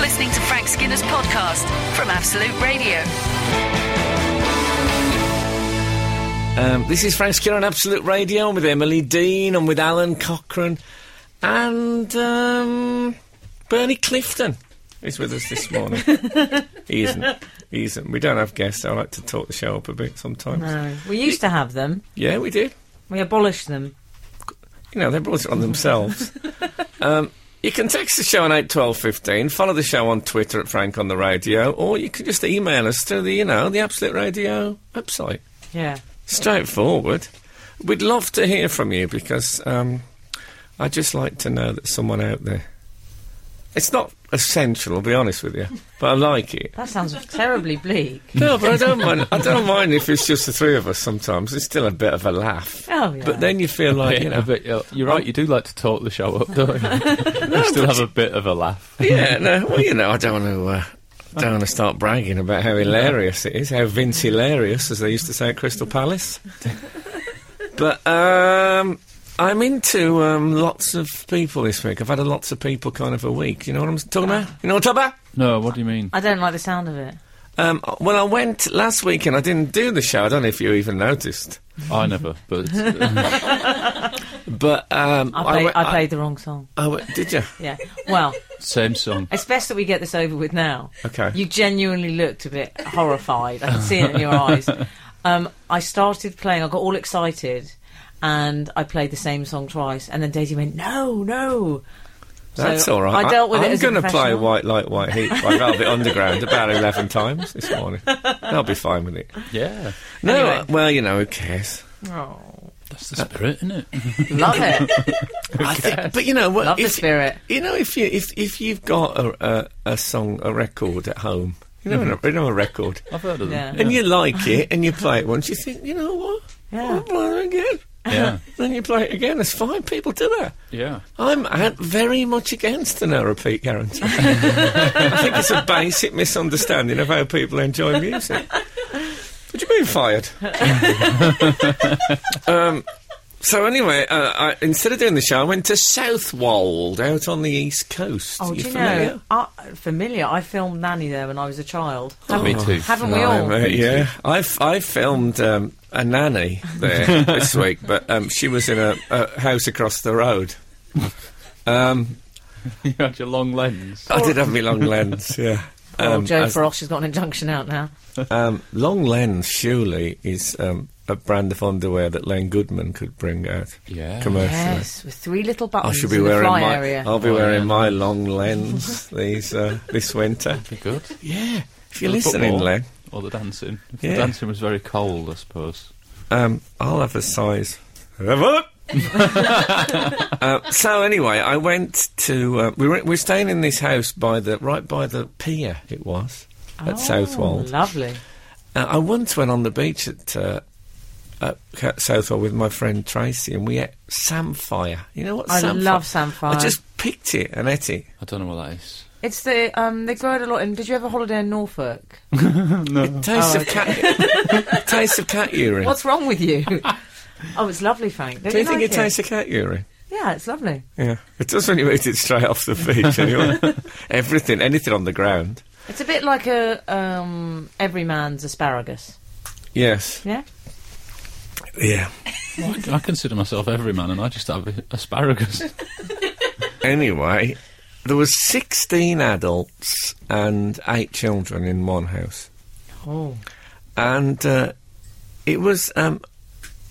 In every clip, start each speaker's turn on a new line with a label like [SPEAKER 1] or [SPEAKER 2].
[SPEAKER 1] listening to Frank Skinner's podcast from Absolute Radio.
[SPEAKER 2] Um, this is Frank Skinner on Absolute Radio. I'm with Emily Dean. I'm with Alan Cochrane. And um, Bernie Clifton is with us this morning. he isn't. He isn't. We don't have guests. I like to talk the show up a bit sometimes.
[SPEAKER 3] No, we used to have them.
[SPEAKER 2] Yeah, we do.
[SPEAKER 3] We abolished them.
[SPEAKER 2] You know, they brought it on themselves. um, you can text the show on 81215, follow the show on Twitter at Frank on the Radio, or you can just email us through the, you know, the Absolute Radio website.
[SPEAKER 3] Yeah.
[SPEAKER 2] straightforward. We'd love to hear from you because um, I just like to know that someone out there. It's not essential, I'll be honest with you, but I like it.
[SPEAKER 3] That sounds terribly bleak.
[SPEAKER 2] No, but I don't mind. I don't mind if it's just the three of us. Sometimes it's still a bit of a laugh.
[SPEAKER 3] Oh, yeah.
[SPEAKER 2] But then you feel like you
[SPEAKER 4] Yeah,
[SPEAKER 2] know.
[SPEAKER 4] but you're, you're right. You do like to talk the show up, don't you? you still have a bit of a laugh.
[SPEAKER 2] Yeah, no. Well, you know, I don't want to. Uh, I don't want to start bragging about how hilarious it is, how Vince hilarious, as they used to say at Crystal Palace. but um, I'm into um, lots of people this week. I've had a lots of people kind of a week. You know what I'm talking about? You know what I'm talking about?
[SPEAKER 4] No, what do you mean?
[SPEAKER 3] I don't like the sound of it.
[SPEAKER 2] Um, well, I went last weekend. I didn't do the show. I don't know if you even noticed.
[SPEAKER 4] I never. But uh,
[SPEAKER 2] But um,
[SPEAKER 3] I, play,
[SPEAKER 2] went-
[SPEAKER 3] I, played the wrong song.
[SPEAKER 2] I went- did you?
[SPEAKER 3] Yeah. Well,
[SPEAKER 4] same song.
[SPEAKER 3] it's best that we get this over with now.
[SPEAKER 2] Okay.
[SPEAKER 3] You genuinely looked a bit horrified. I can see it in your eyes. Um, I started playing. I got all excited, and I played the same song twice. And then Daisy went, "No, no." So
[SPEAKER 2] That's all right.
[SPEAKER 3] I dealt with
[SPEAKER 2] am
[SPEAKER 3] it as a
[SPEAKER 2] going to play
[SPEAKER 3] professional.
[SPEAKER 2] White Light, White Heat by Velvet Underground about 11 times this morning. I'll be fine with it.
[SPEAKER 4] Yeah,
[SPEAKER 2] No,
[SPEAKER 3] Anyway.
[SPEAKER 2] uh, well, you know, who cares?
[SPEAKER 3] Oh,
[SPEAKER 4] that's the spirit, isn't it?
[SPEAKER 3] love it.
[SPEAKER 2] I think, but you know, what,
[SPEAKER 3] Love the
[SPEAKER 2] if-
[SPEAKER 3] spirit.
[SPEAKER 2] You know, if you if if you've got a a, a song, a record at home, you know, a, you know, a record,
[SPEAKER 4] I've heard of them.
[SPEAKER 3] Hmm. Yeah.
[SPEAKER 2] and you like it, and you play it once, you think, you know what,
[SPEAKER 3] Yeah.
[SPEAKER 2] I'll play it again.
[SPEAKER 4] Yeah,
[SPEAKER 2] Then you play it again. There's fine. People do that.
[SPEAKER 4] yeah.
[SPEAKER 2] I'm at very much against an no repeat guarantee. I think it's a basic misunderstanding of how people enjoy music. What do you mean fired? um, so anyway, uh, I, instead of doing the show, I went to Southwold out on the east coast.
[SPEAKER 3] Oh,
[SPEAKER 2] You
[SPEAKER 3] do you
[SPEAKER 2] familiar?
[SPEAKER 3] know? Uh, familiar. I filmed Nanny there when I was a child.
[SPEAKER 4] Me too.
[SPEAKER 3] Haven't we
[SPEAKER 2] Blimey,
[SPEAKER 3] all?
[SPEAKER 2] yeah, I f- I filmed um, a nanny there this week, but um, she was in a, a house across the road. Um,
[SPEAKER 4] you had your long lens.
[SPEAKER 2] I did have my long lens, yeah.
[SPEAKER 3] Oh, Joe
[SPEAKER 2] Um, as-
[SPEAKER 3] Frosh has got an injunction out now.
[SPEAKER 2] um, long lens surely is um, a brand of underwear that Len Goodman could bring out
[SPEAKER 4] Yeah.
[SPEAKER 2] commercially.
[SPEAKER 3] Yes, with three little buttons
[SPEAKER 2] I should be
[SPEAKER 3] in the
[SPEAKER 2] wearing
[SPEAKER 3] fly
[SPEAKER 2] my.
[SPEAKER 3] area.
[SPEAKER 2] I'll be
[SPEAKER 4] Oh,
[SPEAKER 2] wearing
[SPEAKER 4] yeah.
[SPEAKER 2] my long lens these uh, this winter.
[SPEAKER 4] Be good.
[SPEAKER 2] Yeah, if you're
[SPEAKER 4] Or the
[SPEAKER 2] listening,
[SPEAKER 4] football.
[SPEAKER 2] Len,
[SPEAKER 4] Or the dancing. If
[SPEAKER 2] Yeah.
[SPEAKER 4] The dancing was very cold, I suppose.
[SPEAKER 2] um, I'll have a size. Have a look. uh, so anyway, I went to. Uh, we were we were staying in this house by the right by the pier. It was at
[SPEAKER 3] Oh,
[SPEAKER 2] Southwold.
[SPEAKER 3] Lovely.
[SPEAKER 2] Uh, I once went on the beach at, uh, at Ca- Southall with my friend Tracy, and we ate samphire. You know what?
[SPEAKER 3] I
[SPEAKER 2] samphire?
[SPEAKER 3] love samphire.
[SPEAKER 2] I just picked it and ate it.
[SPEAKER 4] I don't know what that is.
[SPEAKER 3] It's the um, they grow it a lot. in... did you have a holiday in Norfolk?
[SPEAKER 4] No.
[SPEAKER 2] Taste
[SPEAKER 3] Oh,
[SPEAKER 2] of cat. taste of cat urine.
[SPEAKER 3] What's wrong with you? oh, it's lovely, Frank. Don't
[SPEAKER 2] Do you
[SPEAKER 3] like
[SPEAKER 2] think it tastes of cat urine?
[SPEAKER 3] Yeah, it's lovely.
[SPEAKER 2] Yeah, it does when you eat it straight off the beach. Anyway, everything, anything on the ground.
[SPEAKER 3] It's a bit like a um, every man's asparagus.
[SPEAKER 2] Yes.
[SPEAKER 3] Yeah.
[SPEAKER 2] Yeah.
[SPEAKER 4] I, I consider myself every man, and I just have a- asparagus.
[SPEAKER 2] Anyway, there was sixteen adults and eight children in one house.
[SPEAKER 3] Oh,
[SPEAKER 2] and uh, it was um,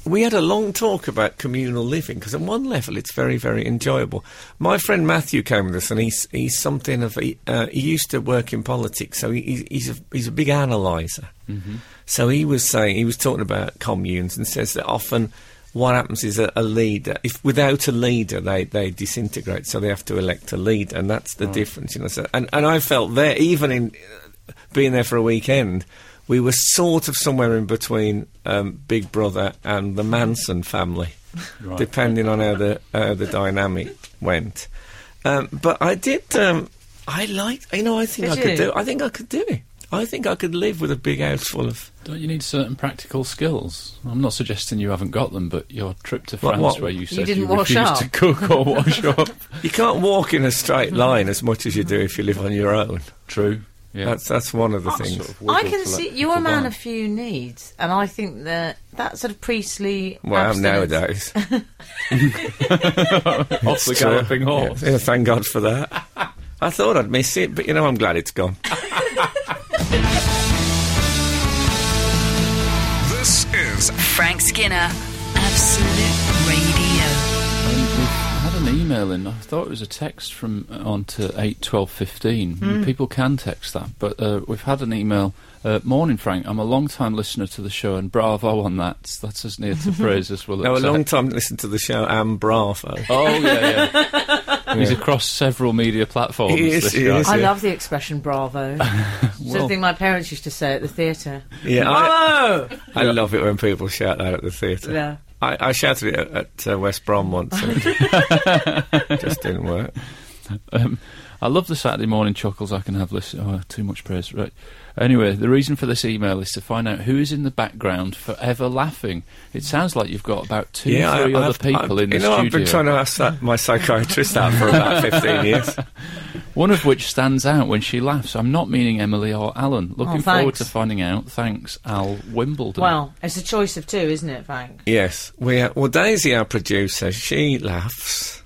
[SPEAKER 2] we had a long talk about communal living because on one level it's very very enjoyable my friend matthew came with us and he's he's something of a, uh, he used to work in politics so he, he's- he's a, he's a big analyzer so he was saying he was talking about communes and says that often what happens is a, a leader if without a leader they, they disintegrate so they have to elect a leader and that's the difference you know so, and and i felt there even in uh, being there for a weekend we were sort of somewhere in between um, Big Brother and the Manson family,
[SPEAKER 4] Right.
[SPEAKER 2] depending on how the how the dynamic went. Um, but I did. Um, I liked. You know, I think
[SPEAKER 3] Did
[SPEAKER 2] I could
[SPEAKER 3] you?
[SPEAKER 2] do. I think I could do it. I think I could live with a big house full of
[SPEAKER 4] Don't you need certain practical skills? I'm not suggesting you haven't got them, but your trip to France,
[SPEAKER 2] what?
[SPEAKER 4] where you said
[SPEAKER 3] didn't
[SPEAKER 4] you
[SPEAKER 3] wash
[SPEAKER 4] refused
[SPEAKER 3] up.
[SPEAKER 4] to cook or wash up.
[SPEAKER 2] You can't walk in a straight line as much as you do if you live on your own.
[SPEAKER 4] True. Yeah.
[SPEAKER 2] That's that's one of the
[SPEAKER 4] Sort
[SPEAKER 2] things.
[SPEAKER 4] of
[SPEAKER 3] I
[SPEAKER 4] wiggle
[SPEAKER 3] can
[SPEAKER 4] to let
[SPEAKER 3] see
[SPEAKER 4] people
[SPEAKER 3] you're a man
[SPEAKER 4] buy.
[SPEAKER 3] of few needs, and I think that that sort of priestly.
[SPEAKER 2] Well, I am
[SPEAKER 3] abstinence-
[SPEAKER 2] nowadays.
[SPEAKER 4] off the
[SPEAKER 2] So-
[SPEAKER 4] galloping horse.
[SPEAKER 2] Yeah, thank God for that. I thought I'd miss it, but you know I'm glad it's gone.
[SPEAKER 5] This is
[SPEAKER 1] Frank Skinner, Absolute Radio.
[SPEAKER 4] Um, we've had an email in. I thought it was a text from uh, on to eight twelve fifteen.
[SPEAKER 3] Hmm.
[SPEAKER 4] People can text that, but uh, we've had an email. Uh, Morning, Frank. I'm a long time listener to the show, and bravo on that. That's as near to praise as we'll.
[SPEAKER 2] Now, a
[SPEAKER 4] accept.
[SPEAKER 2] long time to listen to the show, and Bravo.
[SPEAKER 4] Oh yeah, yeah. He's across several media platforms.
[SPEAKER 2] He is,
[SPEAKER 4] this
[SPEAKER 2] he
[SPEAKER 4] guy.
[SPEAKER 2] is.
[SPEAKER 3] I
[SPEAKER 2] Yeah.
[SPEAKER 3] love the expression "bravo." Something my parents used to say at the theatre.
[SPEAKER 2] Yeah, I,
[SPEAKER 3] Bravo!
[SPEAKER 2] I love it when people shout that at the theatre.
[SPEAKER 3] Yeah.
[SPEAKER 2] I, I shouted it at, at uh, West Brom once. And it just didn't work.
[SPEAKER 4] Um, I love the Saturday morning chuckles I can have. Listen, oh, too much praise. Right. Anyway, the reason for this email is to find out who is in the background forever laughing. It sounds like you've got about two,
[SPEAKER 2] I- I've-
[SPEAKER 4] three other people
[SPEAKER 2] I've-
[SPEAKER 4] in the
[SPEAKER 2] you know,
[SPEAKER 4] studio.
[SPEAKER 2] I've been trying to ask that, my psychiatrist that for about 15 years.
[SPEAKER 4] One of which stands out when she laughs. I'm not meaning Emily or Alan. Looking forward
[SPEAKER 3] Oh, thanks.
[SPEAKER 4] to finding out. Thanks, Al Wimbledon.
[SPEAKER 3] Well, it's a choice of two, isn't it, Frank?
[SPEAKER 2] Yes. We, uh, well, Daisy, our producer, she laughs.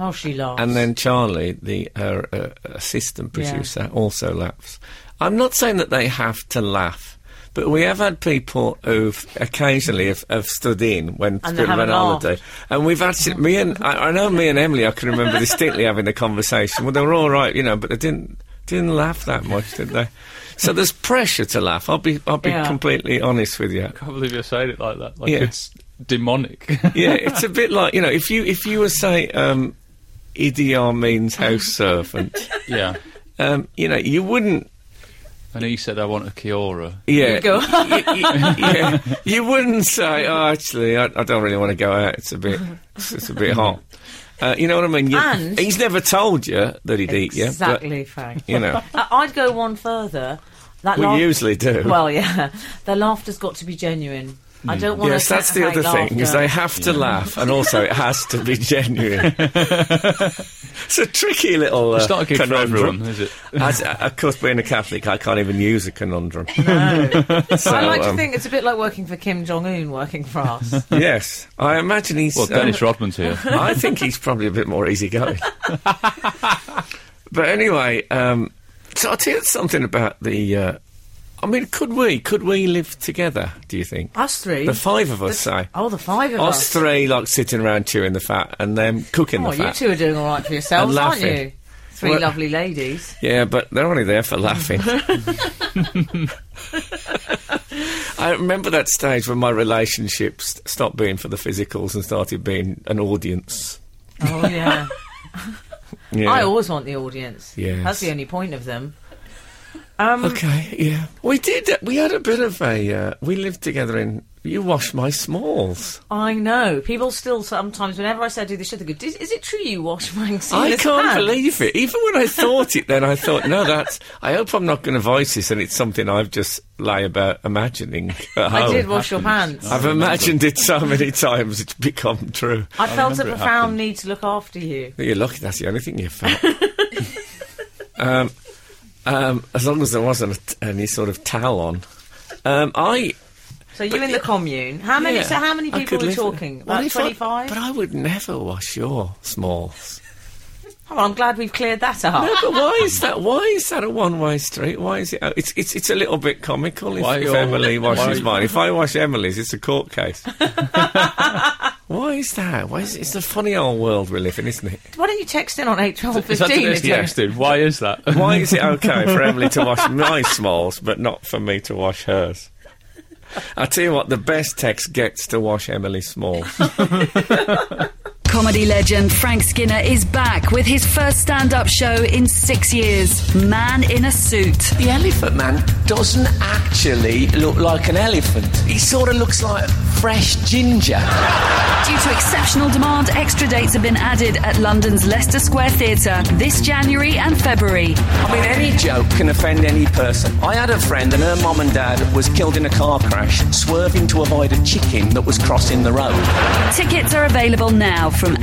[SPEAKER 3] Oh, she laughs.
[SPEAKER 2] And then Charlie, the her uh, assistant producer, also laughs. I'm not saying that they have to laugh, but we have had people who've occasionally have, have stood in when
[SPEAKER 3] And they
[SPEAKER 2] been on
[SPEAKER 3] haven't
[SPEAKER 2] holiday, and we've had to- me and I, I know me and Emily. I can remember distinctly having a conversation. Well, they were all right, you know, but they didn't didn't laugh that much, did they? So there's pressure to laugh. I'll be I'll be
[SPEAKER 3] Yeah.
[SPEAKER 2] completely honest with you.
[SPEAKER 4] I can't believe you're saying it like that. Like
[SPEAKER 2] Yeah.
[SPEAKER 4] it's demonic.
[SPEAKER 2] yeah, it's a bit like you know if you if you were say um, Idi Amin's house servant.
[SPEAKER 4] yeah.
[SPEAKER 2] um, you know, you wouldn't.
[SPEAKER 4] And he said, "I want a Kiora."
[SPEAKER 2] Yeah,
[SPEAKER 3] go.
[SPEAKER 2] y- y- yeah, you wouldn't say. Oh, actually, I, I don't really want to go out. It's a bit, it's, it's a bit hot. Uh, you know what I mean? You-
[SPEAKER 3] And-
[SPEAKER 2] he's never told you that he'd eat you. but,
[SPEAKER 3] exactly, Frank.
[SPEAKER 2] you know,
[SPEAKER 3] I- I'd go one further. That
[SPEAKER 2] we
[SPEAKER 3] laugh-
[SPEAKER 2] usually do.
[SPEAKER 3] Well, yeah, the laughter's got to be genuine. I don't want.
[SPEAKER 2] yes,
[SPEAKER 3] to
[SPEAKER 2] that's the other thing. Is they
[SPEAKER 3] laughter.
[SPEAKER 2] have to laugh, and also it has to be genuine. it's a tricky little. Uh,
[SPEAKER 4] It's not a good for
[SPEAKER 2] conundrum.
[SPEAKER 4] everyone, is it?
[SPEAKER 2] As, uh, of course, being a Catholic, I can't even use a conundrum. So,
[SPEAKER 3] I like
[SPEAKER 2] um,
[SPEAKER 3] to think it's a bit like working for Kim Jong Un, working for us.
[SPEAKER 2] Yes, I imagine he's.
[SPEAKER 4] Well,
[SPEAKER 2] um,
[SPEAKER 4] Dennis Rodman's here.
[SPEAKER 2] I think he's probably a bit more easygoing. but anyway, um, so I'll tell you something about the. Uh, I mean, could we could we live together? Do you think
[SPEAKER 3] us three.
[SPEAKER 2] the five of us say
[SPEAKER 3] oh, the five of
[SPEAKER 2] us
[SPEAKER 3] us.
[SPEAKER 2] three like sitting around chewing the fat and then cooking
[SPEAKER 3] Oh,
[SPEAKER 2] the
[SPEAKER 3] you
[SPEAKER 2] fat?
[SPEAKER 3] two are doing all right for yourselves, aren't
[SPEAKER 2] laughing.
[SPEAKER 3] you? Three
[SPEAKER 2] Well-
[SPEAKER 3] lovely ladies.
[SPEAKER 2] Yeah, but they're only there for laughing. I remember that stage when my relationships stopped being for the physicals and started being an audience.
[SPEAKER 3] Oh yeah.
[SPEAKER 2] Yeah.
[SPEAKER 3] I always want the audience.
[SPEAKER 2] Yes.
[SPEAKER 3] That's the only point of them.
[SPEAKER 2] Okay, yeah. We did. uh, We had a bit of a. Uh, we lived together in. You wash my smalls.
[SPEAKER 3] I know. People still sometimes, whenever I say I do this show, they go, is, is it true you wash Mank's
[SPEAKER 2] I can't believe it. Even when I thought it, then I thought, no, that's. I hope I'm not going to voice this, and it's something I've just lie about imagining at
[SPEAKER 3] I
[SPEAKER 2] home.
[SPEAKER 3] did wash your
[SPEAKER 4] happens.
[SPEAKER 3] pants.
[SPEAKER 4] Oh.
[SPEAKER 2] I've imagined it so many times; it's become true.
[SPEAKER 3] I felt a
[SPEAKER 4] remember it
[SPEAKER 3] profound
[SPEAKER 4] happened.
[SPEAKER 3] need to look after you.
[SPEAKER 2] You're lucky. That's the only thing you felt. um, um, as long as there wasn't any sort of towel on, um, I
[SPEAKER 3] So you in the commune. How many?
[SPEAKER 2] Yeah.
[SPEAKER 3] So how many
[SPEAKER 2] I
[SPEAKER 3] people
[SPEAKER 2] could
[SPEAKER 3] are we
[SPEAKER 2] live with-
[SPEAKER 3] talking?
[SPEAKER 2] Well,
[SPEAKER 3] About
[SPEAKER 2] if I-
[SPEAKER 3] twenty-five.
[SPEAKER 2] But I would never wash your smalls.
[SPEAKER 3] Oh, I'm glad we've cleared that up.
[SPEAKER 2] but why is that? Why is that a one-way street? Why is it? uh, It's it's it's a little bit comical if,
[SPEAKER 4] Why
[SPEAKER 2] if
[SPEAKER 4] your-
[SPEAKER 2] Emily washes
[SPEAKER 4] why-
[SPEAKER 2] mine. If I wash Emily's, it's a court case. why is that? Why is it's a funny old world we live in, isn't it?
[SPEAKER 3] Why don't you text in on eight twelve
[SPEAKER 4] Is that
[SPEAKER 3] fifteen?
[SPEAKER 4] Dennis texted? Why is that?
[SPEAKER 2] Why is it okay for Emily to wash my smalls but not for me to wash hers? I tell you what, the best text gets to wash Emily's smalls.
[SPEAKER 1] comedy legend Frank Skinner is back with his first stand up show in six years Man in a Suit.
[SPEAKER 5] The elephant man doesn't actually look like an elephant. He sort of looks like fresh ginger.
[SPEAKER 1] Due to exceptional demand, extra dates have been added at London's Leicester Square Theatre this January and February.
[SPEAKER 5] I mean, any joke can offend any person. I had a friend, and her mum and dad was killed in a car crash, swerving to avoid a chicken that was crossing the road.
[SPEAKER 1] Tickets are available now from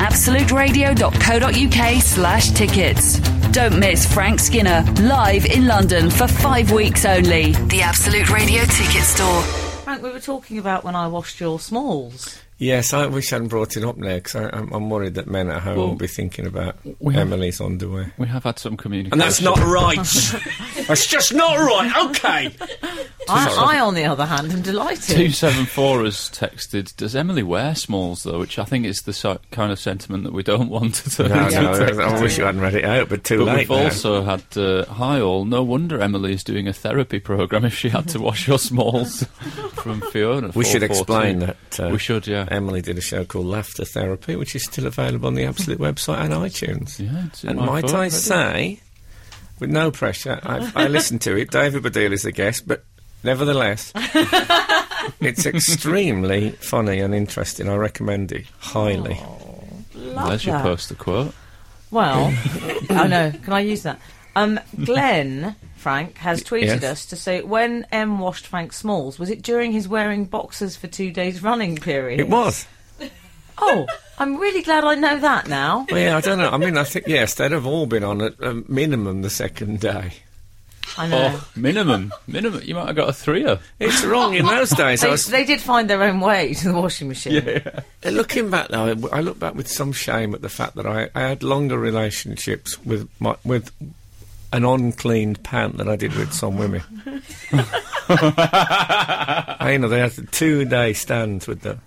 [SPEAKER 1] absoluteradio.co.uk slash tickets. Don't miss Frank Skinner live in London for five weeks only. The Absolute Radio Ticket Store.
[SPEAKER 3] Frank, we were talking about when I washed your smalls.
[SPEAKER 2] Yes, I wish I hadn't brought it up now because I'm, I'm worried that men at home
[SPEAKER 4] Well,
[SPEAKER 2] will be thinking about
[SPEAKER 4] we have-
[SPEAKER 2] Emily's underwear.
[SPEAKER 4] We have had some communication.
[SPEAKER 2] And that's not right. that's just not right. Okay.
[SPEAKER 3] I, I, on the other hand, am delighted.
[SPEAKER 4] 274 has texted, Does Emily wear smalls, though? Which I think is the so- kind of sentiment that we don't want to turn
[SPEAKER 2] No,
[SPEAKER 4] into.
[SPEAKER 2] no, I wish you hadn't read it out, but too
[SPEAKER 4] But
[SPEAKER 2] late.
[SPEAKER 4] we've
[SPEAKER 2] now.
[SPEAKER 4] also had uh, Hi All. No wonder Emily is doing a therapy program if she had to wash your smalls from Fiona.
[SPEAKER 2] We should
[SPEAKER 4] 414.
[SPEAKER 2] explain that. uh,
[SPEAKER 4] we should, yeah.
[SPEAKER 2] Emily did a show called Laughter Therapy, which is still available on the Absolute website and iTunes.
[SPEAKER 4] Hmm. Yeah, it's in
[SPEAKER 2] and
[SPEAKER 4] my
[SPEAKER 2] might
[SPEAKER 4] phone
[SPEAKER 2] I
[SPEAKER 4] already.
[SPEAKER 2] say, with no pressure, I, I listened to it. David Baddiel is the guest, but nevertheless, it's extremely funny and interesting. I recommend it highly.
[SPEAKER 3] Love
[SPEAKER 4] There's your
[SPEAKER 3] that.
[SPEAKER 4] poster quote.
[SPEAKER 3] Well, oh no, can I use that? Um, Glenn Frank has tweeted
[SPEAKER 2] Yes.
[SPEAKER 3] us to say when M washed Frank Smalls, was it during his wearing boxers for two days running period?
[SPEAKER 2] It was.
[SPEAKER 3] Oh, I'm really glad I know that now.
[SPEAKER 2] Well, yeah, I don't know. I mean, I think yes, they'd have all been on at a minimum the second day.
[SPEAKER 3] I know.
[SPEAKER 4] Oh, minimum. Minimum. You might have got a threer.
[SPEAKER 2] It's wrong in those days. I
[SPEAKER 3] They,
[SPEAKER 2] was
[SPEAKER 3] they did find their own way to the washing machine.
[SPEAKER 2] Uh, Looking back now, I- I look back with some shame at the fact that I, I had longer relationships with my, with an uncleaned pant than I did with some women. I, you know, they had the two day stands with the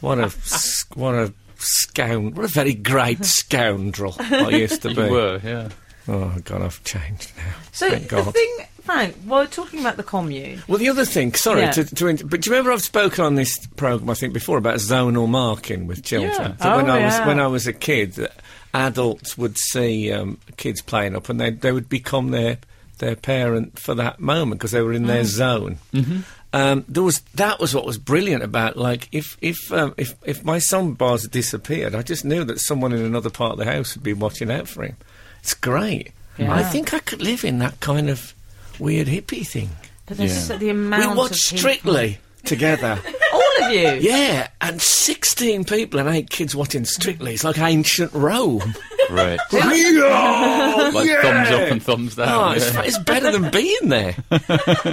[SPEAKER 2] what a s- what a scoundrel, what a very great scoundrel I used to
[SPEAKER 4] You
[SPEAKER 2] be.
[SPEAKER 4] were, yeah.
[SPEAKER 2] Oh God, I've changed now.
[SPEAKER 3] So
[SPEAKER 2] Thank
[SPEAKER 3] the
[SPEAKER 2] God.
[SPEAKER 3] thing, Frank, we're talking about the commune.
[SPEAKER 2] Well, the other thing, sorry,
[SPEAKER 3] Yeah.
[SPEAKER 2] to, to inter- but do you remember I've spoken on this program I think before about zonal marking with children?
[SPEAKER 4] Yeah.
[SPEAKER 2] That when
[SPEAKER 3] Oh,
[SPEAKER 2] I was
[SPEAKER 3] yeah.
[SPEAKER 2] when I was a kid, that adults would see um, kids playing up, and they they would become their their parent for that moment because they were in
[SPEAKER 3] Mm.
[SPEAKER 2] their zone. Mm-hmm. Um, there was that was what was brilliant about like if if um, if if my sound bars disappeared, I just knew that someone in another part of the house would be watching out for him. It's great.
[SPEAKER 3] Yeah.
[SPEAKER 2] I think I could live in that kind of weird hippie thing.
[SPEAKER 3] But there's
[SPEAKER 4] Yeah.
[SPEAKER 3] so- the amount
[SPEAKER 2] We watched
[SPEAKER 3] of people-
[SPEAKER 2] Strictly together.
[SPEAKER 3] All of you.
[SPEAKER 2] yeah, and 16 people and 8 kids watching Strictly. It's like ancient Rome.
[SPEAKER 4] Great.
[SPEAKER 2] Yeah!
[SPEAKER 4] Like thumbs up and thumbs
[SPEAKER 2] Oh,
[SPEAKER 4] down.
[SPEAKER 2] it's,
[SPEAKER 4] yeah.
[SPEAKER 2] it's better than being there.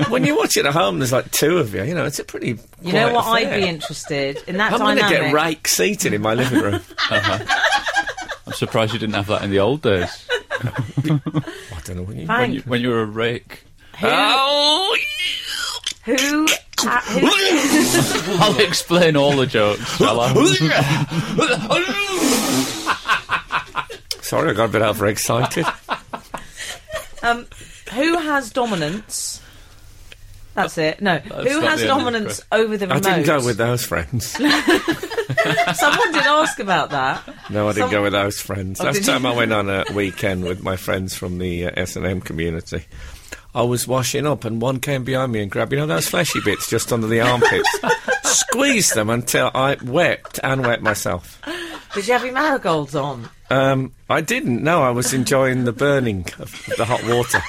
[SPEAKER 2] when you watch it at home, there's like two of you. You know, it's a pretty.
[SPEAKER 3] You know
[SPEAKER 2] quiet
[SPEAKER 3] what
[SPEAKER 2] affair.
[SPEAKER 3] I'd be interested in that
[SPEAKER 2] I'm going to
[SPEAKER 3] dynamic.
[SPEAKER 2] get rake seated in my living room.
[SPEAKER 4] I'm surprised you didn't have that in the old days.
[SPEAKER 2] I don't know what you.
[SPEAKER 4] When
[SPEAKER 3] Frank,
[SPEAKER 4] you, when you were a rake.
[SPEAKER 2] Oh,
[SPEAKER 3] who, uh, who
[SPEAKER 4] I'll explain all the jokes, shall I?
[SPEAKER 2] Sorry, I got a bit overexcited.
[SPEAKER 3] Um, who has dominance? That's it. No, who
[SPEAKER 4] not
[SPEAKER 3] has
[SPEAKER 4] the end of the
[SPEAKER 3] dominance over the remote?
[SPEAKER 2] I didn't go with those friends.
[SPEAKER 3] Someone did ask about that.
[SPEAKER 2] No, I didn't
[SPEAKER 3] Some-
[SPEAKER 2] go with those friends.
[SPEAKER 3] Oh,
[SPEAKER 2] Last
[SPEAKER 3] did you?
[SPEAKER 2] time I went on a weekend with my friends from the uh, S&M community, I was washing up and one came behind me and grabbed, you know, those fleshy bits just under the armpits, squeezed them until I wept and wet myself.
[SPEAKER 3] Did you have your marigolds on?
[SPEAKER 2] Um, I didn't. No, I was enjoying the burning of the hot water.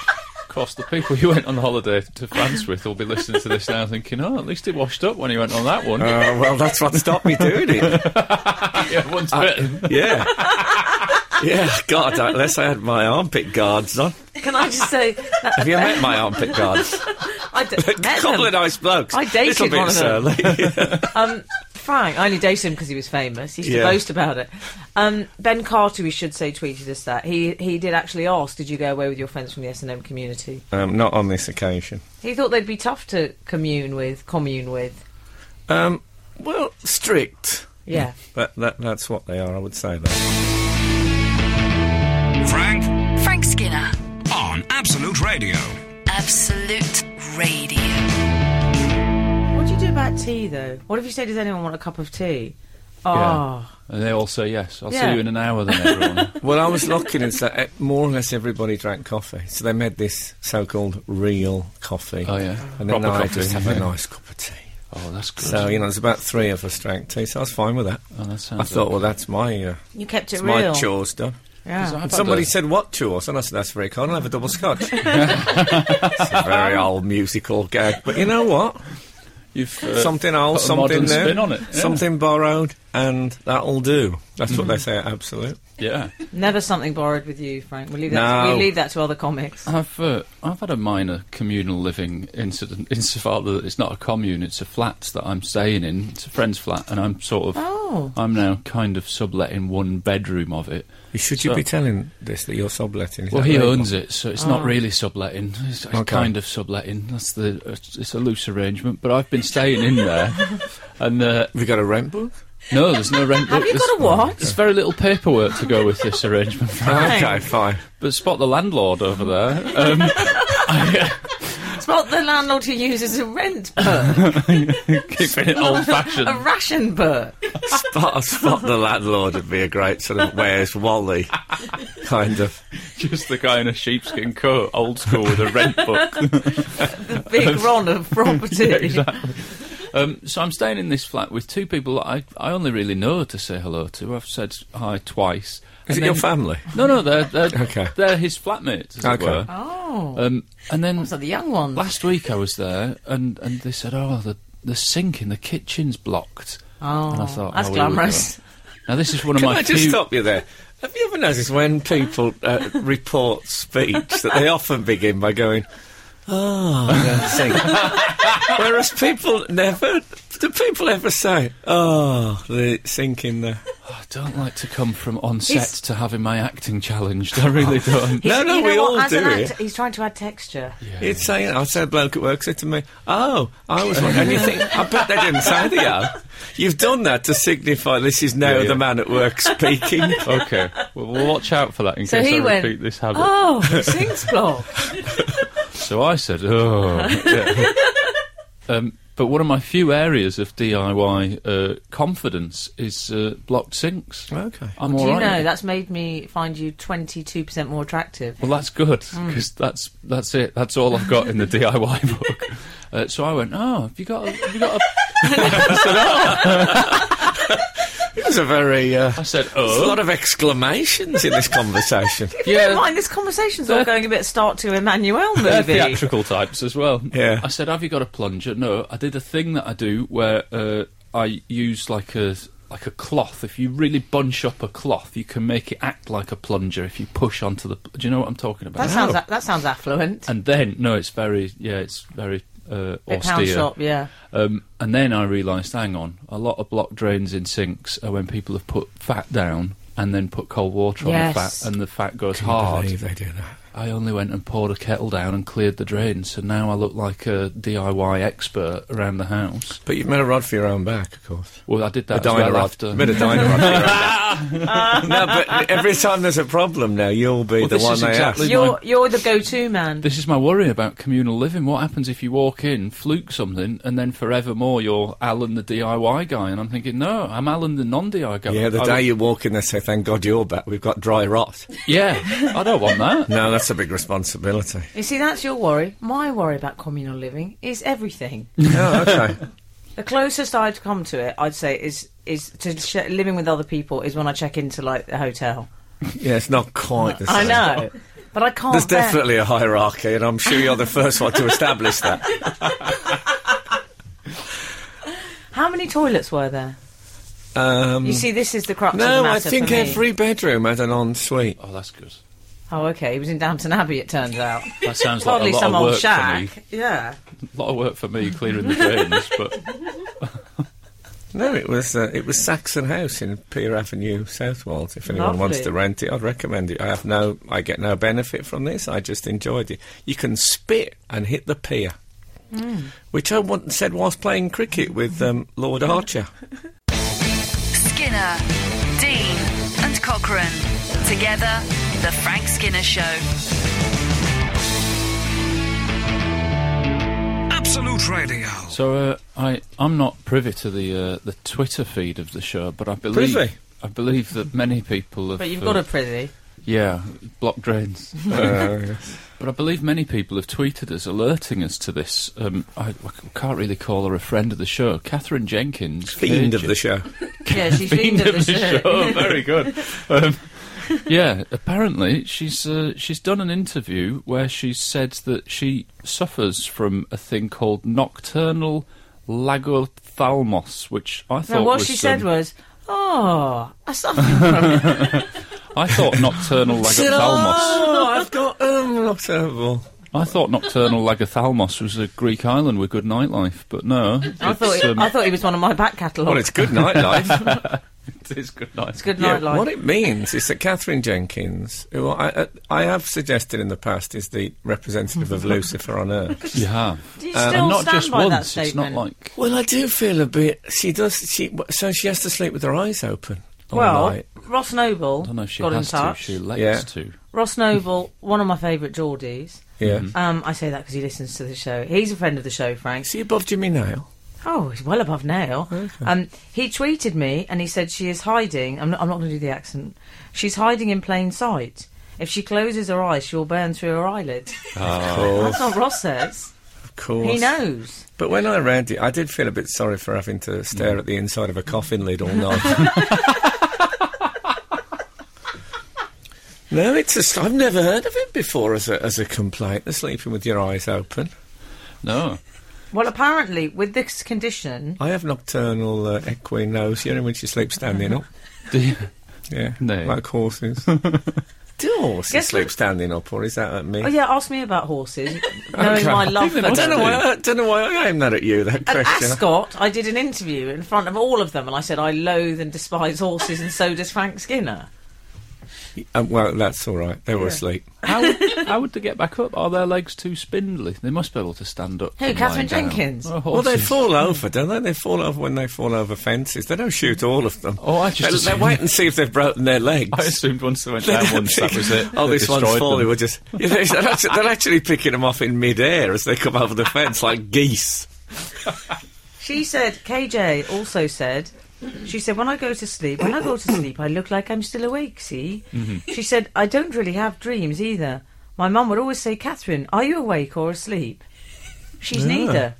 [SPEAKER 4] Of course, the people you went on holiday to France with will be listening to this now thinking, oh, at least he washed up when he went on that one.
[SPEAKER 2] Uh, well, that's what stopped me doing it.
[SPEAKER 4] yeah, once bitten.
[SPEAKER 2] Yeah. Yeah, God, unless I had my armpit guards on.
[SPEAKER 3] Can I just say that
[SPEAKER 2] Have you met my armpit guards?
[SPEAKER 3] I d-
[SPEAKER 2] A
[SPEAKER 3] met
[SPEAKER 2] couple of
[SPEAKER 3] them.
[SPEAKER 2] nice blokes.
[SPEAKER 3] I dated
[SPEAKER 2] Little bit
[SPEAKER 3] one of them.
[SPEAKER 2] surly.
[SPEAKER 3] Um, Frank, I only dated him because he was famous. He used
[SPEAKER 2] Yeah.
[SPEAKER 3] to boast about it. Um, ben Carter, we should say, tweeted us that he he did actually ask, "Did you go away with your friends from the S and M community?"
[SPEAKER 2] Um, not on this occasion.
[SPEAKER 3] He thought they'd be tough to commune with, commune with.
[SPEAKER 2] Um, well, strict.
[SPEAKER 3] Yeah.
[SPEAKER 2] That, that, that's what they are, I would say that.
[SPEAKER 6] Frank
[SPEAKER 1] Frank Skinner,
[SPEAKER 6] on Absolute Radio.
[SPEAKER 1] Absolute Radio.
[SPEAKER 3] What do you do about tea, though? What if you say, does anyone want a cup of tea? Oh,
[SPEAKER 4] And they all say yes. I'll
[SPEAKER 3] Yeah.
[SPEAKER 4] see you in an hour then, everyone.
[SPEAKER 2] Well, I was lucky in that eh, more or less everybody drank coffee, so they made this so-called real coffee.
[SPEAKER 4] Oh, yeah.
[SPEAKER 2] and then
[SPEAKER 4] Proper
[SPEAKER 2] I
[SPEAKER 4] coffee,
[SPEAKER 2] just have
[SPEAKER 4] yeah.
[SPEAKER 2] a nice cup of tea.
[SPEAKER 4] oh, that's good.
[SPEAKER 2] So you know, there's about three of us drank tea, so I was fine with that.
[SPEAKER 4] Oh, that
[SPEAKER 2] I
[SPEAKER 4] sounds
[SPEAKER 2] thought,
[SPEAKER 4] okay.
[SPEAKER 2] well, that's my uh,
[SPEAKER 3] You kept it
[SPEAKER 2] it's my
[SPEAKER 3] real.
[SPEAKER 2] chores done.
[SPEAKER 4] Because I've
[SPEAKER 3] Yeah.
[SPEAKER 4] had
[SPEAKER 2] And somebody
[SPEAKER 4] a-
[SPEAKER 2] said, "What chores?" And I said, "That's very kind. I'll have a double scotch." it's a very old musical gag, but you know what?
[SPEAKER 4] You've, uh,
[SPEAKER 2] something old,
[SPEAKER 4] put a
[SPEAKER 2] something
[SPEAKER 4] modern
[SPEAKER 2] new,
[SPEAKER 4] spin on it. Yeah.
[SPEAKER 2] something borrowed, and that'll do. That's what they say
[SPEAKER 4] Mm-hmm.
[SPEAKER 2] at Absolute.
[SPEAKER 4] Yeah.
[SPEAKER 3] Never something borrowed with you, Frank. We leave that.
[SPEAKER 2] No.
[SPEAKER 3] We leave that to other comics.
[SPEAKER 4] I've uh, I've had a minor communal living incident insofar that it's not a commune, it's a flat that I'm staying in. It's a friend's flat, and I'm sort of
[SPEAKER 3] Oh.
[SPEAKER 4] I'm now kind of subletting one bedroom of it.
[SPEAKER 2] Should
[SPEAKER 4] So-
[SPEAKER 2] you be telling this that you're subletting? Is
[SPEAKER 4] Well,
[SPEAKER 2] that
[SPEAKER 4] he
[SPEAKER 2] legal?
[SPEAKER 4] owns it, so it's
[SPEAKER 3] Ah.
[SPEAKER 4] not really subletting. It's, it's
[SPEAKER 2] Okay.
[SPEAKER 4] kind of subletting. That's the it's, it's a loose arrangement. But I've been staying in there, and uh,
[SPEAKER 2] Have you got a rent book?
[SPEAKER 4] no, there's no rent.
[SPEAKER 3] Have you
[SPEAKER 4] There's-
[SPEAKER 3] got a what?
[SPEAKER 4] There's very little paperwork to go with this arrangement.
[SPEAKER 2] okay, fine.
[SPEAKER 4] But spot the landlord over there. Um, I-
[SPEAKER 3] It's what the landlord who uses a rent book,
[SPEAKER 4] keeping it old fashioned.
[SPEAKER 3] a ration book.
[SPEAKER 2] Spot, spot the landlord would be a great sort of where's Wally kind of.
[SPEAKER 4] Just the guy in a sheepskin coat, old school with a rent book.
[SPEAKER 3] The big run of property.
[SPEAKER 4] Um, so I'm staying in this flat with two people that I, I only really know to say hello to. I've said hi twice.
[SPEAKER 2] Is
[SPEAKER 4] And
[SPEAKER 2] it your
[SPEAKER 4] then-
[SPEAKER 2] family?
[SPEAKER 4] No, no, they're they're,
[SPEAKER 2] Okay.
[SPEAKER 4] they're his flatmates. As
[SPEAKER 2] Okay.
[SPEAKER 4] It were.
[SPEAKER 3] Oh,
[SPEAKER 4] Um, and then
[SPEAKER 3] so the young ones.
[SPEAKER 4] last week I was there, and, and they said, "Oh, the the sink in the kitchen's blocked."
[SPEAKER 3] oh,
[SPEAKER 4] and I thought,
[SPEAKER 3] that's
[SPEAKER 4] "Oh, here we go."
[SPEAKER 3] glamorous.
[SPEAKER 4] Now this is one of
[SPEAKER 2] Can
[SPEAKER 4] my
[SPEAKER 2] I just
[SPEAKER 4] few.
[SPEAKER 2] stop you there? Have you ever noticed when people uh, report speech that they often begin by going, "Oh, yeah, sink," whereas people never do. People ever say, "Oh, the sink in there."
[SPEAKER 4] I don't like to come from on set
[SPEAKER 3] He's-
[SPEAKER 4] to having my acting challenged. I really don't.
[SPEAKER 2] No,
[SPEAKER 3] He's-
[SPEAKER 2] no,
[SPEAKER 3] you know
[SPEAKER 2] we
[SPEAKER 3] what,
[SPEAKER 2] all
[SPEAKER 3] as
[SPEAKER 2] do
[SPEAKER 3] an
[SPEAKER 2] it.
[SPEAKER 3] actor, He's trying to add texture.
[SPEAKER 2] You'd say, I said a bloke at work said to me, Oh, I was one. And you think, I bet they didn't say the O. You've done that to signify this is now
[SPEAKER 4] Yeah, yeah.
[SPEAKER 2] the man at work speaking.
[SPEAKER 4] okay, well, we'll watch out for that in
[SPEAKER 3] So
[SPEAKER 4] case
[SPEAKER 3] he
[SPEAKER 4] I
[SPEAKER 3] went,
[SPEAKER 4] repeat this habit.
[SPEAKER 3] Oh, the sink's blocked.
[SPEAKER 4] So I said, oh. Yeah. um, but one of my few areas of DIY uh, confidence is uh, blocked sinks.
[SPEAKER 2] Okay.
[SPEAKER 4] I'm
[SPEAKER 3] Do
[SPEAKER 4] all
[SPEAKER 3] you
[SPEAKER 4] right.
[SPEAKER 3] know that's made me find you twenty two percent more attractive?
[SPEAKER 4] Well, that's good
[SPEAKER 3] Mm.
[SPEAKER 4] because that's that's it. That's all I've got in the DIY book. Uh, so I went, oh, have you got? A, have you got? A...
[SPEAKER 2] It was a very. Uh,
[SPEAKER 4] I said,
[SPEAKER 2] there's a
[SPEAKER 4] oh,
[SPEAKER 2] lot of exclamations in this conversation.
[SPEAKER 3] Never
[SPEAKER 4] yeah.
[SPEAKER 3] mind, this conversation's all going a bit start to Emmanuel
[SPEAKER 4] They're
[SPEAKER 3] movie.
[SPEAKER 4] theatrical types as well.
[SPEAKER 2] Yeah.
[SPEAKER 4] I said, have you got a plunger? No. I did a thing that I do where uh, I use like a like a cloth. If you really bunch up a cloth, you can make it act like a plunger if you push onto the. Do you know what I'm talking about?
[SPEAKER 3] That sounds a- that sounds affluent.
[SPEAKER 4] Oh. and then no, it's very yeah, it's very uh,
[SPEAKER 3] Bit pound
[SPEAKER 4] austere.
[SPEAKER 3] shop, yeah.
[SPEAKER 4] Um, and then I realised, hang on, a lot of block drains in sinks are when people have put fat down and then put cold water on the
[SPEAKER 3] Yes.
[SPEAKER 4] fat, and the fat goes
[SPEAKER 2] I
[SPEAKER 4] hard.
[SPEAKER 2] believe they do that.
[SPEAKER 4] I only went and poured a kettle down and cleared the drain, so now I look like a DIY expert around the house.
[SPEAKER 2] But you've made a rod for your own back, of course.
[SPEAKER 4] Well, I did
[SPEAKER 2] A
[SPEAKER 4] that as
[SPEAKER 2] diner
[SPEAKER 4] well
[SPEAKER 2] rod.
[SPEAKER 4] after.
[SPEAKER 2] Bit of diner rod for your own back. no, but every time there's a problem now, you'll be
[SPEAKER 4] Well,
[SPEAKER 2] the
[SPEAKER 4] this
[SPEAKER 2] one
[SPEAKER 4] is
[SPEAKER 2] they
[SPEAKER 4] exactly-
[SPEAKER 2] ask.
[SPEAKER 3] You're you're the go to man.
[SPEAKER 4] This is my worry about communal living. What happens if you walk in, fluke something, and then forevermore you're Alan the DIY guy? And I'm thinking, no, I'm Alan the non-DIY guy.
[SPEAKER 2] Yeah, the
[SPEAKER 4] I-
[SPEAKER 2] day you walk in, they say, "Thank God you're back. We've got dry rot."
[SPEAKER 4] Yeah, I don't want that.
[SPEAKER 2] No, that's a big responsibility.
[SPEAKER 3] You see, that's your worry. My worry about communal living is everything.
[SPEAKER 2] oh, okay.
[SPEAKER 3] The closest I'd come to it, I'd say, is is to sh- living with other people is when I check into like the hotel.
[SPEAKER 2] Yeah, it's not quite the same.
[SPEAKER 3] I know, Oh, but I can't.
[SPEAKER 2] There's
[SPEAKER 3] bear-
[SPEAKER 2] definitely a hierarchy, and I'm sure you're the first one to establish that.
[SPEAKER 3] How many toilets were there?
[SPEAKER 2] Um,
[SPEAKER 3] You see, this is the crux. of
[SPEAKER 2] no,
[SPEAKER 3] the
[SPEAKER 2] I
[SPEAKER 3] matter
[SPEAKER 2] think
[SPEAKER 3] for me.
[SPEAKER 2] every bedroom had an ensuite.
[SPEAKER 4] Oh, that's good.
[SPEAKER 3] Oh, okay. He was in Downton Abbey. It turns out.
[SPEAKER 4] That sounds like
[SPEAKER 3] Probably
[SPEAKER 4] a lot
[SPEAKER 3] some
[SPEAKER 4] of
[SPEAKER 3] old
[SPEAKER 4] work for me.
[SPEAKER 3] shack. Yeah.
[SPEAKER 4] A lot of work for me clearing the drains, but
[SPEAKER 2] No, it was uh, it was Saxon House in Pier Avenue, South Wales. If anyone wants
[SPEAKER 3] Lovely.
[SPEAKER 2] to rent it, I'd recommend it. I have no, I get no benefit from this. I just enjoyed it. You can spit and hit the pier, which I once said whilst playing cricket with um, Lord Archer.
[SPEAKER 1] Skinner, Dean, and Cochrane. Together, The Frank Skinner Show.
[SPEAKER 6] Absolute Radio.
[SPEAKER 4] so uh, I I'm not privy to the uh, the Twitter feed of the show, but I believe
[SPEAKER 2] Privy?
[SPEAKER 4] I believe that many people have.
[SPEAKER 3] But you've
[SPEAKER 4] uh,
[SPEAKER 3] got a Oh, privy.
[SPEAKER 4] Yeah, block drains.
[SPEAKER 2] Uh,
[SPEAKER 4] But I believe many people have tweeted us, alerting us to this. Um, I, I can't really call her a friend of the show. Catherine Jenkins.
[SPEAKER 2] fiend of
[SPEAKER 4] Cajun-
[SPEAKER 2] the show.
[SPEAKER 3] Yeah, she's fiend of the show.
[SPEAKER 4] show. Very good. Um, yeah, apparently she's uh, she's done an interview where she said that she suffers from a thing called nocturnal lagothalmos, which I thought
[SPEAKER 3] Now, what
[SPEAKER 4] was,
[SPEAKER 3] she said
[SPEAKER 4] um,
[SPEAKER 3] was, "Oh, I suffer from it.
[SPEAKER 4] I thought nocturnal lagothalmos.
[SPEAKER 2] Oh, I've got um, not terrible.
[SPEAKER 4] I thought nocturnal lagothalmos was a Greek island with good nightlife, but no,
[SPEAKER 3] I
[SPEAKER 4] it's,
[SPEAKER 3] thought it,
[SPEAKER 4] um,
[SPEAKER 3] I thought he was one of my back
[SPEAKER 2] Well,
[SPEAKER 3] catalogue.
[SPEAKER 2] it's good night life.
[SPEAKER 4] it's good night.
[SPEAKER 3] it's good
[SPEAKER 2] Yeah,
[SPEAKER 3] night life.
[SPEAKER 2] What it means is that Catherine Jenkins, who I, I, I have suggested in the past, is the representative of Lucifer on Earth.
[SPEAKER 4] You have.
[SPEAKER 3] Do you
[SPEAKER 2] Um,
[SPEAKER 3] still
[SPEAKER 4] uh, and not
[SPEAKER 3] stand
[SPEAKER 4] just
[SPEAKER 3] by that
[SPEAKER 4] once.
[SPEAKER 3] statement?
[SPEAKER 4] It's not like
[SPEAKER 2] Well, I do feel a bit. She does. She w- so she has to sleep with her eyes open all
[SPEAKER 3] well,
[SPEAKER 2] night.
[SPEAKER 3] Ross Noble
[SPEAKER 4] I don't know if she
[SPEAKER 3] got in
[SPEAKER 4] has to.
[SPEAKER 3] touch.
[SPEAKER 4] She elects
[SPEAKER 2] Yeah.
[SPEAKER 4] to.
[SPEAKER 3] Ross Noble, one of my favourite Geordies.
[SPEAKER 2] Yeah.
[SPEAKER 3] Um, I say that because he listens to the show. He's a friend of the show, Frank.
[SPEAKER 2] Is he above Jimmy Nail?
[SPEAKER 3] Oh, he's well above now. Um, he tweeted me and he said she is hiding. I'm not, I'm not going to do the accent. She's hiding in plain sight. If she closes her eyes, she will burn through her eyelid. That's not Ross says.
[SPEAKER 2] Of course.
[SPEAKER 3] He knows.
[SPEAKER 2] But when I read it, I did feel a bit sorry for having to stare at the inside of a coffin lid all night. no, it's a. s- I've never heard of it before as a as a complaint. The sleeping with your eyes open.
[SPEAKER 4] No.
[SPEAKER 3] Well, apparently, with this condition,
[SPEAKER 2] I have nocturnal uh, equinosia in which you sleep standing up.
[SPEAKER 4] Do you-
[SPEAKER 2] Yeah,
[SPEAKER 4] No.
[SPEAKER 2] like horses. Do horses
[SPEAKER 3] Guess
[SPEAKER 2] sleep
[SPEAKER 3] what-
[SPEAKER 2] standing up, or is that at me?
[SPEAKER 3] oh yeah, ask me about horses, knowing
[SPEAKER 2] Okay.
[SPEAKER 3] my love for
[SPEAKER 2] I don't know
[SPEAKER 3] them.
[SPEAKER 2] why. I don't know why I aimed that at you. That
[SPEAKER 3] At
[SPEAKER 2] question.
[SPEAKER 3] Ascot, I did an interview in front of all of them, and I said I loathe and despise horses, and so does Frank Skinner.
[SPEAKER 2] Um, well, that's all right. They were asleep.
[SPEAKER 4] How would, how would they get back up? Are their legs too spindly? They must be able to stand up.
[SPEAKER 3] Who,
[SPEAKER 4] from
[SPEAKER 3] Catherine
[SPEAKER 4] lying down.
[SPEAKER 3] Jenkins?
[SPEAKER 4] Oh,
[SPEAKER 2] Well, they
[SPEAKER 4] horses.
[SPEAKER 2] fall over, don't they? They fall over when they fall over fences. They don't shoot all of them.
[SPEAKER 4] Oh, I just
[SPEAKER 2] they, they
[SPEAKER 4] assumed-
[SPEAKER 2] wait and see if they've broken their legs.
[SPEAKER 4] I assumed once they went down once, that was it.
[SPEAKER 2] Oh,
[SPEAKER 4] They
[SPEAKER 2] this one's
[SPEAKER 4] destroyed
[SPEAKER 2] falling.
[SPEAKER 4] them.
[SPEAKER 2] We're just yeah, they're, they're actually, they're actually picking them off in midair as they come over the fence like geese.
[SPEAKER 3] She said, KJ also said, she said, when I go to sleep, when I go to sleep, I look like I'm still awake, see?
[SPEAKER 2] Mm-hmm.
[SPEAKER 3] She said, I don't really have dreams either. My mum would always say, Catherine, are you awake or asleep? She's
[SPEAKER 2] Yeah,
[SPEAKER 3] neither,
[SPEAKER 2] Yeah,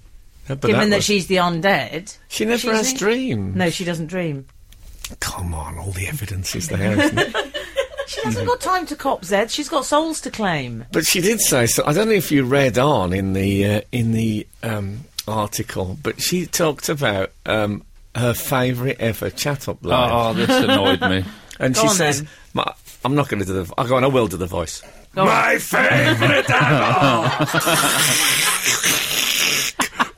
[SPEAKER 2] but
[SPEAKER 3] given that,
[SPEAKER 2] was-
[SPEAKER 3] she's the undead.
[SPEAKER 2] she never
[SPEAKER 3] she's
[SPEAKER 2] has
[SPEAKER 3] ne-
[SPEAKER 2] dreams.
[SPEAKER 3] No, she doesn't dream.
[SPEAKER 2] Come on, all the evidence is there, isn't it?
[SPEAKER 3] She
[SPEAKER 2] Mm-hmm.
[SPEAKER 3] hasn't got time to cop Zed. She's got souls to claim.
[SPEAKER 2] But she did say so. I don't know if you read on in the uh, in the um, article, but she talked about um, her favourite ever chat up line,
[SPEAKER 4] Oh, this annoyed me.
[SPEAKER 2] and
[SPEAKER 3] oh. go
[SPEAKER 2] she
[SPEAKER 3] on
[SPEAKER 2] says,
[SPEAKER 3] then.
[SPEAKER 2] My, "I'm not going to do the. v- I go on. I will do the voice.
[SPEAKER 3] Go on.
[SPEAKER 2] My favourite ever.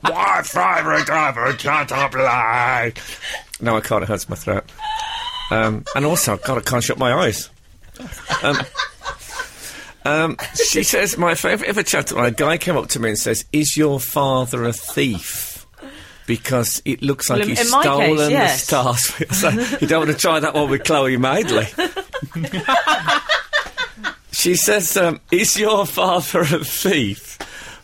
[SPEAKER 2] My favourite ever chat up line. No, I can't. It hurts my throat. Um, and also, God, I can't shut my eyes. Um, she says, my favourite ever chat, a guy came up to me and says, is your father a thief? Because it looks like
[SPEAKER 3] Well, in-
[SPEAKER 2] he's
[SPEAKER 3] in my case,
[SPEAKER 2] stolen
[SPEAKER 3] yes.
[SPEAKER 2] the stars. So you don't want to try that one with Chloe Madeley. she says, um, is your father a thief?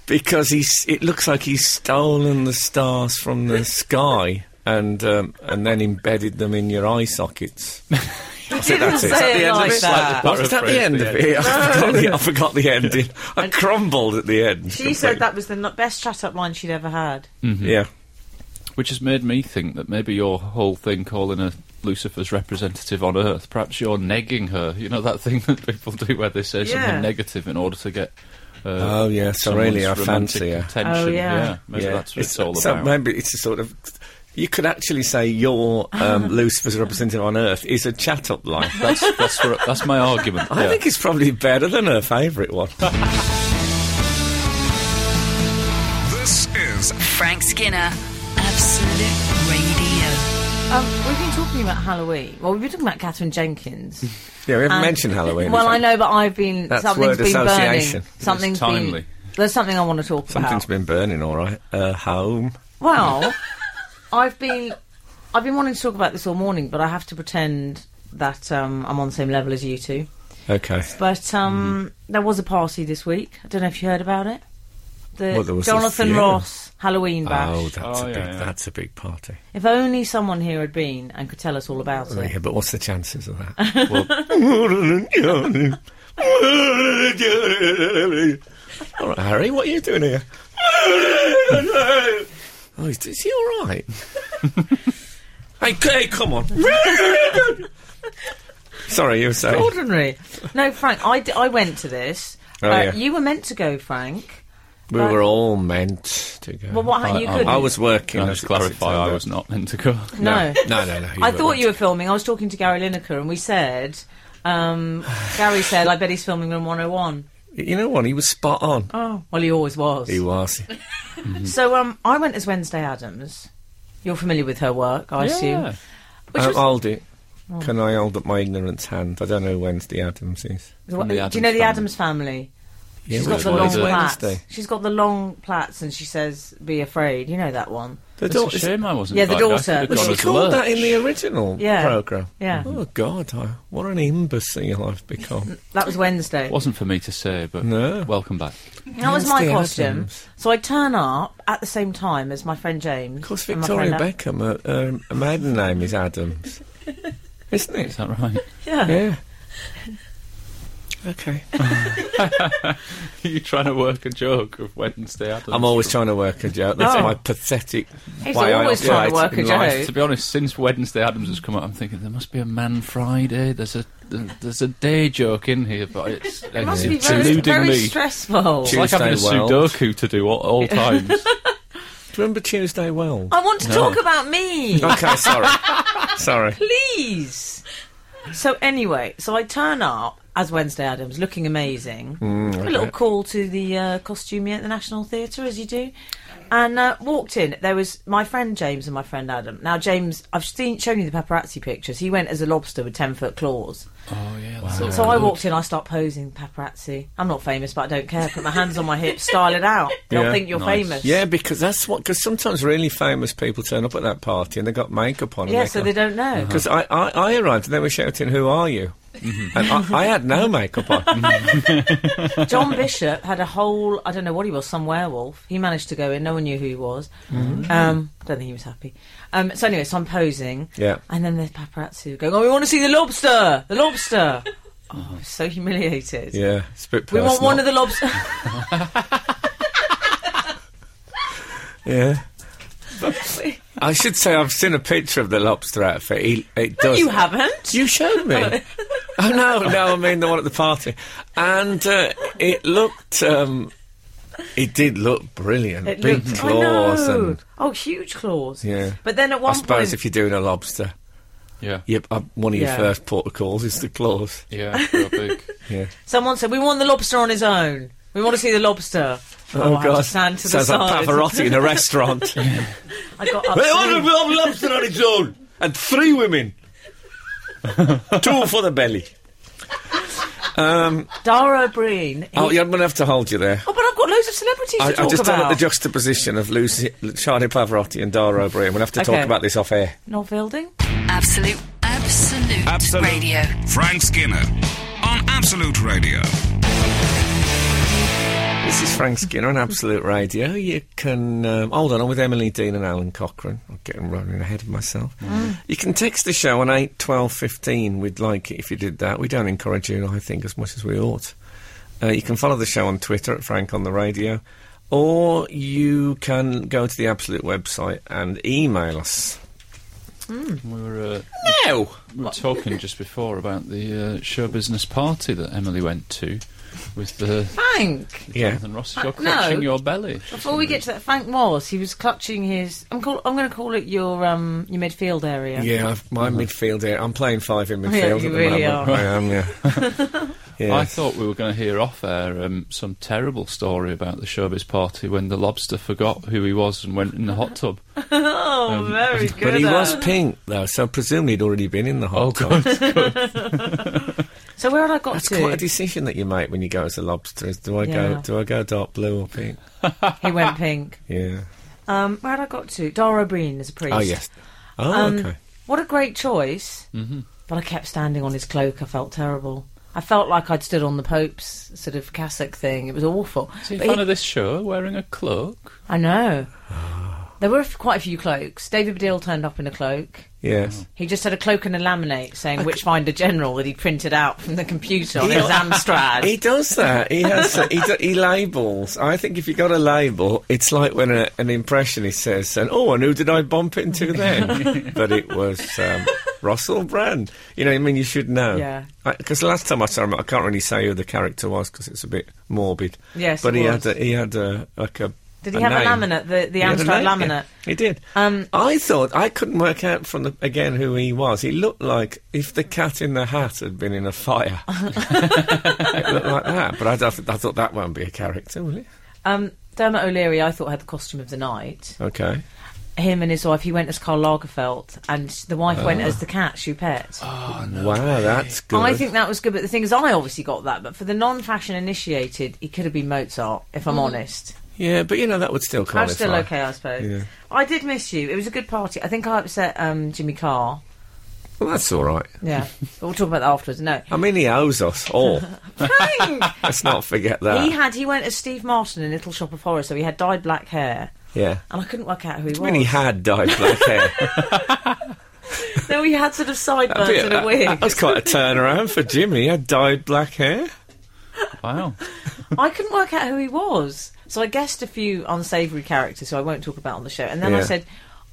[SPEAKER 2] Because he's, it looks like he's stolen the stars from the sky and um, and then embedded them in your eye sockets. I said,
[SPEAKER 3] didn't
[SPEAKER 2] that's it. Is that the
[SPEAKER 3] say it
[SPEAKER 2] end of
[SPEAKER 3] like
[SPEAKER 2] it?
[SPEAKER 3] that.
[SPEAKER 2] What, is that the end of it? I forgot the, I forgot the ending. I crumbled at the end. Mm-hmm.
[SPEAKER 3] She said that was the no- best chat up line she'd ever had.
[SPEAKER 2] Yeah.
[SPEAKER 4] Which has made me think that maybe your whole thing calling her Lucifer's representative on Earth, perhaps you're negging her. You know, that thing that people do where they say
[SPEAKER 3] Yeah.
[SPEAKER 4] something negative in order to get. Uh,
[SPEAKER 2] Oh, yeah, so really
[SPEAKER 4] someone's
[SPEAKER 2] I fancy
[SPEAKER 4] romantic
[SPEAKER 2] her.
[SPEAKER 3] Oh,
[SPEAKER 4] attention.
[SPEAKER 3] yeah.
[SPEAKER 4] Maybe
[SPEAKER 2] yeah.
[SPEAKER 4] that's what it's, all
[SPEAKER 2] so
[SPEAKER 4] about.
[SPEAKER 2] Maybe it's a sort of. You could actually say your um, Lucifer's representative on Earth is a chat up line.
[SPEAKER 4] That's, that's, where- that's my argument.
[SPEAKER 2] I
[SPEAKER 4] yeah.
[SPEAKER 2] think it's probably better than her favourite one.
[SPEAKER 6] This is
[SPEAKER 1] Frank Skinner, Absolute Radio.
[SPEAKER 3] Um, we've been talking about Halloween. Well, we've been talking about Catherine Jenkins.
[SPEAKER 2] yeah, we haven't
[SPEAKER 3] And-
[SPEAKER 2] mentioned Halloween.
[SPEAKER 3] Well,
[SPEAKER 2] so
[SPEAKER 3] I know, but I've been
[SPEAKER 2] That's
[SPEAKER 3] something's
[SPEAKER 2] word
[SPEAKER 3] been
[SPEAKER 2] association.
[SPEAKER 3] burning. Something's
[SPEAKER 4] It's timely.
[SPEAKER 3] been. There's something I want to talk
[SPEAKER 2] Something's
[SPEAKER 3] about.
[SPEAKER 2] been burning, all right. Uh, home.
[SPEAKER 3] well, I've been I've been wanting to talk about this all morning, but I have to pretend that um, I'm on the same level as you two.
[SPEAKER 2] Okay. Mm-hmm.
[SPEAKER 3] But um, there was a party this week. I don't know if you heard about it. the
[SPEAKER 2] Well, there was the
[SPEAKER 3] Jonathan
[SPEAKER 2] funeral.
[SPEAKER 3] Ross Halloween bash.
[SPEAKER 2] Oh, that's
[SPEAKER 4] Oh,
[SPEAKER 2] a
[SPEAKER 4] yeah,
[SPEAKER 2] big.
[SPEAKER 4] yeah.
[SPEAKER 2] That's a big party.
[SPEAKER 3] If only someone here had been and could tell us all about
[SPEAKER 2] Oh,
[SPEAKER 3] it.
[SPEAKER 2] yeah, but what's the chances of that?
[SPEAKER 4] Well,
[SPEAKER 2] all right, Harry, what are you doing here? oh, is, is he all right? hey, c- hey, come on. Sorry, you were saying.
[SPEAKER 3] Ordinary. No, Frank, I, d- I went to this.
[SPEAKER 2] Oh, yeah.
[SPEAKER 3] You were meant to go, Frank.
[SPEAKER 2] We
[SPEAKER 3] Right.
[SPEAKER 2] were all meant to go.
[SPEAKER 3] Well, what happened? You
[SPEAKER 4] I- I-
[SPEAKER 3] couldn't.
[SPEAKER 2] I was working.
[SPEAKER 4] can I
[SPEAKER 2] as-
[SPEAKER 4] just
[SPEAKER 2] as
[SPEAKER 4] clarify?
[SPEAKER 2] it turned
[SPEAKER 4] I
[SPEAKER 2] out.
[SPEAKER 4] was not meant to go.
[SPEAKER 3] No.
[SPEAKER 2] No, no, no.
[SPEAKER 3] I thought you were filming. I was talking to Gary Lineker, and we said, um, Gary said, I bet he's filming Room 101.
[SPEAKER 2] You know what? He was spot on.
[SPEAKER 3] Oh. Well, he always was.
[SPEAKER 2] He was.
[SPEAKER 3] So um, I went as Wednesday Adams. You're familiar with her work, I assume.
[SPEAKER 4] Yeah. Uh,
[SPEAKER 3] Which
[SPEAKER 2] I-
[SPEAKER 3] was, Oh.
[SPEAKER 2] I'll do. Uh, Can I hold up my ignorance hand? I don't know who Wednesday Adams is.
[SPEAKER 3] do
[SPEAKER 4] from the
[SPEAKER 3] you
[SPEAKER 4] Addams
[SPEAKER 3] know the
[SPEAKER 4] family.
[SPEAKER 3] Adams family?
[SPEAKER 2] Yeah,
[SPEAKER 3] She's
[SPEAKER 2] which
[SPEAKER 3] got the long
[SPEAKER 2] one's it?
[SPEAKER 3] plaits.
[SPEAKER 2] Wednesday.
[SPEAKER 3] She's got the long plaits, and she says, "Be afraid." You know that one.
[SPEAKER 2] The
[SPEAKER 4] It's
[SPEAKER 2] daughter-
[SPEAKER 4] a shame I wasn't.
[SPEAKER 3] Yeah, the
[SPEAKER 4] invited. I
[SPEAKER 3] daughter.
[SPEAKER 4] could've
[SPEAKER 2] Was
[SPEAKER 4] gone
[SPEAKER 2] she
[SPEAKER 4] as
[SPEAKER 2] called
[SPEAKER 4] Lurch.
[SPEAKER 2] that in the original
[SPEAKER 3] Yeah.
[SPEAKER 2] program?
[SPEAKER 3] Yeah.
[SPEAKER 2] Oh God, I, what an imbecile I've become.
[SPEAKER 3] That was Wednesday.
[SPEAKER 4] It wasn't for me to say, but
[SPEAKER 2] No.
[SPEAKER 4] welcome back.
[SPEAKER 3] That was my
[SPEAKER 2] Wednesday
[SPEAKER 3] costume.
[SPEAKER 2] Addams.
[SPEAKER 3] So I turn up at the same time as my friend James.
[SPEAKER 2] Of course,
[SPEAKER 3] and my
[SPEAKER 2] Victoria
[SPEAKER 3] friend-
[SPEAKER 2] Beckham, her, her, her maiden name is Adams, isn't
[SPEAKER 4] Is
[SPEAKER 2] it?
[SPEAKER 4] that right?
[SPEAKER 3] Yeah.
[SPEAKER 2] Yeah. Okay.
[SPEAKER 4] You're trying to work a joke of Wednesday Adams.
[SPEAKER 2] I'm always trying to work a joke. That's
[SPEAKER 3] Oh.
[SPEAKER 2] my pathetic
[SPEAKER 3] He's
[SPEAKER 2] way I
[SPEAKER 3] always trying to
[SPEAKER 2] operate
[SPEAKER 3] work a
[SPEAKER 2] in life.
[SPEAKER 3] joke.
[SPEAKER 4] To be honest, since Wednesday Adams has come out, I'm thinking there must be a Man Friday. There's a there's a day joke in here, but it's,
[SPEAKER 3] It must be
[SPEAKER 4] it's
[SPEAKER 3] very,
[SPEAKER 4] eluding
[SPEAKER 3] very
[SPEAKER 4] me.
[SPEAKER 3] stressful.
[SPEAKER 4] It's like having a
[SPEAKER 2] Tuesday world.
[SPEAKER 4] Sudoku to do at all times.
[SPEAKER 2] Do you remember Tuesday Well?
[SPEAKER 3] I want to talk about me.
[SPEAKER 2] okay, sorry. sorry.
[SPEAKER 3] please. So anyway, so I turn up as Wednesday Adams, looking amazing. a little call to the uh, costumier at the National Theatre, as you do, and uh, walked in. There was my friend James and my friend Adam. Now James, I've seen shown you the paparazzi pictures. He went as a lobster with ten foot claws.
[SPEAKER 4] oh yeah. that's all
[SPEAKER 3] So I
[SPEAKER 2] Um,
[SPEAKER 4] good.
[SPEAKER 3] walked in, I start posing paparazzi. I'm not famous, but I don't care. Put my hands on my hips, style it out. Don't
[SPEAKER 2] Yeah,
[SPEAKER 3] think you're
[SPEAKER 4] nice.
[SPEAKER 3] famous.
[SPEAKER 2] Yeah, because that's what. Because sometimes really famous people turn up at that party and they got makeup on. And
[SPEAKER 3] Yeah, so they don't know.
[SPEAKER 2] Because I, I, I arrived and they were shouting, "Who are you?" and I, I had no makeup on.
[SPEAKER 3] John Bishop had a whole, I don't know what he was, some werewolf. He managed to go in, no one knew who he was.
[SPEAKER 2] Mm-hmm.
[SPEAKER 3] Um, don't think he was happy. Um, so, anyway, so I'm posing.
[SPEAKER 2] Yeah.
[SPEAKER 3] And then the paparazzi were going, Oh, we want to see the lobster! The lobster! oh, I was so humiliated.
[SPEAKER 2] yeah, it's a bit
[SPEAKER 3] We
[SPEAKER 2] personal.
[SPEAKER 3] want one of the lobster.
[SPEAKER 2] Yeah. I should say I've seen a picture of the lobster outfit. He, it does.
[SPEAKER 3] you haven't?
[SPEAKER 2] You showed me. oh no, no, I mean the one at the party, and uh, it looked. Um, it did look brilliant.
[SPEAKER 3] It
[SPEAKER 2] Big
[SPEAKER 3] looked- I
[SPEAKER 2] claws
[SPEAKER 3] know.
[SPEAKER 2] and.
[SPEAKER 3] Oh, huge claws.
[SPEAKER 2] Yeah.
[SPEAKER 3] But then at
[SPEAKER 2] I
[SPEAKER 3] one
[SPEAKER 2] suppose
[SPEAKER 3] point.
[SPEAKER 2] if you're doing a lobster,
[SPEAKER 4] Yeah.
[SPEAKER 2] yep, uh, one of your
[SPEAKER 3] Yeah.
[SPEAKER 2] first port of calls is the claws.
[SPEAKER 4] Yeah. real big.
[SPEAKER 2] Yeah.
[SPEAKER 3] Someone said, We want the lobster on his own. We want to see the lobster.
[SPEAKER 2] Oh,
[SPEAKER 3] I had to
[SPEAKER 2] god,
[SPEAKER 3] stand to the
[SPEAKER 2] sounds like
[SPEAKER 3] side.
[SPEAKER 2] Pavarotti in a restaurant.
[SPEAKER 3] I got up.
[SPEAKER 2] They ordered one lobster on its own and three women. Two for the belly.
[SPEAKER 3] Dara Breen.
[SPEAKER 2] Oh, yeah, I'm going to have to hold you there.
[SPEAKER 3] Oh, but I've got loads of celebrities
[SPEAKER 2] I,
[SPEAKER 3] to talk
[SPEAKER 2] I just don't
[SPEAKER 3] about.
[SPEAKER 2] like the juxtaposition of Lucy, Charlie Pavarotti and Dara O'Brien. We'll have to
[SPEAKER 3] Okay.
[SPEAKER 2] talk about this off air.
[SPEAKER 3] Not building.
[SPEAKER 1] Absolute, absolute,
[SPEAKER 6] Absolute.
[SPEAKER 1] radio.
[SPEAKER 6] Frank Skinner on Absolute Radio.
[SPEAKER 2] This is Frank Skinner on Absolute Radio. You can um, hold on. I'm with Emily Dean and Alan Cochrane. I'm getting running ahead of myself.
[SPEAKER 3] Mm.
[SPEAKER 2] You can text the show on eight twelve fifteen. We'd like it if you did that. We don't encourage you, I think, as much as we ought. Uh, you can follow the show on Twitter at Frank on the Radio, or you can go to the Absolute website and email us.
[SPEAKER 4] We were uh,
[SPEAKER 2] No.
[SPEAKER 4] we were talking just before about the uh, show business party that Emily went to with the.
[SPEAKER 3] Frank.
[SPEAKER 2] Yeah. Uh,
[SPEAKER 4] Jonathan Ross, you're
[SPEAKER 3] no.
[SPEAKER 4] clutching your belly.
[SPEAKER 3] Before we get to that, Frank was he was clutching his. I'm call, I'm going to call it your um your midfield area.
[SPEAKER 2] Yeah, I've, my midfield here. I'm playing five in midfield
[SPEAKER 3] Yeah,
[SPEAKER 2] at
[SPEAKER 3] you
[SPEAKER 2] the
[SPEAKER 3] really
[SPEAKER 2] moment.
[SPEAKER 3] are.
[SPEAKER 2] I am, yeah. yeah.
[SPEAKER 4] I thought we were going to hear off air um, some terrible story about the showbiz party when the lobster forgot who he was and went in the hot tub.
[SPEAKER 3] Oh, very good.
[SPEAKER 2] um, but he
[SPEAKER 3] at-
[SPEAKER 2] was pink, though, so presumably he'd already been in the hot
[SPEAKER 4] Oh,
[SPEAKER 2] tub.
[SPEAKER 4] God.
[SPEAKER 3] So where had I got
[SPEAKER 2] That's
[SPEAKER 3] to?
[SPEAKER 2] quite a decision that you make when you go as a lobster. Is do I
[SPEAKER 3] Yeah.
[SPEAKER 2] go? Do I go dark blue or pink?
[SPEAKER 3] he went pink.
[SPEAKER 2] Yeah.
[SPEAKER 3] Um, where had I got to? Dara Breen is a priest.
[SPEAKER 2] Oh yes. Oh
[SPEAKER 3] Um,
[SPEAKER 2] okay.
[SPEAKER 3] What a great choice. Mm-hmm. But I kept standing on his cloak. I felt terrible. I felt like I'd stood on the Pope's sort of cassock thing. It was awful.
[SPEAKER 4] Is he a
[SPEAKER 3] But
[SPEAKER 4] fan
[SPEAKER 3] he-
[SPEAKER 4] of this show wearing a cloak?
[SPEAKER 3] I know. There were a f- quite a few cloaks. David Baddiel turned up in a cloak.
[SPEAKER 2] Yes.
[SPEAKER 3] He just had a cloak and a laminate saying Witchfinder General that he printed out from the computer on his Amstrad.
[SPEAKER 2] He does that. He has. uh, he, do, he labels. I think if you got a label, it's like when a, an impressionist says, "And oh, and who did I bump into then?" but it was um, Russell Brand. You know, I mean, you should know.
[SPEAKER 3] Yeah.
[SPEAKER 2] Because last time I saw him, I can't really say who the character was because it's a bit morbid.
[SPEAKER 3] Yes,
[SPEAKER 2] But
[SPEAKER 3] it
[SPEAKER 2] he
[SPEAKER 3] was.
[SPEAKER 2] had. A, he had a like a.
[SPEAKER 3] Did he have a
[SPEAKER 2] name.
[SPEAKER 3] laminate? The the
[SPEAKER 2] He had a
[SPEAKER 3] Amstrad
[SPEAKER 2] name,
[SPEAKER 3] laminate.
[SPEAKER 2] yeah. He did.
[SPEAKER 3] Um,
[SPEAKER 2] I thought I couldn't work out from the again who he was. He looked like if the cat in the hat had been in a fire. it looked like that. But I, don't- I thought that won't be a character, will it?
[SPEAKER 3] Um, Dermot O'Leary, I thought had the costume of the night.
[SPEAKER 2] Okay.
[SPEAKER 3] Him and his wife, he went as Karl Lagerfeld, and sh- the wife
[SPEAKER 2] Ah.
[SPEAKER 3] went as the cat Choupette.
[SPEAKER 2] wow, that's good.
[SPEAKER 3] I think that was good, but the thing is, I obviously got that. But for the non-fashion initiated, he could have been Mozart, if I'm honest.
[SPEAKER 2] yeah, but you know that would still
[SPEAKER 3] I
[SPEAKER 2] qualify.
[SPEAKER 3] was still okay, I suppose.
[SPEAKER 2] Yeah.
[SPEAKER 3] I did miss you. It was a good party. I think I upset um, Jimmy Carr.
[SPEAKER 2] Well, that's all right.
[SPEAKER 3] Yeah, but we'll talk about that afterwards. No,
[SPEAKER 2] I mean, he owes us all.
[SPEAKER 3] Frank!
[SPEAKER 2] Let's not forget that.
[SPEAKER 3] he had he went as Steve Martin in Little Shop of Horrors, so he had dyed black hair,
[SPEAKER 2] yeah.
[SPEAKER 3] and I couldn't work out who he
[SPEAKER 2] I mean, he
[SPEAKER 3] was.
[SPEAKER 2] had dyed black hair.
[SPEAKER 3] No, he had sort of sideburns and a
[SPEAKER 2] that,
[SPEAKER 3] wig.
[SPEAKER 2] that was quite a turnaround for Jimmy. He had dyed black hair.
[SPEAKER 4] Wow.
[SPEAKER 3] I couldn't work out who he was. So I guessed a few unsavoury characters who I won't talk about on the show. And then I
[SPEAKER 2] Yeah.
[SPEAKER 3] said,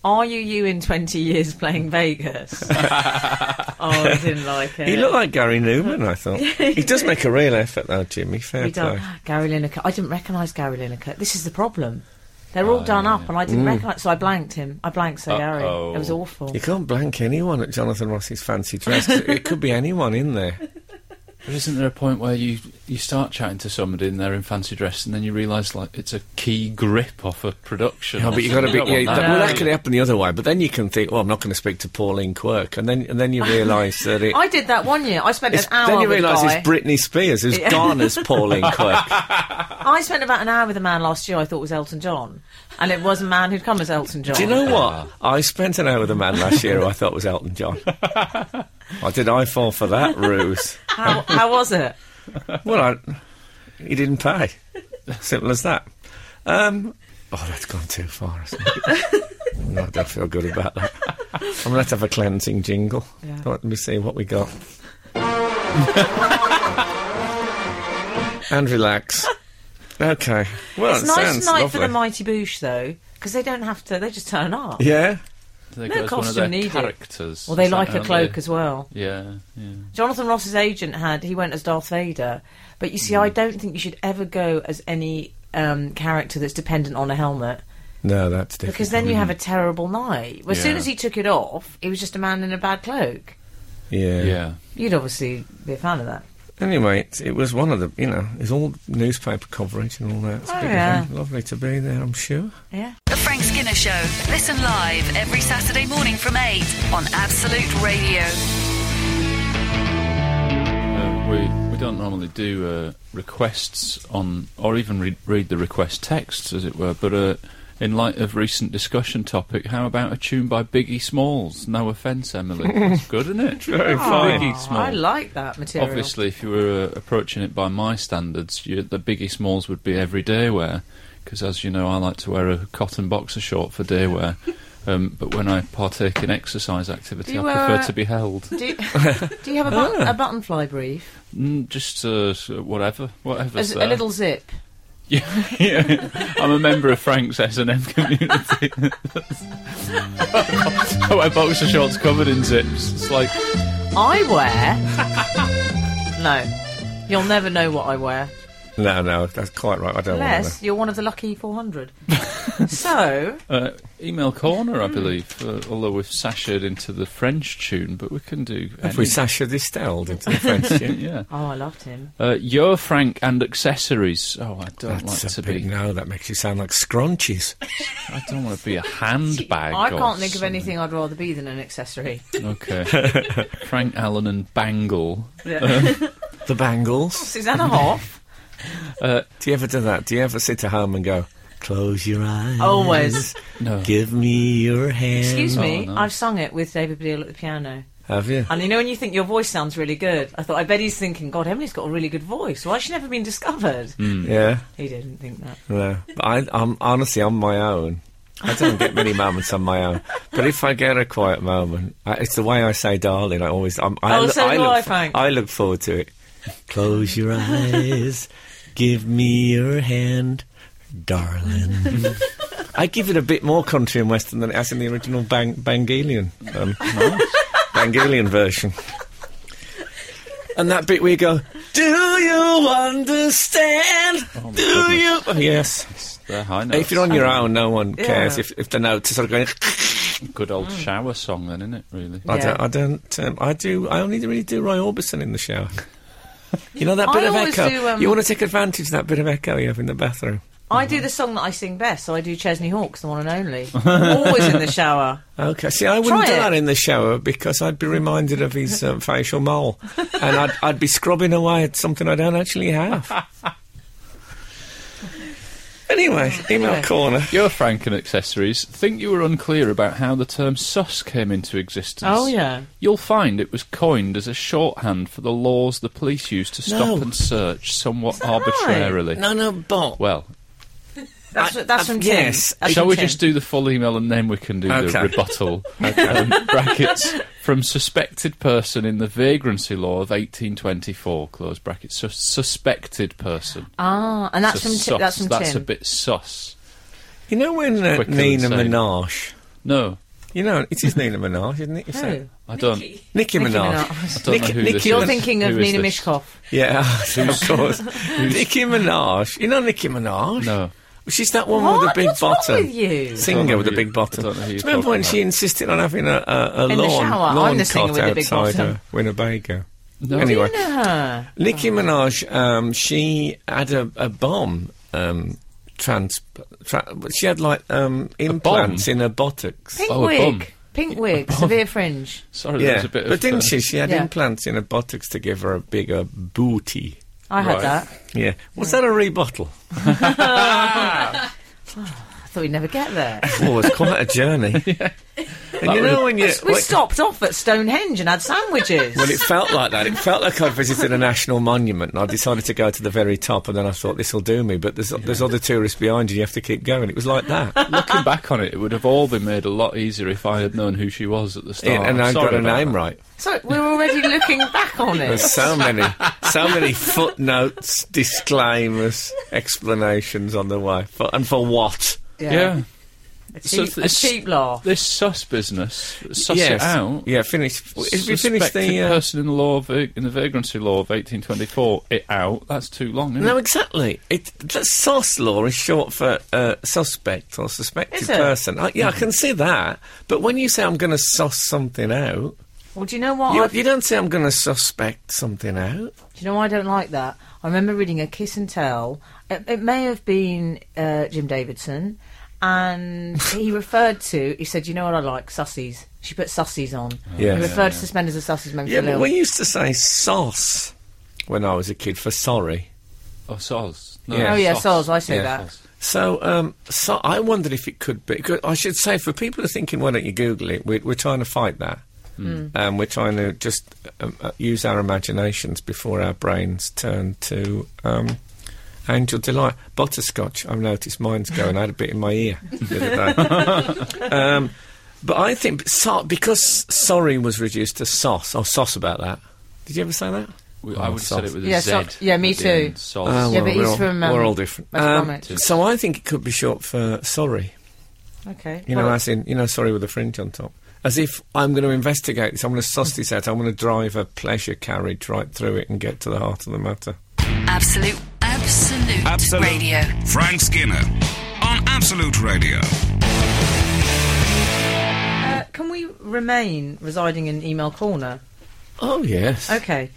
[SPEAKER 3] Are you you in 20 years playing Vegas? oh, I didn't like it.
[SPEAKER 2] He looked like Gary Newman, I thought. he does make a real effort, though, Jimmy. Fair
[SPEAKER 3] We
[SPEAKER 2] play.
[SPEAKER 3] done- Gary Lineker. I didn't recognise Gary Lineker. This is the problem. They're
[SPEAKER 2] Oh,
[SPEAKER 3] all done up, and I
[SPEAKER 2] Mm.
[SPEAKER 3] didn't recognise. So I blanked him. I blanked Sir Gary.
[SPEAKER 4] Uh-oh.
[SPEAKER 3] It was awful.
[SPEAKER 2] You can't blank anyone at Jonathan Ross's fancy dress. 'cause it could be anyone in there.
[SPEAKER 4] But isn't there a point where you you start chatting to somebody and they're in fancy dress and then you realise like it's a key grip off a production?
[SPEAKER 2] No,
[SPEAKER 4] or
[SPEAKER 2] but you got to be.
[SPEAKER 4] something?
[SPEAKER 2] Yeah,
[SPEAKER 4] You don't want
[SPEAKER 2] that, well, that
[SPEAKER 4] do
[SPEAKER 2] could
[SPEAKER 4] you?
[SPEAKER 2] happen the other way. But then you can think, well, I'm not going to speak to Pauline Quirk, and then and then you realise that it.
[SPEAKER 3] I did that one year. I spent an
[SPEAKER 2] it's-
[SPEAKER 3] hour
[SPEAKER 2] then you
[SPEAKER 3] with a
[SPEAKER 2] realise
[SPEAKER 3] guy.
[SPEAKER 2] it's Britney Spears who's gone as Pauline Quirk.
[SPEAKER 3] I spent about an hour with a man last year I thought was Elton John. And it was a man who'd come as Elton John.
[SPEAKER 2] Do you know what? I spent an hour with a man last year who I thought was Elton John. Why did I fall for that ruse?
[SPEAKER 3] How, how was it?
[SPEAKER 2] Well, I, he didn't pay. Simple as that. Um, oh, that's gone too far. Isn't it? no, I don't feel good about that. I'm going to have a cleansing jingle.
[SPEAKER 3] Yeah.
[SPEAKER 2] Let me see what we got. and relax. Okay. Well,
[SPEAKER 3] It's
[SPEAKER 2] it
[SPEAKER 3] nice
[SPEAKER 2] sounds
[SPEAKER 3] night
[SPEAKER 2] lovely.
[SPEAKER 3] for the Mighty Boosh, though, because they don't have to, they just turn up.
[SPEAKER 2] yeah.
[SPEAKER 4] They
[SPEAKER 3] No
[SPEAKER 4] got as one of
[SPEAKER 3] costume
[SPEAKER 4] their
[SPEAKER 3] needed.
[SPEAKER 4] characters.
[SPEAKER 3] Well, they
[SPEAKER 4] It's
[SPEAKER 3] like a
[SPEAKER 4] aren't
[SPEAKER 3] cloak
[SPEAKER 4] they?
[SPEAKER 3] as well.
[SPEAKER 4] Yeah, yeah.
[SPEAKER 3] Jonathan Ross's agent had, he went as Darth Vader. But you see, I don't think you should ever go as any um, character that's dependent on a helmet,
[SPEAKER 2] No, that's different.
[SPEAKER 3] because then you have a terrible night. Well, as soon
[SPEAKER 4] Yeah.
[SPEAKER 3] as he took it off, it was just a man in a bad cloak.
[SPEAKER 2] yeah.
[SPEAKER 4] Yeah.
[SPEAKER 3] You'd obviously be a fan of that.
[SPEAKER 2] Anyway, it, it was one of the, you know, it's all newspaper coverage and all that. It's a
[SPEAKER 3] Oh,
[SPEAKER 2] big
[SPEAKER 3] yeah.
[SPEAKER 2] event. Lovely to be there, I'm sure.
[SPEAKER 3] Yeah.
[SPEAKER 1] The Frank Skinner Show. Listen live every Saturday morning from 8 on Absolute Radio.
[SPEAKER 4] Um, we we don't normally do uh, requests on, or even read, read the request texts, as it were. But uh, in light of recent discussion topic, how about a tune by Biggie Smalls? No offence, Emily. That's good, isn't it?
[SPEAKER 2] Very fine.
[SPEAKER 4] Biggie Smalls.
[SPEAKER 3] I like that material.
[SPEAKER 4] Obviously, if you were uh, approaching it by my standards, you, the Biggie Smalls would be everyday wear. Because, as you know, I like to wear a cotton boxer short for day wear. Um, but when I partake in exercise activity,
[SPEAKER 3] Do you
[SPEAKER 4] I
[SPEAKER 3] uh, wear
[SPEAKER 4] prefer
[SPEAKER 3] a-
[SPEAKER 4] to be held.
[SPEAKER 3] Do you, do you have a, button, a buttonfly brief?
[SPEAKER 4] Mm, just uh, s- whatever, whatever.
[SPEAKER 3] As, a little zip?
[SPEAKER 4] Yeah, yeah. I'm a member of Frank's S and M community. I wear boxer shorts covered in zips. It's like
[SPEAKER 3] I wear. no. You'll never know what I wear.
[SPEAKER 2] No, no, that's quite right. I don't want to.
[SPEAKER 3] Unless you're one of the lucky 400. so,
[SPEAKER 4] uh, email corner,
[SPEAKER 3] Hmm.
[SPEAKER 4] I believe. Uh, although we've sashayed into the French tune, but we can do.
[SPEAKER 2] If we
[SPEAKER 4] any-
[SPEAKER 2] Sasha Distel into the French, yeah.
[SPEAKER 4] yeah.
[SPEAKER 3] oh, I loved him.
[SPEAKER 4] Uh, Yo Frank and accessories. Oh, I don't
[SPEAKER 2] That's
[SPEAKER 4] like
[SPEAKER 2] a
[SPEAKER 4] to
[SPEAKER 2] big
[SPEAKER 4] be.
[SPEAKER 2] no. That makes you sound like scrunchies.
[SPEAKER 4] I don't want to be a handbag.
[SPEAKER 3] I
[SPEAKER 4] or
[SPEAKER 3] can't think of
[SPEAKER 4] something.
[SPEAKER 3] anything I'd rather be than an accessory.
[SPEAKER 4] Okay. Frank Allen and Bangle.
[SPEAKER 2] The bangles.
[SPEAKER 3] Susanna Hoff,
[SPEAKER 2] Do you ever do that? Do you ever sit at home and go, close your eyes,
[SPEAKER 3] always.
[SPEAKER 4] No.
[SPEAKER 2] give me your hand?
[SPEAKER 3] Excuse me,
[SPEAKER 4] no.
[SPEAKER 3] I've sung it with David Beale at the piano.
[SPEAKER 2] Have you?
[SPEAKER 3] And you know when you think your voice sounds really good, I thought I bet he's thinking, God, Emily's got a really good voice. Why has she never been discovered?
[SPEAKER 2] Mm. Yeah.
[SPEAKER 3] He didn't think that.
[SPEAKER 2] No, but I, I'm honestly on my own. I don't get many moments on my own, but if I get a quiet moment, I, it's the way I say "darling." I always, I'm, I,
[SPEAKER 3] Oh,
[SPEAKER 2] look-
[SPEAKER 3] so
[SPEAKER 2] I,
[SPEAKER 3] do
[SPEAKER 2] look,
[SPEAKER 3] I,
[SPEAKER 2] fo-
[SPEAKER 3] Frank.
[SPEAKER 2] I look forward to it. Close your eyes, give me your hand, darling. I give it a bit more country and western than it has in the original Bang- Bangalian, um, Bangalian version. And that bit where you go, "Do you understand?
[SPEAKER 4] my
[SPEAKER 2] Do you?" Oh, yes.
[SPEAKER 4] They're high
[SPEAKER 2] If
[SPEAKER 4] notes.
[SPEAKER 2] you're on your own, no one cares
[SPEAKER 3] Yeah.
[SPEAKER 2] if, if the notes are sort of going.
[SPEAKER 4] Good old
[SPEAKER 3] Mm.
[SPEAKER 4] shower song, then, isn't it? Really.
[SPEAKER 2] I
[SPEAKER 3] Yeah.
[SPEAKER 2] don't. I don't. Um, I do. I only really do Roy Orbison in the shower. You know that
[SPEAKER 3] I
[SPEAKER 2] bit of
[SPEAKER 3] always
[SPEAKER 2] echo.
[SPEAKER 3] do, um,
[SPEAKER 2] you want to take advantage of that bit of echo you have in the bathroom.
[SPEAKER 3] I do the song that I sing best, so I do Chesney Hawkes, the one and only. Always in the shower.
[SPEAKER 2] Okay. See, I wouldn't
[SPEAKER 3] Try
[SPEAKER 2] do
[SPEAKER 3] it.
[SPEAKER 2] that in the shower because I'd be reminded of his um, facial mole, and I'd, I'd be scrubbing away at something I don't actually have. anyway, email
[SPEAKER 3] Anyway.
[SPEAKER 2] corner.
[SPEAKER 4] Your Franken accessories think you were unclear about how the term sus came into existence.
[SPEAKER 3] Oh, yeah.
[SPEAKER 4] You'll find it was coined as a shorthand for the laws the police used to stop
[SPEAKER 2] No.
[SPEAKER 4] and search somewhat
[SPEAKER 3] that right?
[SPEAKER 4] arbitrarily.
[SPEAKER 2] No, no, Bob.
[SPEAKER 4] Well,
[SPEAKER 3] That's,
[SPEAKER 2] I-
[SPEAKER 3] that's
[SPEAKER 2] I-
[SPEAKER 3] from Tim.
[SPEAKER 2] yes.
[SPEAKER 3] That's
[SPEAKER 4] shall
[SPEAKER 3] from
[SPEAKER 4] we
[SPEAKER 3] Tim.
[SPEAKER 4] just do the full email and then we can do
[SPEAKER 2] Okay.
[SPEAKER 4] the rebuttal? um, brackets from suspected person in the vagrancy law of 1824. Close brackets. Sus suspected person.
[SPEAKER 3] Ah, and that's
[SPEAKER 4] So
[SPEAKER 3] from Tim.
[SPEAKER 4] sus,
[SPEAKER 3] That's from
[SPEAKER 4] That's
[SPEAKER 3] Tim.
[SPEAKER 4] a bit sus.
[SPEAKER 2] You know when uh,
[SPEAKER 4] Quicker than
[SPEAKER 2] Nina
[SPEAKER 4] saying-
[SPEAKER 2] Minaj.
[SPEAKER 4] No,
[SPEAKER 2] You know, it is Nina Minaj, isn't it? You say-
[SPEAKER 3] Who?
[SPEAKER 4] I don't.
[SPEAKER 2] Nicki
[SPEAKER 3] Nicki
[SPEAKER 2] Minaj.
[SPEAKER 3] Minaj.
[SPEAKER 4] I don't know
[SPEAKER 2] Nicki-
[SPEAKER 4] who this
[SPEAKER 2] You're
[SPEAKER 4] is.
[SPEAKER 3] You're thinking of
[SPEAKER 4] Who is
[SPEAKER 3] Nina
[SPEAKER 4] this?
[SPEAKER 3] Mishkov.
[SPEAKER 2] Yeah, of course. Nicki Minaj. You know Nicki Minaj?
[SPEAKER 4] No.
[SPEAKER 2] She's that woman with
[SPEAKER 3] What?
[SPEAKER 2] the big
[SPEAKER 3] What's wrong
[SPEAKER 2] bottom.
[SPEAKER 3] with you?
[SPEAKER 4] I don't
[SPEAKER 2] Singer
[SPEAKER 4] know
[SPEAKER 2] with a
[SPEAKER 4] who you-
[SPEAKER 2] big
[SPEAKER 4] I
[SPEAKER 2] bottom.
[SPEAKER 4] don't know who
[SPEAKER 2] Do you
[SPEAKER 4] you're
[SPEAKER 2] remember when
[SPEAKER 4] talking
[SPEAKER 2] she insisted on having a, a, a
[SPEAKER 3] the
[SPEAKER 2] lawn,
[SPEAKER 3] shower, I'm
[SPEAKER 2] lawn
[SPEAKER 3] the singer
[SPEAKER 2] cot
[SPEAKER 3] with the big
[SPEAKER 2] outside
[SPEAKER 3] bottom.
[SPEAKER 2] her Winnebago?
[SPEAKER 4] No.
[SPEAKER 2] Anyway,
[SPEAKER 3] Yeah.
[SPEAKER 2] Nicki Minaj, um, she had a, a bomb. Um, trans, tra- she had like um, implants in her buttocks.
[SPEAKER 3] Pink
[SPEAKER 4] Oh, a bum.
[SPEAKER 3] wig. Pink wig. Severe fringe.
[SPEAKER 4] Sorry, there
[SPEAKER 2] Yeah,
[SPEAKER 4] was a bit of.
[SPEAKER 2] but didn't
[SPEAKER 4] uh,
[SPEAKER 2] she? She had
[SPEAKER 3] Yeah.
[SPEAKER 2] implants in her buttocks to give her a bigger booty.
[SPEAKER 3] I had
[SPEAKER 4] Right.
[SPEAKER 3] that.
[SPEAKER 2] Yeah, was that a rebuttal?
[SPEAKER 3] I thought we'd never get there.
[SPEAKER 2] Oh, it's quite a journey. And you know when you
[SPEAKER 3] we
[SPEAKER 2] when-
[SPEAKER 3] stopped off at Stonehenge and had sandwiches.
[SPEAKER 2] Well, it felt like that. It felt like I visited a national monument, and I decided to go to the very top, and then I thought this will do me. But there's there's other tourists behind you. You have to keep going. It was like that.
[SPEAKER 4] Looking back on it, it would have all been made a lot easier if I had known who she was at the start.
[SPEAKER 2] and and
[SPEAKER 4] I'm
[SPEAKER 2] I got
[SPEAKER 4] sorry
[SPEAKER 2] her
[SPEAKER 4] about
[SPEAKER 2] name
[SPEAKER 4] that.
[SPEAKER 2] right.
[SPEAKER 3] so we're already looking back on it.
[SPEAKER 2] There's so many, so many footnotes, disclaimers, explanations on the way, for, and for what?
[SPEAKER 4] Yeah.
[SPEAKER 3] A
[SPEAKER 4] So
[SPEAKER 3] cheap, a
[SPEAKER 4] this-
[SPEAKER 3] cheap laugh.
[SPEAKER 4] This sus business, suss it
[SPEAKER 2] Yes.
[SPEAKER 4] out.
[SPEAKER 2] Yeah, finish. If you finish
[SPEAKER 4] Suspected
[SPEAKER 2] the. Uh,
[SPEAKER 4] person in the law of, in the vagrancy law of 1824, it out. That's too long. Isn't
[SPEAKER 2] no,
[SPEAKER 4] it?
[SPEAKER 2] exactly. It, the SOS law is short for uh, suspect or suspected
[SPEAKER 3] Is it?
[SPEAKER 2] person. I, yeah, I can see that. But when you say I'm going to suss something out,
[SPEAKER 3] Well, do you know what?
[SPEAKER 2] You,
[SPEAKER 3] I, do
[SPEAKER 2] you don't say I'm going to suspect something out.
[SPEAKER 3] you know why I don't like that? I remember reading a kiss and tell. It, it may have been uh, Jim Davidson, and he referred to. He said, "You know what I like? Sussies." She put sussies on.
[SPEAKER 2] Yeah.
[SPEAKER 3] He
[SPEAKER 2] Yeah,
[SPEAKER 3] referred to suspenders as sussies. Made me
[SPEAKER 2] Yeah,
[SPEAKER 3] feel
[SPEAKER 2] but
[SPEAKER 3] ill.
[SPEAKER 2] we used to say sauce when I was a kid for sorry.
[SPEAKER 4] Oh, soz. No,
[SPEAKER 2] Yeah.
[SPEAKER 3] oh yeah,
[SPEAKER 4] sus.
[SPEAKER 3] sols. I say
[SPEAKER 2] Yeah.
[SPEAKER 3] that.
[SPEAKER 2] So, um, so I wondered if it could be. could- I should say for people who are thinking, why don't you Google it? We're, we're trying to fight that.
[SPEAKER 3] Hmm.
[SPEAKER 2] Um, we're trying to just um, uh, use our imaginations before our brains turn to um, angel delight butterscotch. I've noticed mine's going. I had a bit in my ear the other day. um, but I think so, because sorry was reduced to sauce or sauce about that. Did you ever say that?
[SPEAKER 4] We- I
[SPEAKER 2] Oh,
[SPEAKER 4] would have said
[SPEAKER 2] soz.
[SPEAKER 4] it with a
[SPEAKER 3] Yeah,
[SPEAKER 4] Z.
[SPEAKER 3] so- yeah, me
[SPEAKER 4] at the end.
[SPEAKER 3] too. Oh,
[SPEAKER 4] Soz.
[SPEAKER 2] Ah,
[SPEAKER 3] Yeah, but
[SPEAKER 2] we're
[SPEAKER 3] he's
[SPEAKER 2] all-
[SPEAKER 3] from, um,
[SPEAKER 2] we're all different.
[SPEAKER 3] West
[SPEAKER 2] Um,
[SPEAKER 3] Bromwich.
[SPEAKER 2] so I think it could be short for sorry.
[SPEAKER 3] Okay.
[SPEAKER 2] You know,
[SPEAKER 3] Well,
[SPEAKER 2] as in, you know, sorry with a fringe on top. As if I'm going to investigate this, I'm going to suss this out, I'm going to drive a pleasure carriage right through it and get to the heart of the matter.
[SPEAKER 1] Absolute, absolute,
[SPEAKER 6] Absolute.
[SPEAKER 1] radio.
[SPEAKER 6] Frank Skinner on Absolute Radio.
[SPEAKER 3] Uh, can we remain residing in email corner?
[SPEAKER 2] Oh, yes.
[SPEAKER 3] Okay.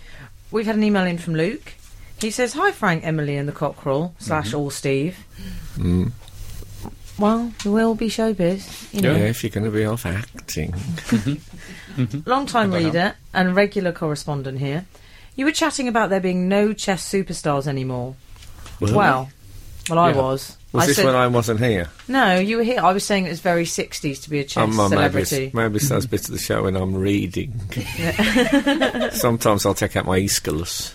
[SPEAKER 3] We've had an email in from Luke. He says, Hi, Frank, Emily, and the Cockerel,
[SPEAKER 2] Mm-hmm.
[SPEAKER 3] slash all Steve.
[SPEAKER 2] Mm.
[SPEAKER 3] Well, you will be showbiz. You know.
[SPEAKER 2] Yeah, if you're going to be off acting.
[SPEAKER 3] Long time reader and regular correspondent here. You were chatting about there being no chess superstars anymore.
[SPEAKER 2] Were
[SPEAKER 3] well, Well, I
[SPEAKER 2] Yeah.
[SPEAKER 3] was.
[SPEAKER 2] Was
[SPEAKER 3] I
[SPEAKER 2] this
[SPEAKER 3] said,
[SPEAKER 2] when I wasn't here?
[SPEAKER 3] No, you were here. I was saying it was very 60s to be a chess
[SPEAKER 2] Um, uh, maybe,
[SPEAKER 3] celebrity.
[SPEAKER 2] it's- maybe it's those bits of the show when I'm reading. Sometimes I'll take out my Aeschylus.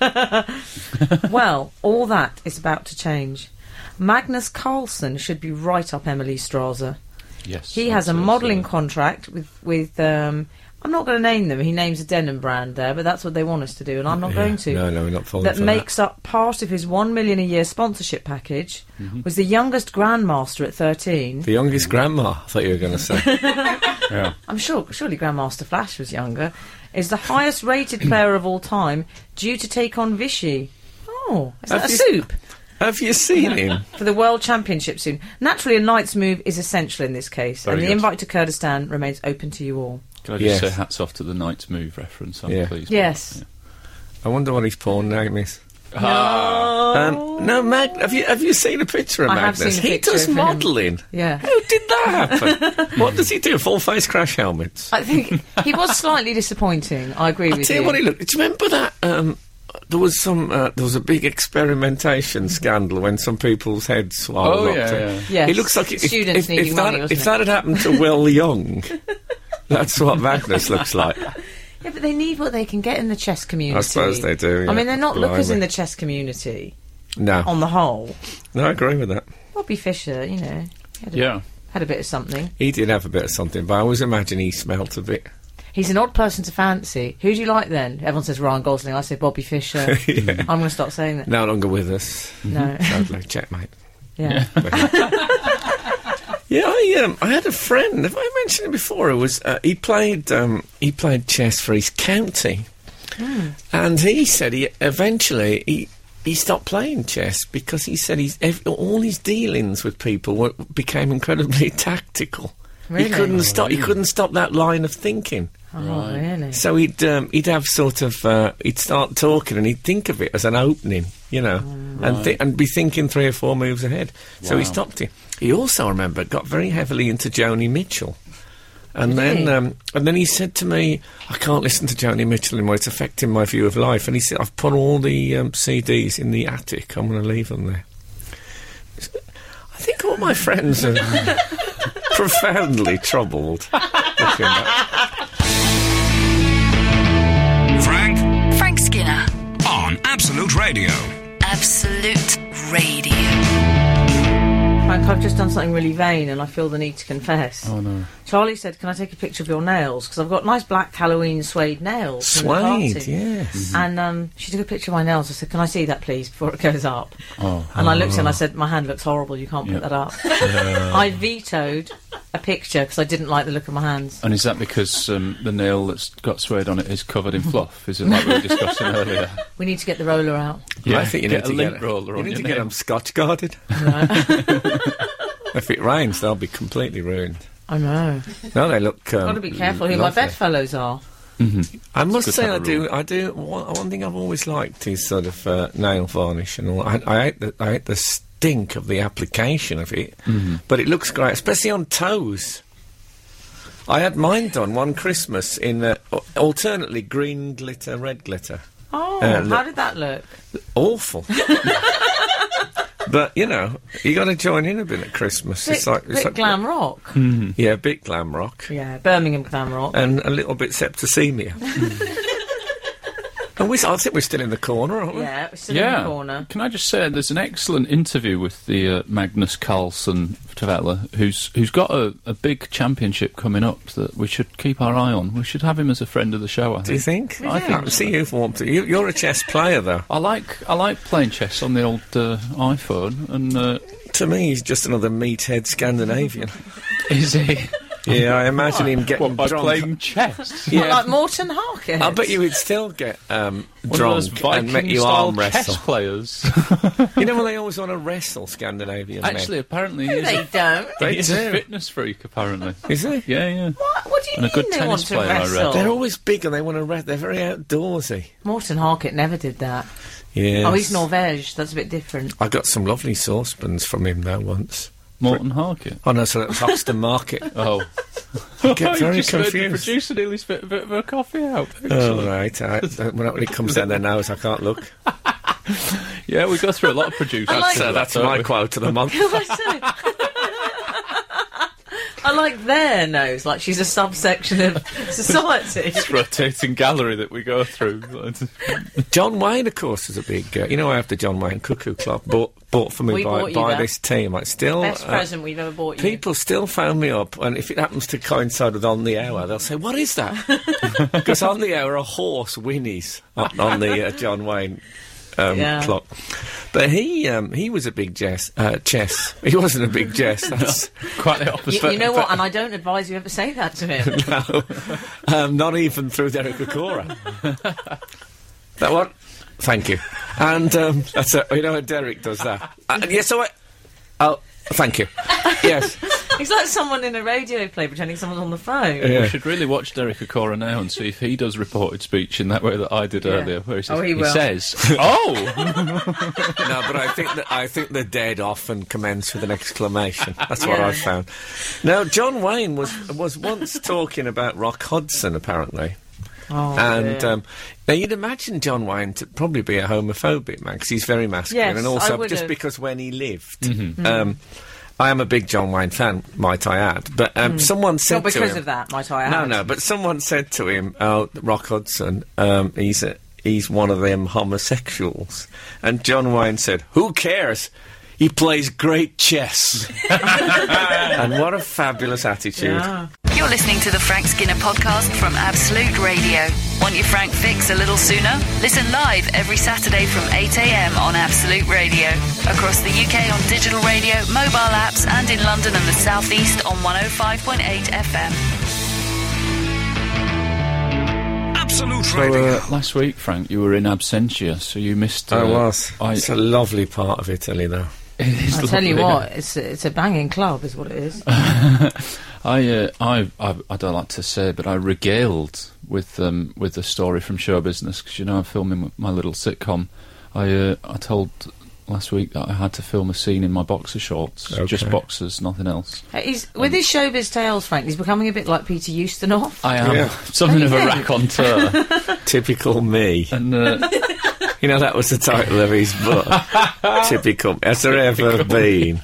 [SPEAKER 3] well, all that is about to change. Magnus Carlsen should be right up Emily Strasser.
[SPEAKER 4] Yes.
[SPEAKER 3] He has a
[SPEAKER 4] absolutely.
[SPEAKER 3] modelling contract with with. Um, I'm not going to name them. He names a denim brand there, but that's what they want us to do, and I'm not going to.
[SPEAKER 2] No, no, we're not falling
[SPEAKER 3] that
[SPEAKER 2] for
[SPEAKER 3] makes up part of his one million a year sponsorship package.
[SPEAKER 2] Mm-hmm.
[SPEAKER 3] Was the youngest grandmaster at 13.
[SPEAKER 2] that. The youngest grandma, I thought you were going to say.
[SPEAKER 4] Yeah.
[SPEAKER 3] I'm sure, surely Grandmaster Flash was younger, is the highest rated player of all time, due to take on Vichy. Oh, is that
[SPEAKER 2] Have
[SPEAKER 3] a
[SPEAKER 2] you-
[SPEAKER 3] soup
[SPEAKER 2] Have you seen him?
[SPEAKER 3] for the World Championship soon? Naturally, a knight's move is essential in this case,
[SPEAKER 4] Very
[SPEAKER 3] and the
[SPEAKER 4] good.
[SPEAKER 3] invite to Kurdistan remains open to you all.
[SPEAKER 4] Can I
[SPEAKER 2] Yes.
[SPEAKER 4] just say hats off to the Knight's Move reference? I'm
[SPEAKER 2] Yeah.
[SPEAKER 4] pleased.
[SPEAKER 3] Yes.
[SPEAKER 2] I wonder what his porn name is. Um, no, Mag- have you have you seen a picture of
[SPEAKER 3] I have
[SPEAKER 2] Magnus?
[SPEAKER 3] seen a
[SPEAKER 2] he
[SPEAKER 3] picture
[SPEAKER 2] does
[SPEAKER 3] of him.
[SPEAKER 2] modelling.
[SPEAKER 3] Yeah.
[SPEAKER 2] How did that happen? what does he do? Full face crash helmets.
[SPEAKER 3] I think he was slightly disappointing. I agree
[SPEAKER 2] I
[SPEAKER 3] with
[SPEAKER 2] tell you
[SPEAKER 3] you.
[SPEAKER 2] what, he looked. Do you remember that? Um, there was some. Uh, there was a big experimentation scandal when some people's heads swelled
[SPEAKER 4] Oh,
[SPEAKER 2] up.
[SPEAKER 4] yeah,
[SPEAKER 2] to-
[SPEAKER 4] yeah.
[SPEAKER 3] Yes.
[SPEAKER 2] He looks like if, if,
[SPEAKER 3] Students
[SPEAKER 2] if,
[SPEAKER 3] needing
[SPEAKER 2] that,
[SPEAKER 3] money, wasn't
[SPEAKER 2] if
[SPEAKER 3] it?
[SPEAKER 2] that had happened to Will Young, that's what Magnus looks like.
[SPEAKER 3] yeah, but they need what they can get in the chess community.
[SPEAKER 2] suppose they do, yeah.
[SPEAKER 3] I mean, they're not lookers
[SPEAKER 2] Blimey.
[SPEAKER 3] in the chess community
[SPEAKER 2] No,
[SPEAKER 3] on the whole.
[SPEAKER 2] no, I agree with that.
[SPEAKER 3] Bobby Fischer, you know, he had a,
[SPEAKER 4] Yeah.
[SPEAKER 3] had a bit of something.
[SPEAKER 2] He did have a bit of something, but I always imagine he smelt a bit.
[SPEAKER 3] He's an odd person to fancy. Who do you like then? Everyone says Ryan Gosling. I say Bobby Fischer. I'm going to stop saying that.
[SPEAKER 2] No longer with us.
[SPEAKER 3] No.
[SPEAKER 2] Sadly, checkmate.
[SPEAKER 3] yeah.
[SPEAKER 2] Yeah, I um, I had a friend. Have I mentioned it before? It was uh, he played um, he played chess for his county, and he said he eventually he. He stopped playing chess because he said he's ev- all his dealings with people were, became incredibly tactical.
[SPEAKER 3] Really?
[SPEAKER 2] He couldn't stop. He couldn't stop that line of thinking.
[SPEAKER 3] Oh, really?
[SPEAKER 2] So he'd um, he'd have sort of uh, he'd start talking and he'd think of it as an opening, you know,
[SPEAKER 3] Mm.
[SPEAKER 2] and thi- and be thinking three or four moves ahead. So he
[SPEAKER 4] Wow.
[SPEAKER 2] stopped him. He also, I remember, got very heavily into Joni Mitchell, and then
[SPEAKER 3] he?
[SPEAKER 2] um, and then he said to me, "I can't listen to Joni Mitchell anymore. It's affecting my view of life." And he said, "I've put all the um, CDs in the attic. I'm going to leave them there." I think all my friends are profoundly troubled. looking back.
[SPEAKER 6] Frank
[SPEAKER 1] Frank Skinner,
[SPEAKER 6] on Absolute Radio.
[SPEAKER 1] Absolute Radio.
[SPEAKER 3] Frank, I've just done something really vain and I feel the need to confess.
[SPEAKER 4] Oh no.
[SPEAKER 3] Charlie said, Can I take a picture of your nails? Because I've got nice black Halloween suede nails. from the
[SPEAKER 2] Suede,
[SPEAKER 3] party."
[SPEAKER 2] yes.
[SPEAKER 3] And um, she took a picture of my nails. I said, Can I see that, please, before it goes up?
[SPEAKER 4] Oh.
[SPEAKER 3] And I looked and I said, My hand looks horrible. You can't
[SPEAKER 4] Yeah.
[SPEAKER 3] put that up. I vetoed a picture because I didn't like the look of my hands.
[SPEAKER 4] And is that because um, the nail that's got suede on it is covered in fluff? Is it like we were discussing earlier?
[SPEAKER 3] We need to get the roller out.
[SPEAKER 4] Yeah,
[SPEAKER 2] I think you
[SPEAKER 4] get
[SPEAKER 2] need to
[SPEAKER 4] a lint
[SPEAKER 2] get
[SPEAKER 4] roller
[SPEAKER 2] you
[SPEAKER 4] on
[SPEAKER 2] need
[SPEAKER 4] your
[SPEAKER 2] to get
[SPEAKER 4] nail.
[SPEAKER 2] them scotch guarded. if it rains, they'll be completely ruined.
[SPEAKER 3] I know.
[SPEAKER 2] No, they look. Um,
[SPEAKER 3] Got to be
[SPEAKER 4] Oh,
[SPEAKER 3] careful who my
[SPEAKER 2] lovely.
[SPEAKER 3] bedfellows are.
[SPEAKER 2] I must
[SPEAKER 4] good
[SPEAKER 2] say,
[SPEAKER 4] to
[SPEAKER 2] I
[SPEAKER 4] have a
[SPEAKER 2] do. I do. One, one thing I've always liked is sort of uh, nail varnish and all. I, I hate the I hate the stink of the application of it,
[SPEAKER 4] Mm-hmm.
[SPEAKER 2] but it looks great, especially on toes. I had mine done one Christmas in uh, al- alternately green glitter, red glitter.
[SPEAKER 3] Oh,
[SPEAKER 2] Uh,
[SPEAKER 3] how
[SPEAKER 2] look-
[SPEAKER 3] did that look?
[SPEAKER 2] awful. but you know, you got to join in a bit at Christmas.
[SPEAKER 3] Bit,
[SPEAKER 2] it's like it's
[SPEAKER 3] bit
[SPEAKER 2] like
[SPEAKER 3] glam rock.
[SPEAKER 4] Hmm.
[SPEAKER 2] Yeah, a bit glam rock
[SPEAKER 3] Yeah, Birmingham glam
[SPEAKER 4] Uh,
[SPEAKER 3] rock.
[SPEAKER 2] and a little bit septicemia. and we, I think we're still in the corner, aren't we?
[SPEAKER 3] yeah, it's still
[SPEAKER 4] Yeah.
[SPEAKER 3] in the corner.
[SPEAKER 4] Can I just say there's an excellent interview with the uh, Magnus Carlsen Tavella, who's who's got a, a big championship coming up that we should keep our eye on. We should have him as a friend of the show. I
[SPEAKER 2] Do you
[SPEAKER 4] think.
[SPEAKER 2] think?
[SPEAKER 4] I think
[SPEAKER 2] can see you've warmed to. You, you're a chess player, though.
[SPEAKER 4] I like I like playing chess on the old uh, iPhone. And uh,
[SPEAKER 2] To me, he's just another meathead Scandinavian.
[SPEAKER 4] is he?
[SPEAKER 2] yeah, I imagine him getting
[SPEAKER 4] What, by
[SPEAKER 2] drunk.
[SPEAKER 4] playing chess?
[SPEAKER 3] Not like Morton Harkett.
[SPEAKER 2] I bet you would still get um,
[SPEAKER 4] One of those
[SPEAKER 2] drunk and make you
[SPEAKER 4] Viking-style
[SPEAKER 2] arm wrestle.
[SPEAKER 4] chess players.
[SPEAKER 2] You know, well, they always want to wrestle Scandinavian men.
[SPEAKER 4] Actually, apparently, he is
[SPEAKER 3] They
[SPEAKER 4] a,
[SPEAKER 3] don't.
[SPEAKER 2] They
[SPEAKER 4] he is a
[SPEAKER 2] do.
[SPEAKER 4] fitness freak. Apparently,
[SPEAKER 2] Is he?
[SPEAKER 4] yeah, yeah.
[SPEAKER 3] What, what do you
[SPEAKER 4] And a
[SPEAKER 3] mean
[SPEAKER 4] good
[SPEAKER 3] they
[SPEAKER 4] tennis
[SPEAKER 3] want to
[SPEAKER 4] player, I read.
[SPEAKER 3] wrestle?
[SPEAKER 2] They're always big and they want to rest. They're very outdoorsy.
[SPEAKER 3] Morton Harkett never did that.
[SPEAKER 2] Yeah.
[SPEAKER 3] Oh, he's Norvège. That's a bit different.
[SPEAKER 2] I got some lovely saucepans from him though once.
[SPEAKER 4] Morton Harkett.
[SPEAKER 2] Oh no, so that was Hoxton Market.
[SPEAKER 4] Oh,
[SPEAKER 2] I get
[SPEAKER 4] You
[SPEAKER 2] very
[SPEAKER 4] just heard the
[SPEAKER 2] confused. Uh,
[SPEAKER 4] producer nearly spit a bit of her coffee out.
[SPEAKER 2] Oh right, I, when it comes down their nose, I can't look.
[SPEAKER 4] yeah, we go through a lot of producers. uh,
[SPEAKER 3] I like-
[SPEAKER 2] So that's my quote of the month.
[SPEAKER 3] I like their nose, like she's a subsection of society.
[SPEAKER 4] rotating gallery that we go through.
[SPEAKER 2] John Wayne, of course, is a big. Uh, you know, I have the John Wayne Cuckoo Club bought bought for me
[SPEAKER 3] We
[SPEAKER 2] by,
[SPEAKER 3] bought you
[SPEAKER 2] by
[SPEAKER 3] that.
[SPEAKER 2] this team. I still
[SPEAKER 3] Best
[SPEAKER 2] uh,
[SPEAKER 3] present we've ever bought you.
[SPEAKER 2] People still phone me up, and if it happens to coincide with on the hour, they'll say, "What is that?" Because on the hour, a horse whinnies on, on the uh, John Wayne um,
[SPEAKER 3] Yeah.
[SPEAKER 2] clock. But he um, he was a big chess. Uh, chess. He wasn't a big chess. That's
[SPEAKER 4] Quite the
[SPEAKER 3] you,
[SPEAKER 4] opposite.
[SPEAKER 3] you know what? And I don't advise you ever say that to him.
[SPEAKER 2] no, um, not even through Derek Okora. that one. Thank you. And um, that's a, you know how Derek does that. Uh, yes, so I. Oh, thank you. Yes.
[SPEAKER 3] it's like someone in a radio play pretending someone's on the phone.
[SPEAKER 4] We
[SPEAKER 2] Yeah.
[SPEAKER 4] should really watch Derek Okora now and see if he does reported speech in that way that I did earlier, where he says,
[SPEAKER 3] Oh, he will.
[SPEAKER 4] says "Oh,
[SPEAKER 2] No, but I think that I think the dead often commence with an exclamation. That's what
[SPEAKER 3] Yeah.
[SPEAKER 2] I found. Now, John Wayne was was once talking about Rock Hudson, apparently.
[SPEAKER 3] Oh,
[SPEAKER 2] and
[SPEAKER 3] dear.
[SPEAKER 2] um, now you'd imagine John Wayne to probably be a homophobic man because he's very masculine,
[SPEAKER 3] Yes,
[SPEAKER 2] and
[SPEAKER 3] I
[SPEAKER 2] also
[SPEAKER 3] would
[SPEAKER 2] just
[SPEAKER 3] have.
[SPEAKER 2] because when he lived, um, I am a big John Wayne fan, might I add. But um, someone said
[SPEAKER 3] Mm. not
[SPEAKER 2] to
[SPEAKER 3] because
[SPEAKER 2] him-
[SPEAKER 3] of that, might I add?
[SPEAKER 2] no, no. But someone said to him, "Oh, Rock Hudson, um, he's a, he's one of them homosexuals." And John Wayne said, "Who cares? He plays great chess." and what a fabulous attitude!
[SPEAKER 3] Yeah.
[SPEAKER 1] You're listening to the Frank Skinner podcast from Absolute Radio. Want your Frank fix a little sooner? Listen live every Saturday from 8 a.m. on Absolute Radio. Across the UK on digital radio, mobile apps, and in London and the South East on 105.8 FM.
[SPEAKER 6] Absolute
[SPEAKER 4] So,
[SPEAKER 6] Radio.
[SPEAKER 4] uh, last week, Frank, you were in absentia, so you missed. Uh,
[SPEAKER 2] I was.
[SPEAKER 4] I,
[SPEAKER 2] it's a lovely part of Italy, though.
[SPEAKER 4] it is
[SPEAKER 3] I'll tell you
[SPEAKER 4] lovely.
[SPEAKER 3] what, it's a, it's a banging club, is what it is.
[SPEAKER 2] Uh,
[SPEAKER 4] I, uh, I, I, I don't like to say, but I regaled with um, with the story from show business because you know I'm filming my little sitcom. I, uh, I told last week that I had to film a scene in my boxer shorts, just
[SPEAKER 2] Okay.
[SPEAKER 4] boxers, nothing else.
[SPEAKER 3] He's, with
[SPEAKER 2] um,
[SPEAKER 3] his showbiz tales, Frank, he's becoming a bit like Peter Ustinov.
[SPEAKER 4] I am
[SPEAKER 2] Yeah.
[SPEAKER 4] something of a raconteur,
[SPEAKER 2] Typical me.
[SPEAKER 4] and uh,
[SPEAKER 2] You know, that was the title of his book. Typical. Has there ever been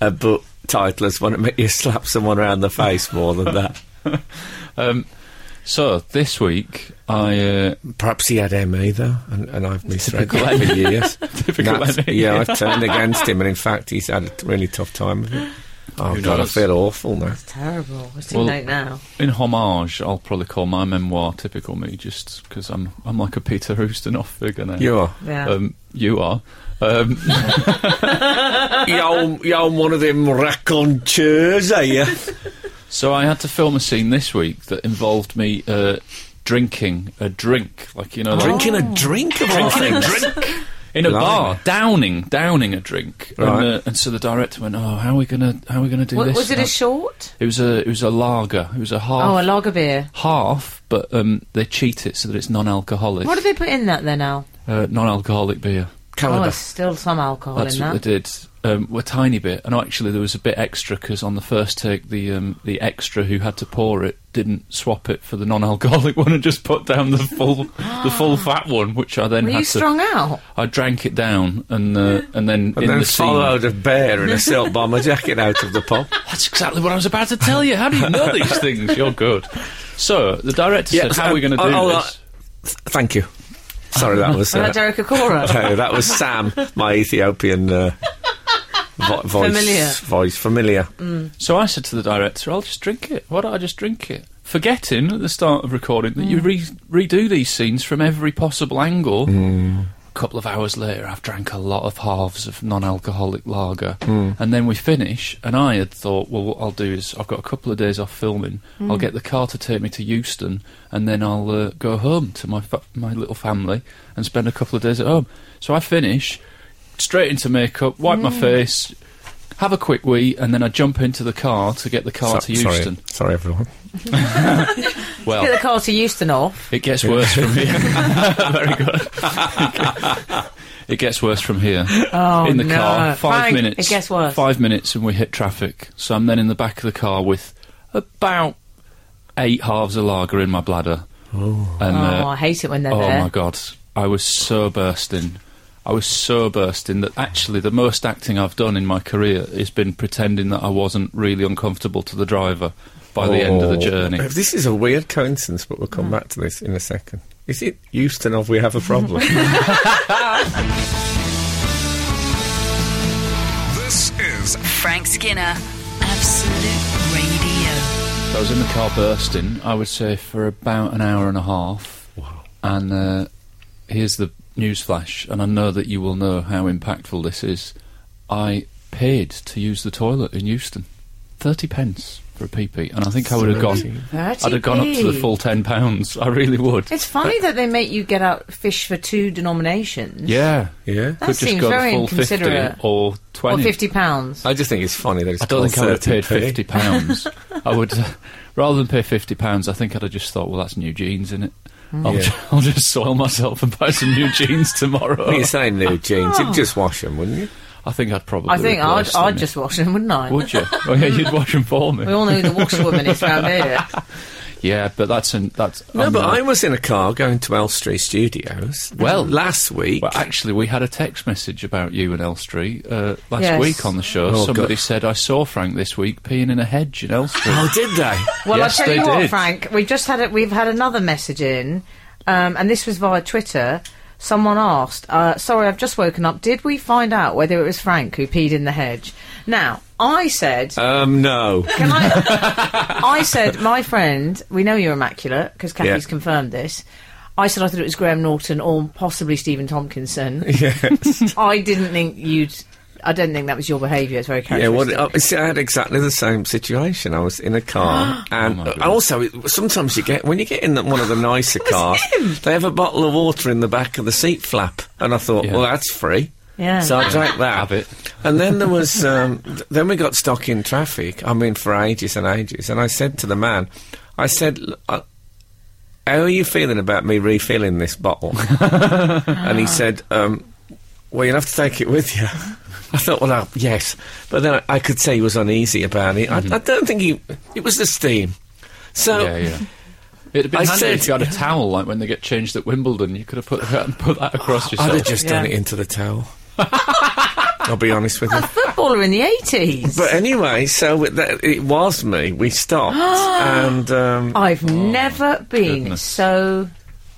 [SPEAKER 2] a book title as one that make you slap someone around the face more than that?
[SPEAKER 4] so this week I. Uh,
[SPEAKER 2] Perhaps he had ME though, and, and I've misread
[SPEAKER 4] Typical
[SPEAKER 2] that for years.
[SPEAKER 4] Typical
[SPEAKER 2] That's-
[SPEAKER 4] ME.
[SPEAKER 2] Yeah, I've turned against him, and in fact, he's had a t- really tough time of it. Oh
[SPEAKER 4] Who
[SPEAKER 2] God,
[SPEAKER 4] knows?
[SPEAKER 2] I feel awful now.
[SPEAKER 3] Terrible. It's too
[SPEAKER 4] Well-
[SPEAKER 3] late now.
[SPEAKER 4] In homage, I'll probably call my memoir "Typical Me," just because I'm I'm like a Peter Ustinov figure now.
[SPEAKER 2] You are.
[SPEAKER 3] Yeah.
[SPEAKER 4] um, you are. Um,
[SPEAKER 2] you're, you're one of them raconteurs, are you?
[SPEAKER 4] so I had to film a scene this week that involved me uh, drinking a drink, like you know, like-
[SPEAKER 2] Drinking a drink of all
[SPEAKER 4] Drinking a
[SPEAKER 2] things.
[SPEAKER 4] in a
[SPEAKER 2] Blimey.
[SPEAKER 4] bar, downing, downing a drink.
[SPEAKER 2] Right.
[SPEAKER 4] And, uh, and so the director went, "Oh, how are we gonna, how are we gonna do
[SPEAKER 3] Wa-
[SPEAKER 4] this?"
[SPEAKER 3] was it
[SPEAKER 4] Uh,
[SPEAKER 3] a short?
[SPEAKER 4] It was a, it was a lager. It was a half,
[SPEAKER 3] Oh, a lager beer.
[SPEAKER 4] half, but um, they cheat it so that it's non-alcoholic,
[SPEAKER 3] What did they put in that then, Al?
[SPEAKER 4] uh, non-alcoholic beer.
[SPEAKER 3] Oh,
[SPEAKER 2] Calendar.
[SPEAKER 3] it's still some alcohol
[SPEAKER 4] That's
[SPEAKER 3] in
[SPEAKER 4] what
[SPEAKER 3] that.
[SPEAKER 4] they did. Um, a tiny bit, and actually there was a bit extra because on the first take, the um, the extra who had to pour it didn't swap it for the non-alcoholic one and just put down the full the full fat one, which I then
[SPEAKER 3] Were
[SPEAKER 4] had
[SPEAKER 3] you
[SPEAKER 4] to.
[SPEAKER 3] strung out?
[SPEAKER 4] I drank it down, and uh, and then in
[SPEAKER 2] and then
[SPEAKER 4] the scene,
[SPEAKER 2] followed a bear in a silk bomber jacket out of the pub.
[SPEAKER 4] that's exactly what I was about to tell you. How do you know these things? You're good. So the director said, "How are we going to
[SPEAKER 2] um,
[SPEAKER 4] do
[SPEAKER 2] oh, oh,
[SPEAKER 4] this?"
[SPEAKER 2] uh, th- thank you. Sorry, that was.
[SPEAKER 3] Was that
[SPEAKER 2] Uh,
[SPEAKER 3] Derek Acora?
[SPEAKER 2] no, that was Sam, my Ethiopian uh, vo- voice.
[SPEAKER 3] Familiar.
[SPEAKER 2] Voice familiar.
[SPEAKER 4] So I said to the director, I'll just drink it. Why don't I just drink it? Forgetting at the start of recording that you re- redo these scenes from every possible angle. A couple of hours later, I've drank a lot of halves of non alcoholic lager.
[SPEAKER 2] Hmm.
[SPEAKER 4] And then we finish, and I had thought, well, what I'll do is I've got a couple of days off filming. I'll get the car to take me to Euston, and then I'll uh, go home to my, fa- my little family and spend a couple of days at home. So I finish, straight into makeup, wipe my face, have a quick wee, and then I jump into the car to get the car to
[SPEAKER 2] So- sorry,
[SPEAKER 4] Euston.
[SPEAKER 2] sorry, everyone.
[SPEAKER 3] Get the
[SPEAKER 4] Well,
[SPEAKER 3] car to Euston off.
[SPEAKER 4] it gets worse from here. Very good. it gets worse from here.
[SPEAKER 3] Oh,
[SPEAKER 4] in the
[SPEAKER 3] no.
[SPEAKER 4] car, five
[SPEAKER 3] Frank,
[SPEAKER 4] minutes.
[SPEAKER 3] It gets worse.
[SPEAKER 4] Five minutes, and we hit traffic. So I'm then in the back of the car with about eight halves of lager in my bladder. Oh, and,
[SPEAKER 3] oh,
[SPEAKER 4] uh,
[SPEAKER 3] I hate it when they're
[SPEAKER 4] oh
[SPEAKER 3] there.
[SPEAKER 4] my god, I was so bursting. I was so burst in that actually the most acting I've done in my career has been pretending that I wasn't really uncomfortable to the driver by the end of the
[SPEAKER 2] Oh. Mm.
[SPEAKER 4] journey.
[SPEAKER 2] Uh, This is a weird coincidence, but we'll come back to this in a second. Is it Houston of We Have a Problem?
[SPEAKER 6] This is
[SPEAKER 1] Frank Skinner, Absolute Radio.
[SPEAKER 4] I was in the car bursting, I would say, for about an hour and a half. Wow. And uh, here's the news flash, and I know that you will know how impactful this is. I paid to use the toilet in Euston. 30 pence for a PP, and I think I would have gone.
[SPEAKER 3] 30p.
[SPEAKER 4] I'd have gone up to the full ten pounds. I really would.
[SPEAKER 3] It's funny that they make you get out fish for two denominations.
[SPEAKER 4] Yeah,
[SPEAKER 2] Yeah.
[SPEAKER 3] That
[SPEAKER 4] could just
[SPEAKER 3] seems
[SPEAKER 4] go the
[SPEAKER 3] very
[SPEAKER 4] full fifty
[SPEAKER 3] inconsiderate.
[SPEAKER 4] or
[SPEAKER 3] Or
[SPEAKER 4] twenty.
[SPEAKER 3] fifty pounds.
[SPEAKER 2] I just think it's funny that it's
[SPEAKER 4] I don't think I would have paid fifty
[SPEAKER 2] 30p.
[SPEAKER 4] pounds. I would, uh, rather than pay fifty pounds, I think I'd have just thought, well, that's new jeans, isn't it? I'll,
[SPEAKER 2] Hmm. Yeah.
[SPEAKER 4] ju- I'll just soil myself and buy some new jeans tomorrow.
[SPEAKER 2] You're saying new jeans. You'd just wash them, wouldn't you?
[SPEAKER 4] I think I'd probably.
[SPEAKER 3] I think I'd,
[SPEAKER 4] replace them,
[SPEAKER 3] I'd
[SPEAKER 4] yeah.
[SPEAKER 3] just wash them, wouldn't I?
[SPEAKER 4] Would you? Oh yeah, you'd wash them for me.
[SPEAKER 3] we all know who the washerwoman is round here.
[SPEAKER 4] Yeah, but that's an, that's
[SPEAKER 2] No,
[SPEAKER 4] I'm
[SPEAKER 2] but
[SPEAKER 4] not-
[SPEAKER 2] I was in a car going to Elstree Studios.
[SPEAKER 4] Well-
[SPEAKER 2] last week.
[SPEAKER 4] Well, actually, we had a text message about you and Elstree uh, last
[SPEAKER 3] Yes.
[SPEAKER 4] week on the show.
[SPEAKER 2] Oh,
[SPEAKER 4] Somebody
[SPEAKER 2] God.
[SPEAKER 4] said, I saw Frank this week peeing in a hedge in Elstree.
[SPEAKER 2] oh, did they?
[SPEAKER 3] Well,
[SPEAKER 4] Yes,
[SPEAKER 3] I tell
[SPEAKER 4] they
[SPEAKER 3] you what,
[SPEAKER 4] did.
[SPEAKER 3] Frank, we just had it. We've had another message in, um, and this was via Twitter. Someone asked, uh, "Sorry, I've just woken up. Did we find out whether it was Frank who peed in the hedge?" Now, I said,
[SPEAKER 2] um, no.
[SPEAKER 3] Can I? I said, my friend, we know you're immaculate because Kathy's
[SPEAKER 2] Yeah.
[SPEAKER 3] confirmed this. I said I thought it was Graham Norton or possibly Stephen Tompkinson. I didn't think you'd. I don't think that was your behaviour. It's very
[SPEAKER 2] Yeah, well,
[SPEAKER 3] characteristic.
[SPEAKER 2] uh, see, I had exactly the same situation. I was in a car, and
[SPEAKER 4] Oh, my
[SPEAKER 2] uh,
[SPEAKER 4] goodness.
[SPEAKER 2] also it- sometimes you get when you get in the, one of the nicer cars, they have a bottle of water in the back of the seat flap, and I thought,
[SPEAKER 4] Yeah.
[SPEAKER 2] well, that's free.
[SPEAKER 3] Yeah.
[SPEAKER 2] So I drank that.
[SPEAKER 4] Have it.
[SPEAKER 2] And then there was, um, th- then we got stuck in traffic. I mean, for ages and ages. And I said to the man, I said, "L- uh, "How are you feeling about me refilling this bottle?" and he said, um, "Well, you'll have to take it with you." I thought, well, I, yes, but then I, I could say he was uneasy about it. I, I don't think he. It was the steam. So
[SPEAKER 4] Mm-hmm. Yeah, yeah. It'd have been
[SPEAKER 2] I
[SPEAKER 4] handy
[SPEAKER 2] said-
[SPEAKER 4] if you had a towel, like when they get changed at Wimbledon. You could have put that, put that across
[SPEAKER 2] I'd
[SPEAKER 4] yourself.
[SPEAKER 2] have Oh, just done it
[SPEAKER 3] Yeah.
[SPEAKER 2] into the towel. I'll be honest with you.
[SPEAKER 3] footballer in the eighties.
[SPEAKER 2] But anyway, so it, that, it was me. We stopped, and um,
[SPEAKER 3] I've never been
[SPEAKER 4] goodness.
[SPEAKER 3] so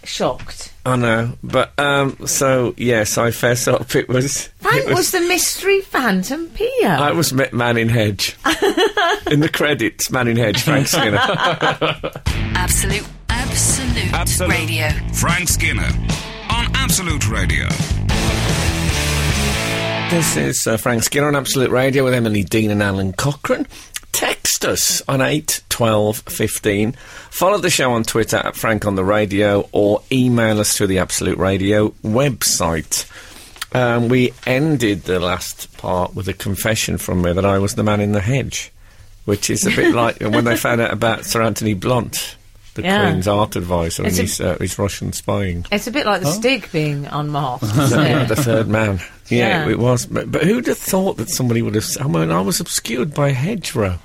[SPEAKER 3] shocked.
[SPEAKER 2] I know. But um, so yes, I fess up. It was.
[SPEAKER 3] Frank
[SPEAKER 2] it
[SPEAKER 3] was, the mystery phantom peer.
[SPEAKER 2] I was met Man in Hedge in the credits. Man in Hedge, Frank Skinner.
[SPEAKER 1] Absolute, absolute,
[SPEAKER 6] Absolute.
[SPEAKER 1] radio.
[SPEAKER 6] Frank Skinner on Absolute Radio.
[SPEAKER 2] this is uh, Frank Skinner on Absolute Radio with Emily Dean and Alan Cochrane. Text us on eight twelve fifteen. Follow the show on Twitter at Frank on the Radio or email us through the Absolute Radio website. Um, we ended the last part with a confession from me that I was the man in the hedge, which is a bit like when they found out about Sir Anthony Blunt, the
[SPEAKER 3] Yeah.
[SPEAKER 2] Queen's art advisor, and
[SPEAKER 3] It's a-
[SPEAKER 2] his, uh, his Russian spying.
[SPEAKER 3] It's a bit like the Stig being unmasked. isn't
[SPEAKER 2] Yeah,
[SPEAKER 3] it?
[SPEAKER 2] the third man. Yeah,
[SPEAKER 3] Yeah.
[SPEAKER 2] it was. But, but who'd have thought that somebody would have? s- I mean, I was obscured by a hedgerow.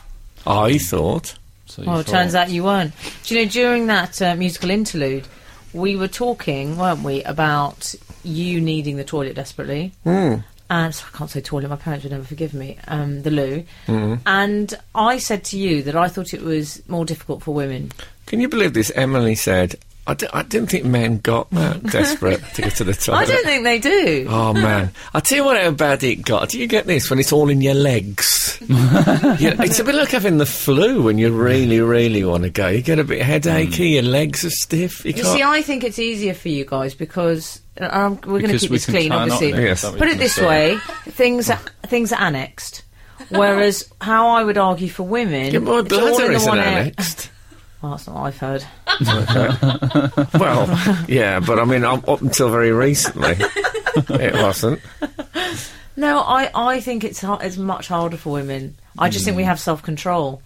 [SPEAKER 2] I thought.
[SPEAKER 4] So you
[SPEAKER 3] Well, it
[SPEAKER 4] thought-
[SPEAKER 3] turns out you weren't. Do you know, during that uh, musical interlude, we were talking, weren't we, about you needing the toilet desperately.
[SPEAKER 2] Hmm.
[SPEAKER 3] And so I can't say toilet, my parents would never forgive me, um, the loo.
[SPEAKER 2] Mm-hmm.
[SPEAKER 3] And I said to you that I thought it was more difficult for women.
[SPEAKER 2] Can you believe this? Emily said, "I, d- I didn't think men got that desperate to go to the toilet."
[SPEAKER 3] I don't think they do.
[SPEAKER 2] Oh man! I tell you what, how bad it got. Do you get this when it's all in your legs? yeah, it's a bit like having the flu when you really, really want to go. You get a bit headachy. Your legs are stiff. You,
[SPEAKER 3] Mm. You
[SPEAKER 2] can't.
[SPEAKER 3] see, I think it's easier for you guys because uh, um, we're going to
[SPEAKER 4] Because
[SPEAKER 3] keep
[SPEAKER 4] we
[SPEAKER 3] this
[SPEAKER 4] can
[SPEAKER 3] clean,
[SPEAKER 4] tie a knot
[SPEAKER 3] obviously.
[SPEAKER 4] in it,
[SPEAKER 2] Yes.
[SPEAKER 4] that we
[SPEAKER 3] Put it
[SPEAKER 4] can
[SPEAKER 3] this
[SPEAKER 4] say-
[SPEAKER 3] way: things are, things are annexed. Whereas, how I would argue for women,
[SPEAKER 2] Yeah, my
[SPEAKER 3] it's all in
[SPEAKER 2] bladder
[SPEAKER 3] the
[SPEAKER 2] isn't
[SPEAKER 3] one area.
[SPEAKER 2] annexed.
[SPEAKER 3] Well, that's not what I've heard.
[SPEAKER 2] well, yeah, but I mean, up up until very recently, it wasn't.
[SPEAKER 3] No, I, I think it's har it's much harder for women. I just
[SPEAKER 4] Mm.
[SPEAKER 3] think we have self control.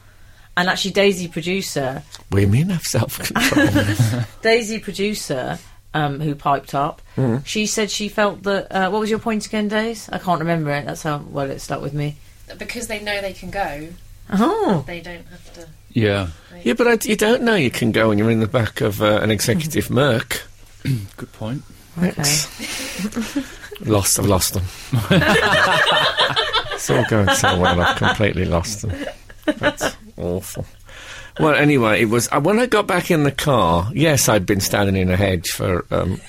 [SPEAKER 3] And actually, Daisy producer,
[SPEAKER 2] Women have self control.
[SPEAKER 3] Daisy producer, um, who piped up,
[SPEAKER 4] Mm.
[SPEAKER 3] she said she felt that. Uh, what was your point again, Daisy? I can't remember it. That's how well it stuck with me.
[SPEAKER 7] Because they know they can go,
[SPEAKER 3] Oh,
[SPEAKER 7] they don't have to.
[SPEAKER 4] Yeah,
[SPEAKER 2] yeah, but I, you don't know you can go when you're in the
[SPEAKER 3] Mm-hmm.
[SPEAKER 2] back of uh, an executive Merc.
[SPEAKER 4] good point.
[SPEAKER 3] okay.
[SPEAKER 2] Lost, I've lost them. it's all going so well, I've completely lost them. That's awful. Well, anyway, it was uh, when I got back in the car. Yes, I'd been standing in a hedge for um,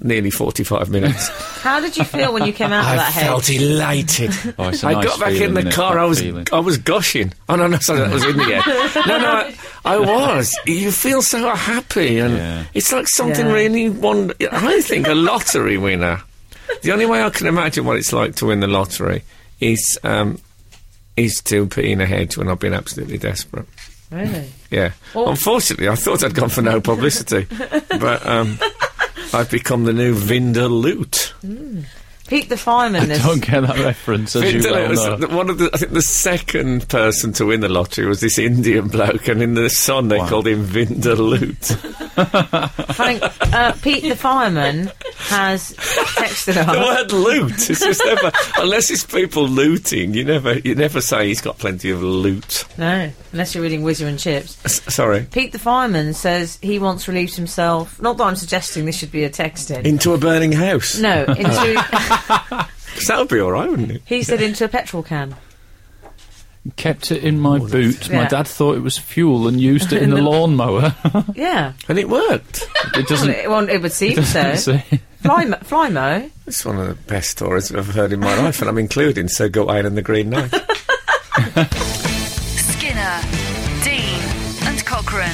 [SPEAKER 2] nearly forty-five minutes.
[SPEAKER 3] How did you feel when you came out of
[SPEAKER 2] I
[SPEAKER 3] that
[SPEAKER 2] felt
[SPEAKER 3] hedge?
[SPEAKER 2] elated.
[SPEAKER 4] Oh, it's a
[SPEAKER 2] I
[SPEAKER 4] nice
[SPEAKER 2] got back
[SPEAKER 4] feeling,
[SPEAKER 2] in
[SPEAKER 4] isn't
[SPEAKER 2] the
[SPEAKER 4] it?
[SPEAKER 2] car.
[SPEAKER 4] That
[SPEAKER 2] I was
[SPEAKER 4] feeling.
[SPEAKER 2] I was gushing. Oh no, no, sorry, that was in the air. No, no, I, I was. You feel so happy, and
[SPEAKER 4] Yeah.
[SPEAKER 2] it's like something
[SPEAKER 3] Yeah.
[SPEAKER 2] really won. I think a lottery winner. The only way I can imagine what it's like to win the lottery is um, is to pee in a hedge when I've been absolutely desperate.
[SPEAKER 3] Really?
[SPEAKER 2] Yeah.
[SPEAKER 3] Well-
[SPEAKER 2] Unfortunately, I thought I'd gone for no publicity, but um, I've become the new Vinder Loot.
[SPEAKER 3] Pete the fireman. Is,
[SPEAKER 4] Don't get that reference, as you
[SPEAKER 2] Victor
[SPEAKER 4] well
[SPEAKER 2] was
[SPEAKER 4] know.
[SPEAKER 2] the- one of the, I think the second person to win the lottery was this Indian bloke, and in the sun they
[SPEAKER 4] Wow.
[SPEAKER 2] called him Vindaloot.
[SPEAKER 3] Frank, uh, Pete the fireman has texted us.
[SPEAKER 2] the word loot is just never, unless it's people looting, you never, you never say he's got plenty of loot.
[SPEAKER 3] No, unless you're reading Whizzer and Chips.
[SPEAKER 2] S- sorry,
[SPEAKER 3] Pete the fireman says he once relieved himself. Not that I'm suggesting this should be a text in.
[SPEAKER 2] into a burning house.
[SPEAKER 3] no, into
[SPEAKER 2] 'Cause that would be all right, wouldn't it?
[SPEAKER 3] he said into a petrol can.
[SPEAKER 4] Kept it in my boot.
[SPEAKER 3] Yeah.
[SPEAKER 4] My dad thought it was fuel and used it in the lawnmower.
[SPEAKER 3] Yeah,
[SPEAKER 2] And it worked.
[SPEAKER 4] it doesn't.
[SPEAKER 3] it, well, it would seem so.
[SPEAKER 4] say.
[SPEAKER 3] Flymo, Flymo,
[SPEAKER 2] It's one of the best stories I've ever heard in my life, and I'm including Sir Gawain and the Green Knight.
[SPEAKER 1] Skinner, Dean, and Cochrane.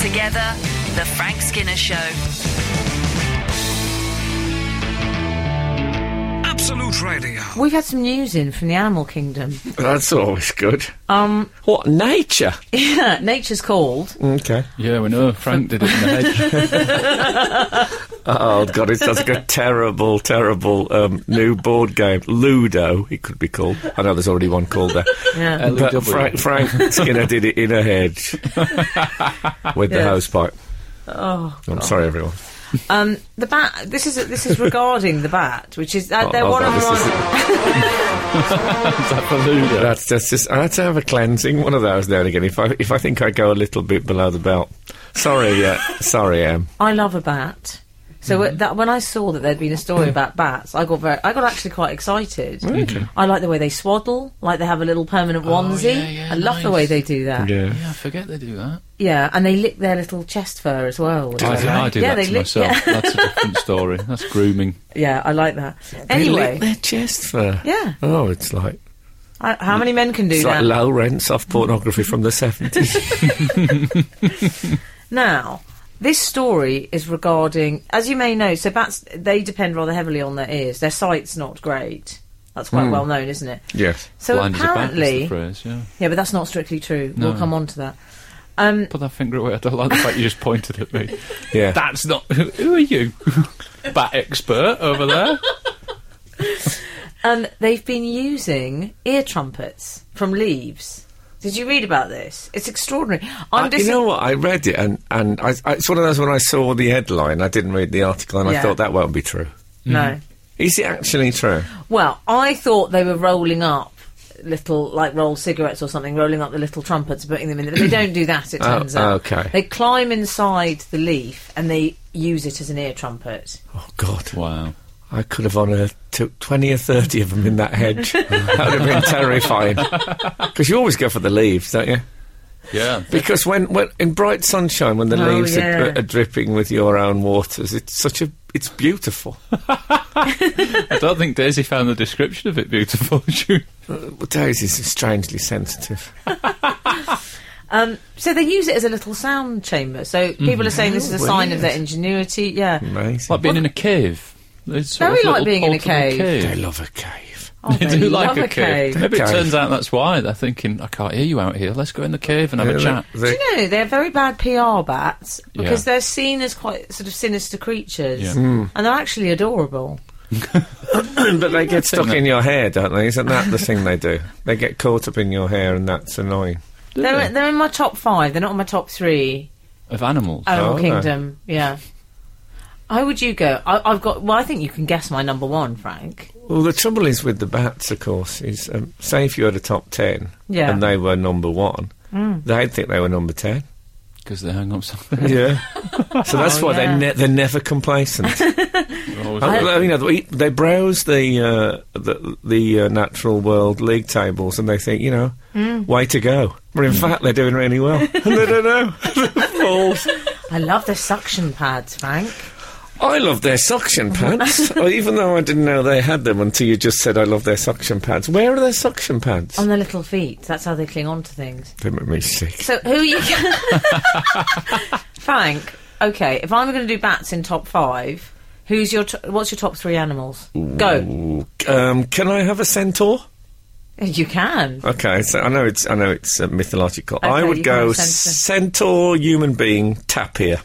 [SPEAKER 1] Together, The Frank Skinner Show.
[SPEAKER 6] Absolute Radio.
[SPEAKER 3] we've had some news in from the animal kingdom.
[SPEAKER 2] That's always good.
[SPEAKER 3] Um,
[SPEAKER 2] What nature?
[SPEAKER 3] nature's called.
[SPEAKER 2] Okay.
[SPEAKER 4] Yeah, we know. Frank did it in the hedge.
[SPEAKER 2] Oh god, it sounds like a terrible, terrible um, new board game, Ludo. It could be called. I know there's already one called that.
[SPEAKER 3] Yeah.
[SPEAKER 2] But
[SPEAKER 4] LEW.
[SPEAKER 2] Frank, Frank Skinner did it in a hedge with the
[SPEAKER 3] Yes.
[SPEAKER 2] hose pipe.
[SPEAKER 3] Oh,
[SPEAKER 2] I'm sorry, everyone.
[SPEAKER 3] um, the bat. This is this is regarding the bat, which is uh,
[SPEAKER 2] Oh,
[SPEAKER 3] they're
[SPEAKER 2] oh,
[SPEAKER 3] one
[SPEAKER 2] no,
[SPEAKER 3] of
[SPEAKER 2] this
[SPEAKER 3] our-
[SPEAKER 2] is-
[SPEAKER 4] Is that for Ludo?
[SPEAKER 2] that's that's just. I had to have a cleansing. One of those now and again. If I if I think I go a little bit below the belt. Sorry, yeah, sorry, Em.
[SPEAKER 3] I love a bat. So
[SPEAKER 4] Mm-hmm.
[SPEAKER 3] uh, that, when I saw that there'd been a
[SPEAKER 4] Mm.
[SPEAKER 3] story about bats, I got very, I got actually quite excited. I like the way they swaddle, like they have a little permanent onesie.
[SPEAKER 4] Oh, yeah, yeah,
[SPEAKER 3] I love the
[SPEAKER 4] nice.
[SPEAKER 3] way they do that. Yeah.
[SPEAKER 2] Yeah.
[SPEAKER 4] Yeah, I forget they do that.
[SPEAKER 3] and they lick their little chest fur as well. which
[SPEAKER 4] I, do- I do
[SPEAKER 3] yeah,
[SPEAKER 4] that
[SPEAKER 3] they
[SPEAKER 4] to
[SPEAKER 3] lick,
[SPEAKER 4] myself.
[SPEAKER 3] Yeah.
[SPEAKER 4] That's a different story. That's grooming.
[SPEAKER 3] yeah, I like that.
[SPEAKER 2] They lick
[SPEAKER 3] Anyway,
[SPEAKER 2] their chest fur.
[SPEAKER 3] Yeah.
[SPEAKER 2] Oh, it's like
[SPEAKER 3] I, how many men can do
[SPEAKER 2] it's like
[SPEAKER 3] that?
[SPEAKER 2] low rent soft pornography from the seventies.
[SPEAKER 3] Now, this story is regarding, as you may know, so bats they depend rather heavily on their ears. Their sight's not great. That's
[SPEAKER 4] Hmm.
[SPEAKER 3] quite well known, isn't it?
[SPEAKER 2] yes.
[SPEAKER 3] So
[SPEAKER 4] Blind as a bat is
[SPEAKER 3] apparently,
[SPEAKER 4] the phrase, yeah.
[SPEAKER 3] yeah, but that's not strictly true. We'll
[SPEAKER 4] No.
[SPEAKER 3] come on to that. Um,
[SPEAKER 4] Put that finger away. I don't like the fact you just pointed at me.
[SPEAKER 2] Yeah.
[SPEAKER 4] That's not. Who are you? bat expert over there?
[SPEAKER 3] and Um, they've been using ear trumpets from leaves. Did you read about this? It's extraordinary.
[SPEAKER 2] I, Uh,
[SPEAKER 3] I'm
[SPEAKER 2] you
[SPEAKER 3] dis-
[SPEAKER 2] know what? I read it, and and I, I, it's one of those when I saw the headline, I didn't read the article, and I
[SPEAKER 3] Yeah.
[SPEAKER 2] thought that won't be true.
[SPEAKER 3] no.
[SPEAKER 2] Is it actually true?
[SPEAKER 3] Well, I thought they were rolling up little like rolled cigarettes or something, rolling up the little trumpets, and putting them in. But they don't do that. It
[SPEAKER 2] Oh,
[SPEAKER 3] turns out.
[SPEAKER 2] okay.
[SPEAKER 3] They climb inside the leaf and they use it as an ear trumpet.
[SPEAKER 2] Oh God,
[SPEAKER 4] Wow.
[SPEAKER 2] I could have unearthed t- twenty or thirty of them in that hedge. that would have been terrifying. Because you always go for the leaves, don't you?
[SPEAKER 4] Yeah.
[SPEAKER 2] Because when, when in bright sunshine, when the
[SPEAKER 3] Oh,
[SPEAKER 2] leaves
[SPEAKER 3] yeah.
[SPEAKER 2] are, are dripping with your own waters, it's such a it's beautiful.
[SPEAKER 4] I don't think Daisy found the description of it beautiful. She-
[SPEAKER 2] Daisies are strangely sensitive.
[SPEAKER 3] Um, so they use it as a little sound chamber. So people are saying this is a
[SPEAKER 2] Oh,
[SPEAKER 3] sign
[SPEAKER 2] weird.
[SPEAKER 3] of
[SPEAKER 2] Mm.
[SPEAKER 3] their ingenuity. Yeah.
[SPEAKER 2] Amazing.
[SPEAKER 4] like being in a cave. It's sort
[SPEAKER 3] Very
[SPEAKER 4] of
[SPEAKER 3] like
[SPEAKER 4] little
[SPEAKER 3] being in a
[SPEAKER 4] portable
[SPEAKER 3] cave.
[SPEAKER 2] they love a cave.
[SPEAKER 3] Oh,
[SPEAKER 4] They
[SPEAKER 3] they
[SPEAKER 4] do
[SPEAKER 3] love
[SPEAKER 4] like a cave. Maybe it
[SPEAKER 2] Cave.
[SPEAKER 4] turns out that's why they're thinking, I can't hear you out here. Let's go in the cave and have a
[SPEAKER 2] Yeah,
[SPEAKER 4] chat.
[SPEAKER 2] they- they-
[SPEAKER 3] Do you know they're very bad PR bats because
[SPEAKER 4] Yeah.
[SPEAKER 3] they're seen as quite sort of sinister creatures,
[SPEAKER 4] Yeah.
[SPEAKER 3] and they're actually adorable.
[SPEAKER 2] But they get stuck
[SPEAKER 4] thing
[SPEAKER 2] in your hair, don't they? Isn't that the thing they do? They get caught up in your hair, and that's annoying.
[SPEAKER 4] Do
[SPEAKER 3] They're
[SPEAKER 4] they?
[SPEAKER 3] they're in my top five. They're not in my top three.
[SPEAKER 4] Of animals.
[SPEAKER 2] Oh,
[SPEAKER 3] Animal
[SPEAKER 2] no.
[SPEAKER 3] Kingdom, yeah. How would you go? I, I've got. Well, I think you can guess my number one, Frank.
[SPEAKER 2] Well, the trouble is with the bats, of course, is um, say if you had a top ten
[SPEAKER 3] Yeah. Mm.
[SPEAKER 2] and they were number one, they'd think they were number ten.
[SPEAKER 4] because they hang up something.
[SPEAKER 2] Yeah. so that's
[SPEAKER 3] Oh,
[SPEAKER 2] why they
[SPEAKER 3] yeah.
[SPEAKER 2] ne- they're never complacent.
[SPEAKER 4] Always-
[SPEAKER 2] Uh, you know, they, they browse the uh, the, the uh, natural world league tables and they think, you know,
[SPEAKER 3] Mm.
[SPEAKER 2] way to go. But in fact, they're doing really well. and they don't know. Fools.
[SPEAKER 3] I love the suction pads, Frank.
[SPEAKER 2] I love their suction pads. Oh, even though I didn't know they had them until you just said I love their suction pads. Where are their suction pads?
[SPEAKER 3] On their little feet. That's how they cling on to things.
[SPEAKER 2] They make me sick.
[SPEAKER 3] So who are you? Frank. Okay, if I'm going to do bats in top five, who's your? T- what's your top three animals? Go.
[SPEAKER 2] Ooh, Um, can I have a centaur?
[SPEAKER 3] You can.
[SPEAKER 2] Okay, so I know it's I know it's uh, mythological. I
[SPEAKER 3] Okay,
[SPEAKER 2] would
[SPEAKER 3] you can
[SPEAKER 2] go
[SPEAKER 3] have centaur.
[SPEAKER 2] centaur, human being, tapir.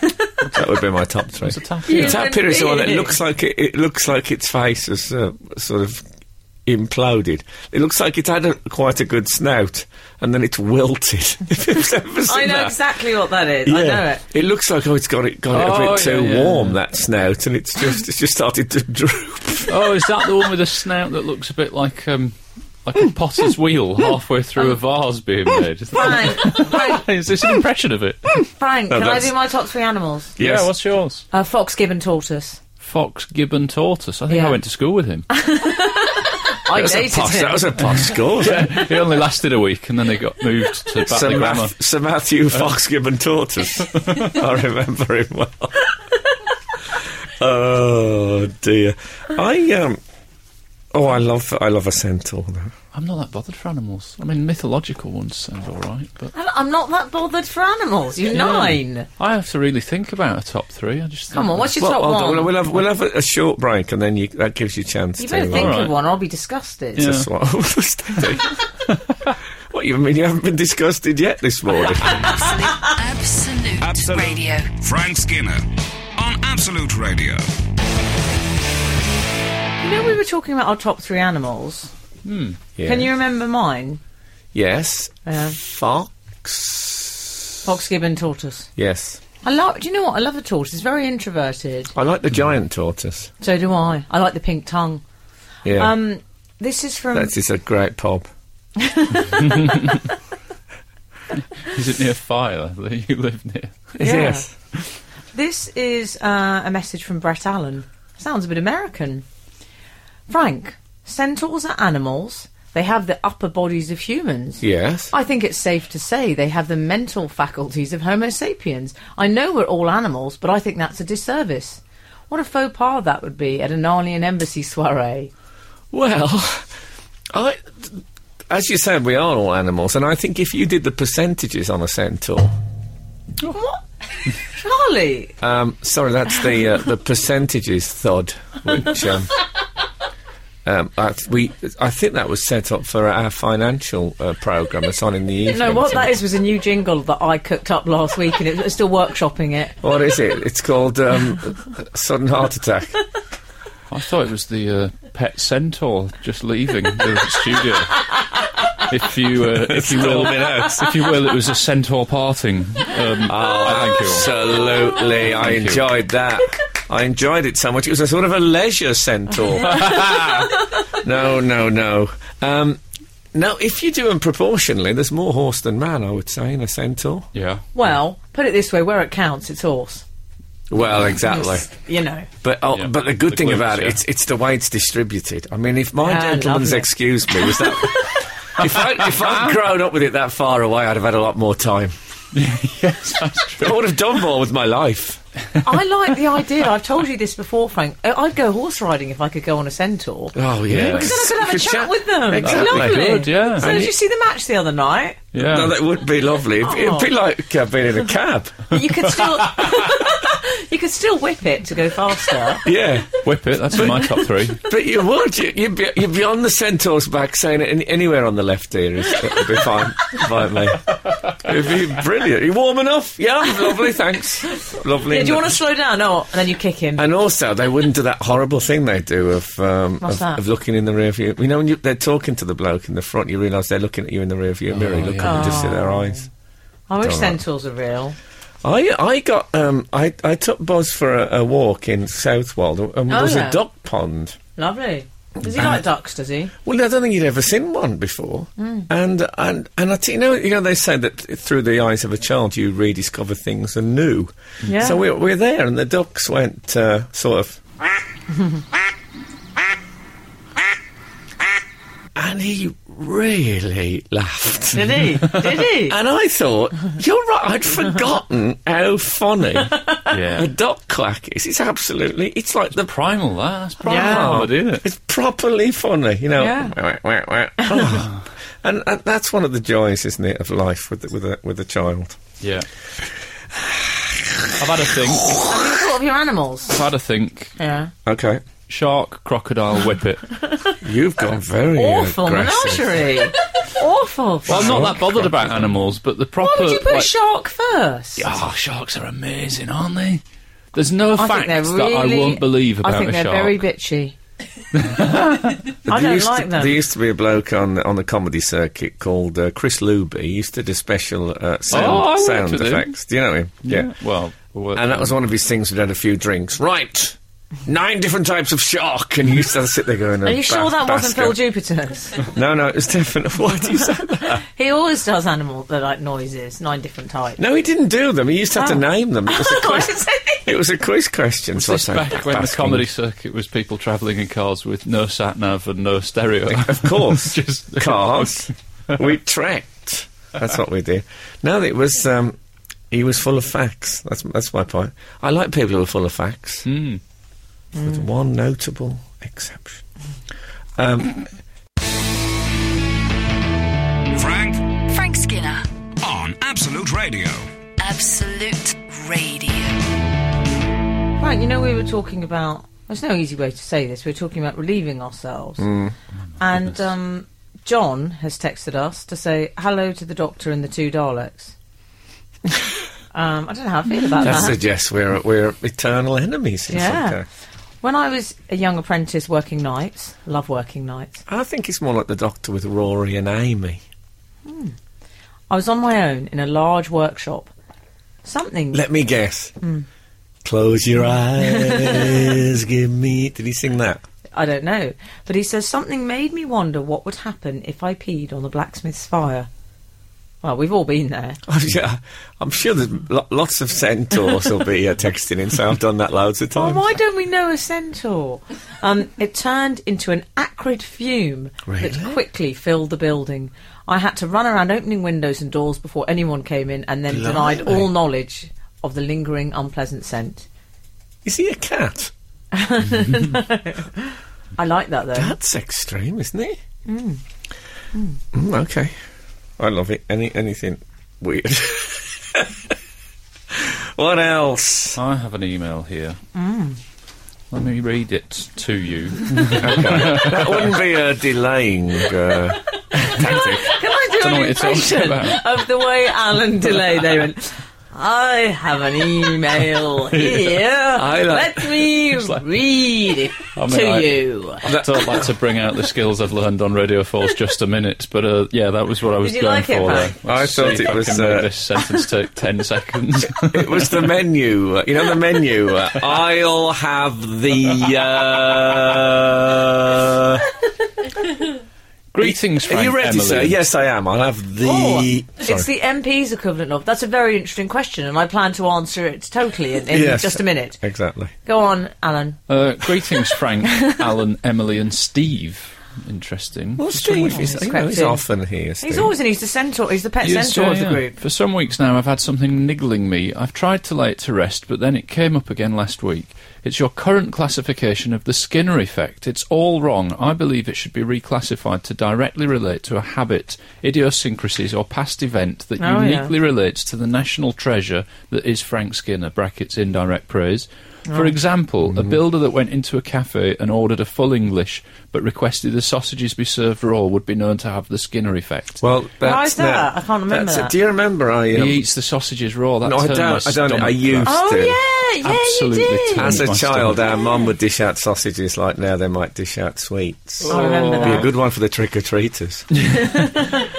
[SPEAKER 2] that would be my top three.
[SPEAKER 4] It's a tapir.
[SPEAKER 2] The tapir is the one that
[SPEAKER 3] being.
[SPEAKER 2] looks like it, it looks like its face has uh, sort of imploded. It looks like it had a, quite a good snout, and then it's wilted. If you've ever seen
[SPEAKER 3] I know
[SPEAKER 2] that.
[SPEAKER 3] exactly what that is. I know it.
[SPEAKER 2] looks like oh, it's got it got it a
[SPEAKER 4] Oh,
[SPEAKER 2] bit too
[SPEAKER 4] yeah, yeah.
[SPEAKER 2] warm that snout, and it's just it's just started to droop.
[SPEAKER 4] Oh, is that the one with a snout that looks a bit like um, like a potter's wheel halfway through a vase being made? Is, that,
[SPEAKER 3] Frank. Frank.
[SPEAKER 4] is this an impression of it?
[SPEAKER 3] Frank.
[SPEAKER 2] No,
[SPEAKER 3] can I
[SPEAKER 2] that's-
[SPEAKER 3] do my top three animals?
[SPEAKER 4] Yeah, what's yours?
[SPEAKER 3] Uh, fox, gibbon, tortoise.
[SPEAKER 4] Fox, gibbon, tortoise. I think
[SPEAKER 3] Yeah.
[SPEAKER 4] I went to school with him.
[SPEAKER 3] I
[SPEAKER 2] that was a
[SPEAKER 3] dated
[SPEAKER 2] posh,
[SPEAKER 3] him.
[SPEAKER 2] that was a posh score. wasn't it?
[SPEAKER 4] he only lasted a week and then he got moved
[SPEAKER 2] Sir,
[SPEAKER 4] to Batley Grammar.
[SPEAKER 2] Math- Sir Matthew Fox Gibbon Tortoise. I remember him well. oh dear, I um, oh I love I love a centaur. though.
[SPEAKER 4] I'm not that bothered for animals. I mean, mythological ones sound all right, but
[SPEAKER 3] I- I'm not that bothered for animals. You nine.
[SPEAKER 4] I have to really think about a top three. I just
[SPEAKER 3] Come
[SPEAKER 4] think-
[SPEAKER 3] on, what's your
[SPEAKER 2] Well,
[SPEAKER 3] top
[SPEAKER 2] hold on,
[SPEAKER 3] one?
[SPEAKER 2] we'll, we'll have we'll have a, a short break, and then you, that gives you a chance
[SPEAKER 3] you
[SPEAKER 2] to.
[SPEAKER 3] better
[SPEAKER 2] uh,
[SPEAKER 3] think
[SPEAKER 4] Alright.
[SPEAKER 3] of one. I'll be disgusted.
[SPEAKER 4] Yeah.
[SPEAKER 2] That's what I was thinking. What you mean you haven't been disgusted yet this morning?
[SPEAKER 1] Absolute,
[SPEAKER 2] Absolute.
[SPEAKER 1] Radio.
[SPEAKER 6] Frank Skinner on Absolute Radio.
[SPEAKER 3] You know, we were talking about our top three animals.
[SPEAKER 2] Yeah.
[SPEAKER 3] Can you remember mine?
[SPEAKER 2] Yes.
[SPEAKER 3] Yeah.
[SPEAKER 2] Fox.
[SPEAKER 3] Fox, gibbon, tortoise.
[SPEAKER 2] Yes.
[SPEAKER 3] I love. Do you know what? I love a tortoise. It's very introverted.
[SPEAKER 2] I like the giant tortoise.
[SPEAKER 3] So do I. I like the pink tongue.
[SPEAKER 2] Yeah.
[SPEAKER 3] Um, this is from.
[SPEAKER 2] That's just a great pub.
[SPEAKER 4] Is it near fire that you live near?
[SPEAKER 2] Yes.
[SPEAKER 3] This is uh, a message from Brett Allen. Sounds a bit American. Frank, centaurs are animals. They have the upper bodies of humans.
[SPEAKER 2] Yes.
[SPEAKER 3] I think it's safe to say they have the mental faculties of Homo sapiens. I know we're all animals, but I think that's a disservice. What a faux pas that would be at an alien embassy soiree.
[SPEAKER 2] Well, I, as you said, we are all animals, and I think if you did the percentages on a centaur,
[SPEAKER 3] What? Charlie!
[SPEAKER 2] um, sorry, that's the uh, the percentages thud, which um, um, I, we I think that was set up for our financial uh, program. It's on in the evening.
[SPEAKER 3] No, what that is was a new jingle that I cooked up last week and it was still workshopping it.
[SPEAKER 2] What is it? It's called um, sudden heart attack.
[SPEAKER 4] I thought it was the uh, pet centaur just leaving the studio. If you, uh, if you will, if you will, it was a centaur parting. Um, I thank you. all.
[SPEAKER 2] Oh, Absolutely, I
[SPEAKER 4] you.
[SPEAKER 2] enjoyed that. I enjoyed it so much. It was a sort of a leisure centaur. no, no, no. Um, now, if you do them proportionally, there's more horse than man, I would say, in a centaur.
[SPEAKER 4] Yeah.
[SPEAKER 3] Well, put it this way where it counts, it's horse.
[SPEAKER 2] Well, exactly.
[SPEAKER 3] You know.
[SPEAKER 2] But oh,
[SPEAKER 4] Yeah,
[SPEAKER 2] but the good
[SPEAKER 4] the
[SPEAKER 2] thing
[SPEAKER 4] glutes,
[SPEAKER 2] about it,
[SPEAKER 4] yeah.
[SPEAKER 2] it's it's the way it's distributed. I mean, if my
[SPEAKER 3] Ah,
[SPEAKER 2] gentleman's
[SPEAKER 3] lovely.
[SPEAKER 2] excuse me was that. If, I, if I'd grown up with it that far away, I'd have had a lot more time.
[SPEAKER 4] yes, that's true.
[SPEAKER 2] I would have done more with my life.
[SPEAKER 3] I like the idea. I've told you this before, Frank. I- I'd go horse riding if I could go on a centaur.
[SPEAKER 2] Oh, yeah.
[SPEAKER 3] Because then I could have a chat, with them.
[SPEAKER 2] Exactly.
[SPEAKER 3] It's lovely.
[SPEAKER 4] Good, yeah.
[SPEAKER 3] So
[SPEAKER 4] And
[SPEAKER 3] did
[SPEAKER 2] it-
[SPEAKER 3] you see the match the other night?
[SPEAKER 4] Yeah.
[SPEAKER 2] No, Oh, that would be lovely. It'd, it'd
[SPEAKER 3] Oh.
[SPEAKER 2] be like uh, being in a cab.
[SPEAKER 3] You could still, you could still whip it to go faster.
[SPEAKER 2] Yeah,
[SPEAKER 4] Whip it. That's in my top three.
[SPEAKER 2] but you would. You- You'd be, you'd be on the centaur's back saying it any, anywhere on the left ear. Is, it'd be fine by me. It'd be brilliant. You warm enough? Yeah, lovely, thanks. Lovely.
[SPEAKER 3] Yeah, do you want to slow down? No, and then you kick him.
[SPEAKER 2] And also, they wouldn't do that horrible thing they do of um,
[SPEAKER 3] What's
[SPEAKER 2] of,
[SPEAKER 3] that?
[SPEAKER 2] of looking in the rear view. You know, when you, they're talking to the bloke in the front, you realise they're looking at you in the rear view mirror. You look
[SPEAKER 4] yeah.
[SPEAKER 2] up and just see their eyes.
[SPEAKER 3] I wish
[SPEAKER 2] Don't know.
[SPEAKER 3] centaurs are real.
[SPEAKER 2] I I got um I, I took Buzz for a, a walk in Southwold and there was
[SPEAKER 3] Oh, yeah.
[SPEAKER 2] a duck pond
[SPEAKER 3] Lovely. Does he like ducks? Does he?
[SPEAKER 2] Well, I don't think you'd ever seen one before, and and and I t- you know you know they say that through the eyes of a child you rediscover things anew.
[SPEAKER 3] Yeah.
[SPEAKER 2] So we we're there, and the ducks went uh, sort of, and he really laughed.
[SPEAKER 3] Did he? Did he?
[SPEAKER 2] And I thought, you're right. I'd forgotten how funny a
[SPEAKER 4] Yeah.
[SPEAKER 2] duck quack is. It's absolutely. It's like the
[SPEAKER 4] primal, that. That's
[SPEAKER 3] Yeah.
[SPEAKER 4] primal, isn't it?
[SPEAKER 2] Oh, It's properly funny, you know.
[SPEAKER 3] Yeah.
[SPEAKER 2] Wah, wah, wah, wah. and, and that's one of the joys, isn't it, of life with with a, with a child.
[SPEAKER 4] Yeah. I've had a think.
[SPEAKER 3] Have you thought of your animals?
[SPEAKER 4] I've had a think.
[SPEAKER 3] Yeah.
[SPEAKER 2] Okay,
[SPEAKER 4] Shark, crocodile, whippet.
[SPEAKER 2] you've gone very
[SPEAKER 3] Awful
[SPEAKER 2] aggressive.
[SPEAKER 3] menagery. Awful.
[SPEAKER 4] Well, I'm not that bothered about animals, but the proper.
[SPEAKER 3] Why would you put
[SPEAKER 4] like-
[SPEAKER 3] shark first?
[SPEAKER 4] Oh, sharks are amazing, aren't they? There's no
[SPEAKER 3] Ah. I
[SPEAKER 4] fact
[SPEAKER 3] think they're really.
[SPEAKER 4] that I won't believe about
[SPEAKER 3] I think
[SPEAKER 4] a
[SPEAKER 3] they're
[SPEAKER 4] shark.
[SPEAKER 3] very bitchy. I
[SPEAKER 2] There
[SPEAKER 3] don't
[SPEAKER 2] used
[SPEAKER 3] like
[SPEAKER 2] to,
[SPEAKER 3] them.
[SPEAKER 2] There used to be a bloke on on the comedy circuit called uh, Chris Luby. He used to do special uh, sound,
[SPEAKER 4] I worked
[SPEAKER 2] sound
[SPEAKER 4] with him.
[SPEAKER 2] effects. Do you know him?
[SPEAKER 4] yeah. Well, well,
[SPEAKER 2] And that was one of his things. We'd had a few drinks. Right. Nine different types of shark, and you used to sit there going.
[SPEAKER 3] Are you sure that wasn't Phil
[SPEAKER 2] Phil
[SPEAKER 3] Jupiter's?
[SPEAKER 2] No, no, it was definitely. Why do you say that?
[SPEAKER 3] he always does animal the, like noises, nine different types.
[SPEAKER 2] No, he didn't do them. He used to have to
[SPEAKER 3] Ah.
[SPEAKER 2] name them. It was a
[SPEAKER 3] I
[SPEAKER 2] quiz,
[SPEAKER 3] didn't say anything.
[SPEAKER 2] it was a quiz question. So
[SPEAKER 4] This
[SPEAKER 2] I said,
[SPEAKER 4] back when the
[SPEAKER 2] "Basking."
[SPEAKER 4] comedy circuit was people travelling in cars with no sat nav and no stereo.
[SPEAKER 2] Of course.
[SPEAKER 4] Just-
[SPEAKER 2] cars. we trekked. That's what we did. No, it was. Um, he was full of facts. That's that's my point. I like people who are full of facts,
[SPEAKER 4] Mm.
[SPEAKER 2] with
[SPEAKER 3] Hmm.
[SPEAKER 2] one notable exception. Um,
[SPEAKER 6] Frank
[SPEAKER 1] Frank Skinner,
[SPEAKER 6] on Absolute Radio.
[SPEAKER 1] Absolute Radio.
[SPEAKER 3] Right, you know, we were talking about. There's no easy way to say this. We were talking about relieving ourselves.
[SPEAKER 4] Mm.
[SPEAKER 3] and um, John has texted us to say hello to the doctor and the two Daleks. um, I don't know how I feel about
[SPEAKER 2] that
[SPEAKER 3] that.
[SPEAKER 2] suggests we're we're eternal enemies. In
[SPEAKER 3] Yeah.
[SPEAKER 2] some kind.
[SPEAKER 3] When I was a young apprentice working nights, love working nights,
[SPEAKER 2] I think it's more like the Doctor with Rory and Amy.
[SPEAKER 3] I was on my own in a large workshop. Something.
[SPEAKER 2] Let me guess. Close your eyes, give me. Did he sing that?
[SPEAKER 3] I don't know. But he says something made me wonder what would happen if I peed on the blacksmith's fire. Well, we've all been there.
[SPEAKER 2] I'm sure, I'm sure there's lo- lots of centaurs will be uh, texting in, so I've done that loads of
[SPEAKER 3] Well,
[SPEAKER 2] times.
[SPEAKER 3] why don't we know a centaur? Um, it turned into an acrid fume that
[SPEAKER 2] Really?
[SPEAKER 3] quickly filled the building. I had to run around opening windows and doors before anyone came in and then denied
[SPEAKER 2] Blimey.
[SPEAKER 3] all knowledge of the lingering unpleasant scent.
[SPEAKER 2] Is he a cat?
[SPEAKER 3] I like that though.
[SPEAKER 2] That's extreme, isn't it? Mm. okay. I love it. Any Anything weird. what else?
[SPEAKER 4] I have an email here.
[SPEAKER 3] Mm.
[SPEAKER 4] Let me read it to you.
[SPEAKER 2] That wouldn't be a delaying uh, tactic.
[SPEAKER 3] Can I do
[SPEAKER 4] Don't know
[SPEAKER 3] an
[SPEAKER 4] what you're talking
[SPEAKER 3] impression
[SPEAKER 4] about.
[SPEAKER 3] of the way Alan Delay they went? I have an email here.
[SPEAKER 2] I like-
[SPEAKER 3] Let me
[SPEAKER 4] like-
[SPEAKER 3] read it
[SPEAKER 4] I mean,
[SPEAKER 3] to
[SPEAKER 4] I-
[SPEAKER 3] you.
[SPEAKER 4] I don't like to bring out the skills I've learned on Radio 4's Just a Minute, but uh, yeah, that was what I was
[SPEAKER 3] Did you
[SPEAKER 4] going
[SPEAKER 3] like it,
[SPEAKER 4] for
[SPEAKER 3] Frank?
[SPEAKER 4] there.
[SPEAKER 2] I
[SPEAKER 4] Let's
[SPEAKER 2] thought
[SPEAKER 4] see if
[SPEAKER 2] it
[SPEAKER 4] I
[SPEAKER 2] was,
[SPEAKER 4] can make
[SPEAKER 2] uh,
[SPEAKER 4] this sentence take 10 seconds.
[SPEAKER 2] It was the menu. uh, You know the menu. uh, I'll have the. Uh,
[SPEAKER 4] Greetings, Frank
[SPEAKER 2] Are you ready,
[SPEAKER 4] Emily.
[SPEAKER 2] sir? Yes, I am. I'll have the.
[SPEAKER 3] Oh, it's
[SPEAKER 2] Sorry.
[SPEAKER 3] the MP's equivalent of. That's a very interesting question, and I plan to answer it totally in, in
[SPEAKER 2] Yes.
[SPEAKER 3] just a minute.
[SPEAKER 2] Exactly.
[SPEAKER 3] Go on, Alan.
[SPEAKER 4] Uh, greetings, Frank, Alan, Emily, and Steve. Interesting.
[SPEAKER 2] Well, Steve
[SPEAKER 3] he's
[SPEAKER 2] is you know,
[SPEAKER 3] crept
[SPEAKER 2] he's
[SPEAKER 3] in.
[SPEAKER 2] often here. Steve.
[SPEAKER 3] He's always an Easter centaur. He's the pet
[SPEAKER 4] Yes,
[SPEAKER 3] centaur
[SPEAKER 4] yeah,
[SPEAKER 3] of the
[SPEAKER 4] yeah.
[SPEAKER 3] group.
[SPEAKER 4] For some weeks now, I've had something niggling me. I've tried to lay it to rest, but then it came up again last week. It's your current classification of the Skinner effect. It's all wrong. I believe it should be reclassified to directly relate to a habit, idiosyncrasies, or past event that
[SPEAKER 3] Oh, yeah.
[SPEAKER 4] uniquely relates to the national treasure that is Frank Skinner (brackets indirect praise).
[SPEAKER 3] Oh.
[SPEAKER 4] For example,
[SPEAKER 3] Mm-hmm.
[SPEAKER 4] a builder that went into a cafe and ordered a full English but requested the sausages be served raw would be known to have the Skinner effect.
[SPEAKER 2] Well, that's
[SPEAKER 3] Why is that?
[SPEAKER 2] now-
[SPEAKER 3] I can't remember
[SPEAKER 2] that's it.
[SPEAKER 3] that.
[SPEAKER 2] do you remember? I um,
[SPEAKER 4] He eats the sausages raw. That
[SPEAKER 2] No, I don't-
[SPEAKER 4] turned my
[SPEAKER 2] I don't-
[SPEAKER 4] stomach
[SPEAKER 2] I used-
[SPEAKER 4] back.
[SPEAKER 3] Oh
[SPEAKER 2] Still.
[SPEAKER 3] yeah, yeah,
[SPEAKER 4] Absolutely
[SPEAKER 3] you did.
[SPEAKER 4] turned
[SPEAKER 2] as a
[SPEAKER 4] my
[SPEAKER 2] child,
[SPEAKER 4] stomach.
[SPEAKER 2] our mum would dish out sausages like now they might dish out sweets.
[SPEAKER 3] I remember
[SPEAKER 4] Oh.
[SPEAKER 2] Be a
[SPEAKER 3] that.
[SPEAKER 2] good one for the trick or treaters.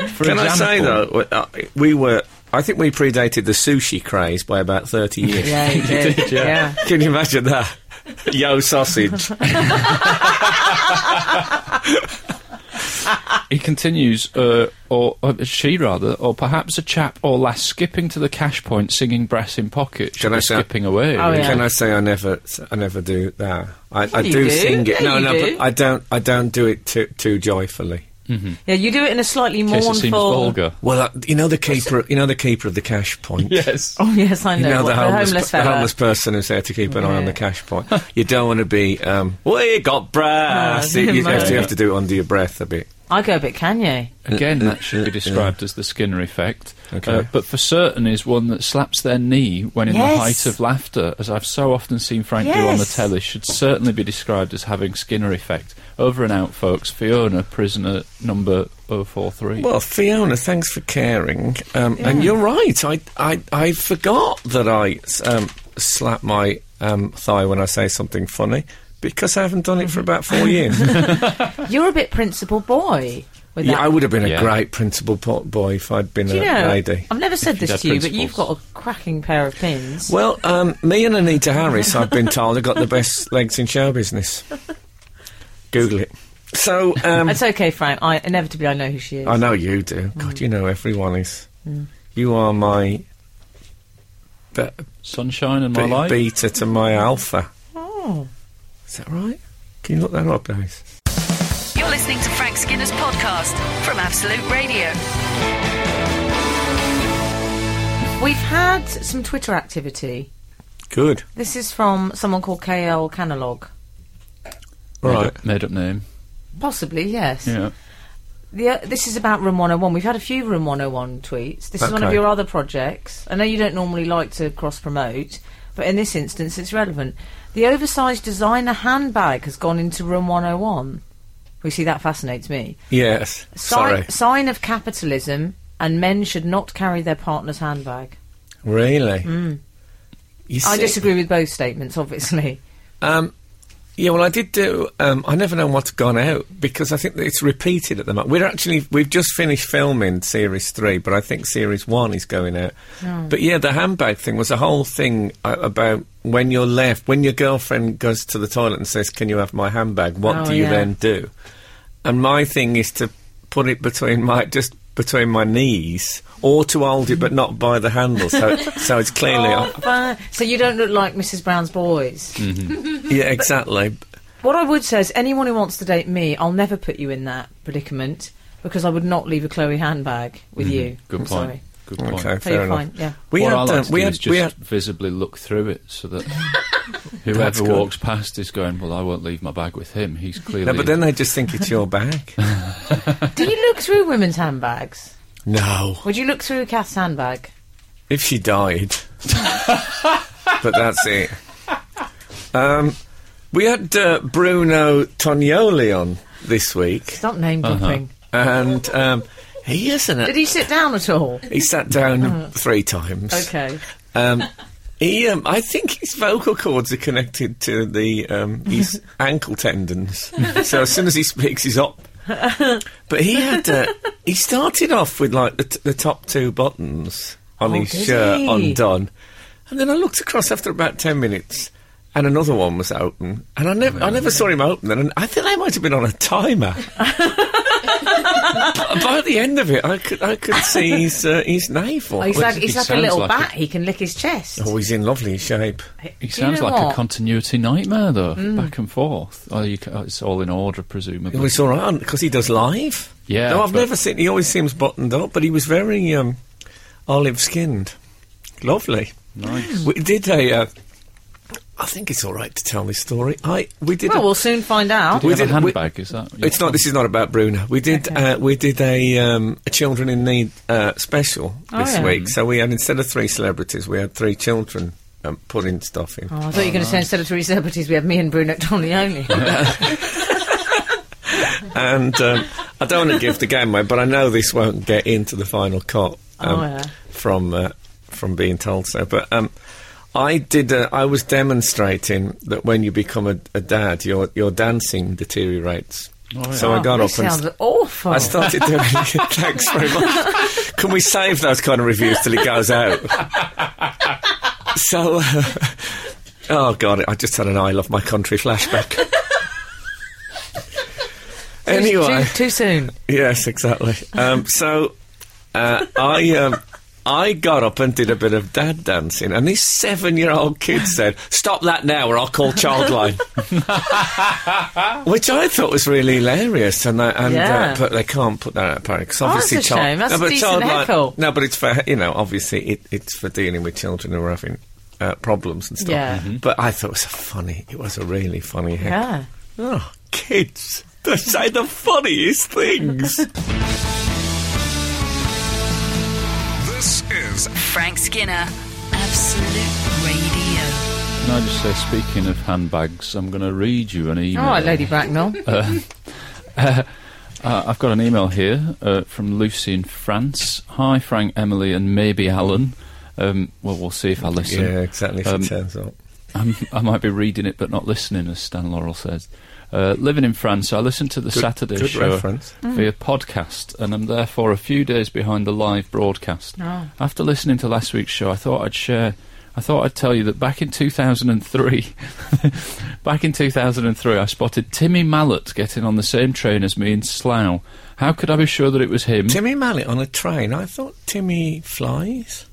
[SPEAKER 4] For
[SPEAKER 2] Can I say
[SPEAKER 4] example-
[SPEAKER 2] though, w- uh, we were. I think we predated the sushi craze by about thirty years.
[SPEAKER 3] Yeah, you did. yeah.
[SPEAKER 2] Can you imagine that? Yo sausage.
[SPEAKER 4] He continues, uh, or uh, she rather, or perhaps a chap or lass skipping to the cash point, singing brass in pocket, should
[SPEAKER 2] Can I
[SPEAKER 4] be
[SPEAKER 2] say-
[SPEAKER 4] skipping away.
[SPEAKER 3] Oh, yeah.
[SPEAKER 2] Can I say I never, I never do that. I, I
[SPEAKER 3] you
[SPEAKER 2] do,
[SPEAKER 3] do.
[SPEAKER 2] sing it.
[SPEAKER 3] Yeah,
[SPEAKER 2] no,
[SPEAKER 3] you
[SPEAKER 2] no,
[SPEAKER 3] do.
[SPEAKER 2] but I don't. I don't do it too, too joyfully.
[SPEAKER 3] Yeah, you do it in a slightly
[SPEAKER 4] In case it seems
[SPEAKER 3] mournful.
[SPEAKER 4] vulgar.
[SPEAKER 2] Well, uh, you know the keeper. You know the keeper of the cash point.
[SPEAKER 4] Yes.
[SPEAKER 3] Oh yes, I
[SPEAKER 2] You
[SPEAKER 3] know.
[SPEAKER 2] know
[SPEAKER 3] what,
[SPEAKER 2] the homeless,
[SPEAKER 3] homeless
[SPEAKER 2] the
[SPEAKER 3] fella.
[SPEAKER 2] homeless person who's there to keep an eye on
[SPEAKER 3] Yeah.
[SPEAKER 2] the cash point. you don't want to be. Um, we got brass.
[SPEAKER 3] No,
[SPEAKER 2] you, you
[SPEAKER 3] no.
[SPEAKER 2] have to, you have to do it under your breath a bit.
[SPEAKER 3] I go a bit Kanye.
[SPEAKER 4] Again,
[SPEAKER 2] Uh, uh,
[SPEAKER 4] that should be
[SPEAKER 2] uh,
[SPEAKER 4] described as the Skinner effect. Uh,
[SPEAKER 2] Okay.
[SPEAKER 4] but for certain is one that slaps their knee when in
[SPEAKER 3] Yes.
[SPEAKER 4] the height of laughter, as I've so often seen Frank do on the
[SPEAKER 3] Yes.
[SPEAKER 4] telly, should certainly be described as having Skinner effect. Over and out, folks. Fiona, prisoner number 043.
[SPEAKER 2] Well, Fiona, thanks for caring. Um, And you're right. I, I I forgot that I s- um, slap my um, thigh when I say something funny because I haven't done it for about four years.
[SPEAKER 3] You're a bit principal boy. With
[SPEAKER 2] Yeah,
[SPEAKER 3] that.
[SPEAKER 2] I would have been
[SPEAKER 4] Yeah.
[SPEAKER 2] a great principal pot boy if I'd been
[SPEAKER 3] Do
[SPEAKER 2] a
[SPEAKER 3] you know?
[SPEAKER 2] lady.
[SPEAKER 3] I've never said
[SPEAKER 4] If
[SPEAKER 3] this
[SPEAKER 4] you'd had
[SPEAKER 3] to you, but you've got
[SPEAKER 4] principles.
[SPEAKER 3] a cracking pair of pins.
[SPEAKER 2] Well, um, me and Anita Harris, I've been told, have got the best legs in show business. Google it. So, um,
[SPEAKER 3] it's okay, Frank. I inevitably I know who she is.
[SPEAKER 2] I know you do. God, you know everyone is. You are my be-
[SPEAKER 4] Sunshine and my
[SPEAKER 2] be-
[SPEAKER 4] life.
[SPEAKER 2] beta to my alpha.
[SPEAKER 3] Oh.
[SPEAKER 2] Is that right? Can you look that up, guys?
[SPEAKER 1] You're listening to Frank Skinner's podcast from Absolute Radio.
[SPEAKER 3] We've had some Twitter activity.
[SPEAKER 2] Good.
[SPEAKER 3] This is from someone called KL Canalog.
[SPEAKER 4] Made
[SPEAKER 2] Right.
[SPEAKER 4] up- Made up name.
[SPEAKER 3] Possibly, yes.
[SPEAKER 4] Yeah.
[SPEAKER 3] The, uh, this is about Room 101. We've had a few Room 101 tweets. This is one of
[SPEAKER 2] Okay.
[SPEAKER 3] your other projects. I know you don't normally like to cross promote, but in this instance, it's relevant. The oversized designer handbag has gone into Room 101. We see that fascinates me.
[SPEAKER 2] Yes.
[SPEAKER 3] Si-
[SPEAKER 2] Sorry.
[SPEAKER 3] Sign of capitalism, and men should not carry their partner's handbag.
[SPEAKER 2] Really? You
[SPEAKER 3] Mm. I
[SPEAKER 2] see-
[SPEAKER 3] disagree with both statements, obviously.
[SPEAKER 2] Um, yeah, well, I did do. Um, I never know what's gone out because I think that it's repeated at the moment. We're actually we've just finished filming series three, but I think series one is going out.
[SPEAKER 3] Hmm.
[SPEAKER 2] But yeah, the handbag thing was a whole thing uh, about when you're left when your girlfriend goes to the toilet and says, "Can you have my handbag?" What
[SPEAKER 3] Oh,
[SPEAKER 2] do you
[SPEAKER 3] yeah.
[SPEAKER 2] then do? And my thing is to put it between my just between my knees or to hold it but not by the handle so so it's clearly
[SPEAKER 3] Oh, fine. so you don't look like Mrs. Brown's boys.
[SPEAKER 2] yeah exactly
[SPEAKER 3] What I would say is, anyone who wants to date me, I'll never put you in that predicament because I would not leave a Chloe handbag with you.
[SPEAKER 4] Mm-hmm. Good
[SPEAKER 3] I'm
[SPEAKER 4] point.
[SPEAKER 3] Sorry.
[SPEAKER 4] Good
[SPEAKER 2] okay
[SPEAKER 4] point.
[SPEAKER 3] So
[SPEAKER 2] fair
[SPEAKER 3] you're
[SPEAKER 2] enough
[SPEAKER 3] fine. Yeah.
[SPEAKER 2] We
[SPEAKER 4] what
[SPEAKER 2] had,
[SPEAKER 4] I like
[SPEAKER 2] um,
[SPEAKER 4] to
[SPEAKER 2] we
[SPEAKER 4] do
[SPEAKER 2] had,
[SPEAKER 4] is
[SPEAKER 2] we
[SPEAKER 4] just
[SPEAKER 2] had,
[SPEAKER 4] visibly look through it so that
[SPEAKER 2] That's
[SPEAKER 4] whoever
[SPEAKER 2] good.
[SPEAKER 4] walks past is going, well, I won't leave my bag with him. He's clearly...
[SPEAKER 2] no, but then they just think it's your bag.
[SPEAKER 3] Do you look through women's handbags?
[SPEAKER 2] no,
[SPEAKER 3] Would you look through Kath's handbag?
[SPEAKER 2] if she died, but that's it. Um, we had uh, Bruno Tognoli on this week,
[SPEAKER 3] Stop name
[SPEAKER 4] Uh-huh.
[SPEAKER 3] dropping.
[SPEAKER 2] and um, he isn't.
[SPEAKER 3] Did
[SPEAKER 2] A,
[SPEAKER 3] he sit down at all?
[SPEAKER 2] he sat down three times.
[SPEAKER 3] Okay.
[SPEAKER 2] Um, he, um, I think his vocal cords are connected to the um, his ankle tendons. so as soon as he speaks, he's up. But he had uh, he started off with like the, t- the top two buttons on
[SPEAKER 3] Oh,
[SPEAKER 2] his
[SPEAKER 3] did
[SPEAKER 2] shirt
[SPEAKER 3] he?
[SPEAKER 2] undone, and then I looked across after about ten minutes. And another one was open, and I never, I never saw him open it. And I think they might have been on a timer. But By the end of it, I could, I could see his, uh, his navel.
[SPEAKER 3] he's
[SPEAKER 4] Well,
[SPEAKER 3] like,
[SPEAKER 4] it
[SPEAKER 3] he's like a
[SPEAKER 4] sounds
[SPEAKER 3] little
[SPEAKER 4] like
[SPEAKER 3] bat. He can lick his chest.
[SPEAKER 2] Oh, he's in lovely shape.
[SPEAKER 4] He
[SPEAKER 3] Do you
[SPEAKER 4] sounds
[SPEAKER 3] know
[SPEAKER 4] like
[SPEAKER 3] what? Mm.
[SPEAKER 4] a continuity nightmare, though, back and forth. Oh, you ca oh, it's all in order, presumably.
[SPEAKER 2] Well, it's all right because he does live.
[SPEAKER 4] Yeah,
[SPEAKER 2] No, I've
[SPEAKER 4] but-
[SPEAKER 2] never seen. He always seems buttoned up, but he was very um, olive skinned. Lovely.
[SPEAKER 4] nice.
[SPEAKER 2] We did a. Uh, I think it's all right to tell this story. I we did.
[SPEAKER 3] Well,
[SPEAKER 2] a-
[SPEAKER 3] we'll soon find out.
[SPEAKER 4] Do you
[SPEAKER 2] we
[SPEAKER 4] have a
[SPEAKER 2] did- we-
[SPEAKER 4] handbag, is that?
[SPEAKER 2] it's not. This is not about Bruno. We did.
[SPEAKER 3] Okay.
[SPEAKER 2] Uh, we did a, um, a children in need uh, special
[SPEAKER 3] Oh,
[SPEAKER 2] this
[SPEAKER 3] yeah.
[SPEAKER 2] week. So we had instead of three celebrities, we had three children um, putting stuff in.
[SPEAKER 3] Oh, I thought you were going to say instead of three celebrities, we have me and Bruno Tony only.
[SPEAKER 2] and um, I don't want to give the game away, but I know this won't get into the final cut um,
[SPEAKER 3] Oh, yeah.
[SPEAKER 2] from uh, from being told so. But um, I did. Uh, I was demonstrating that when you become a, a dad, your your dancing deteriorates. So I got
[SPEAKER 3] Oh,
[SPEAKER 2] up
[SPEAKER 3] this
[SPEAKER 2] and
[SPEAKER 3] sounds awful.
[SPEAKER 2] I started doing. Thanks very much. Can we save those kind of reviews till it goes out? so, uh, Oh God, I just had an I love my country flashback. anyway,
[SPEAKER 3] Too, too soon.
[SPEAKER 2] yes, exactly. Um, so uh, I um, I got up and did a bit of dad dancing, and this seven-year-old kid said, "Stop that now, or I'll call Childline," which I thought was really hilarious. And, I, and
[SPEAKER 3] Yeah. Oh,
[SPEAKER 2] uh, but they can't put that out of Paris 'cause
[SPEAKER 3] that's
[SPEAKER 2] obviously
[SPEAKER 3] a
[SPEAKER 2] child-
[SPEAKER 3] shame. That's
[SPEAKER 2] no,
[SPEAKER 3] a
[SPEAKER 2] but
[SPEAKER 3] decent
[SPEAKER 2] Childline-
[SPEAKER 3] heckle.
[SPEAKER 2] No, but it's for you know, obviously it, it's for dealing with children who are having. Uh, problems and stuff.
[SPEAKER 3] Yeah. Mhm.
[SPEAKER 2] But I thought it was a funny. It was a really funny heckle.
[SPEAKER 3] Yeah.
[SPEAKER 2] Oh, kids. They say the funniest things.
[SPEAKER 6] This is
[SPEAKER 1] Frank Skinner, Absolute Radio.
[SPEAKER 4] Can I just say, speaking of handbags, I'm going to read you an email.
[SPEAKER 3] All right, Lady Bracknell.
[SPEAKER 4] Uh, I've got an email here uh, from Lucy in France. Hi, Frank, Emily, and maybe Alan. Um, well, we'll see if I listen.
[SPEAKER 2] yeah, exactly. If
[SPEAKER 4] Um,
[SPEAKER 2] it turns up.
[SPEAKER 4] I'm, I might be reading it but not listening, as Stan Laurel says. Uh, living in France, I listen to the Saturday
[SPEAKER 2] good
[SPEAKER 4] show
[SPEAKER 2] reference.
[SPEAKER 3] Mm.
[SPEAKER 4] via podcast, and I'm therefore a few days behind the live broadcast.
[SPEAKER 3] Oh.
[SPEAKER 4] After listening to last week's show, I thought I'd share. I thought I'd tell you that back in 2003, back in 2003, I spotted Timmy Mallet getting on the same train as me in Slough. How could I be sure that it was him?
[SPEAKER 2] Timmy Mallet on a train. I thought Timmy flies.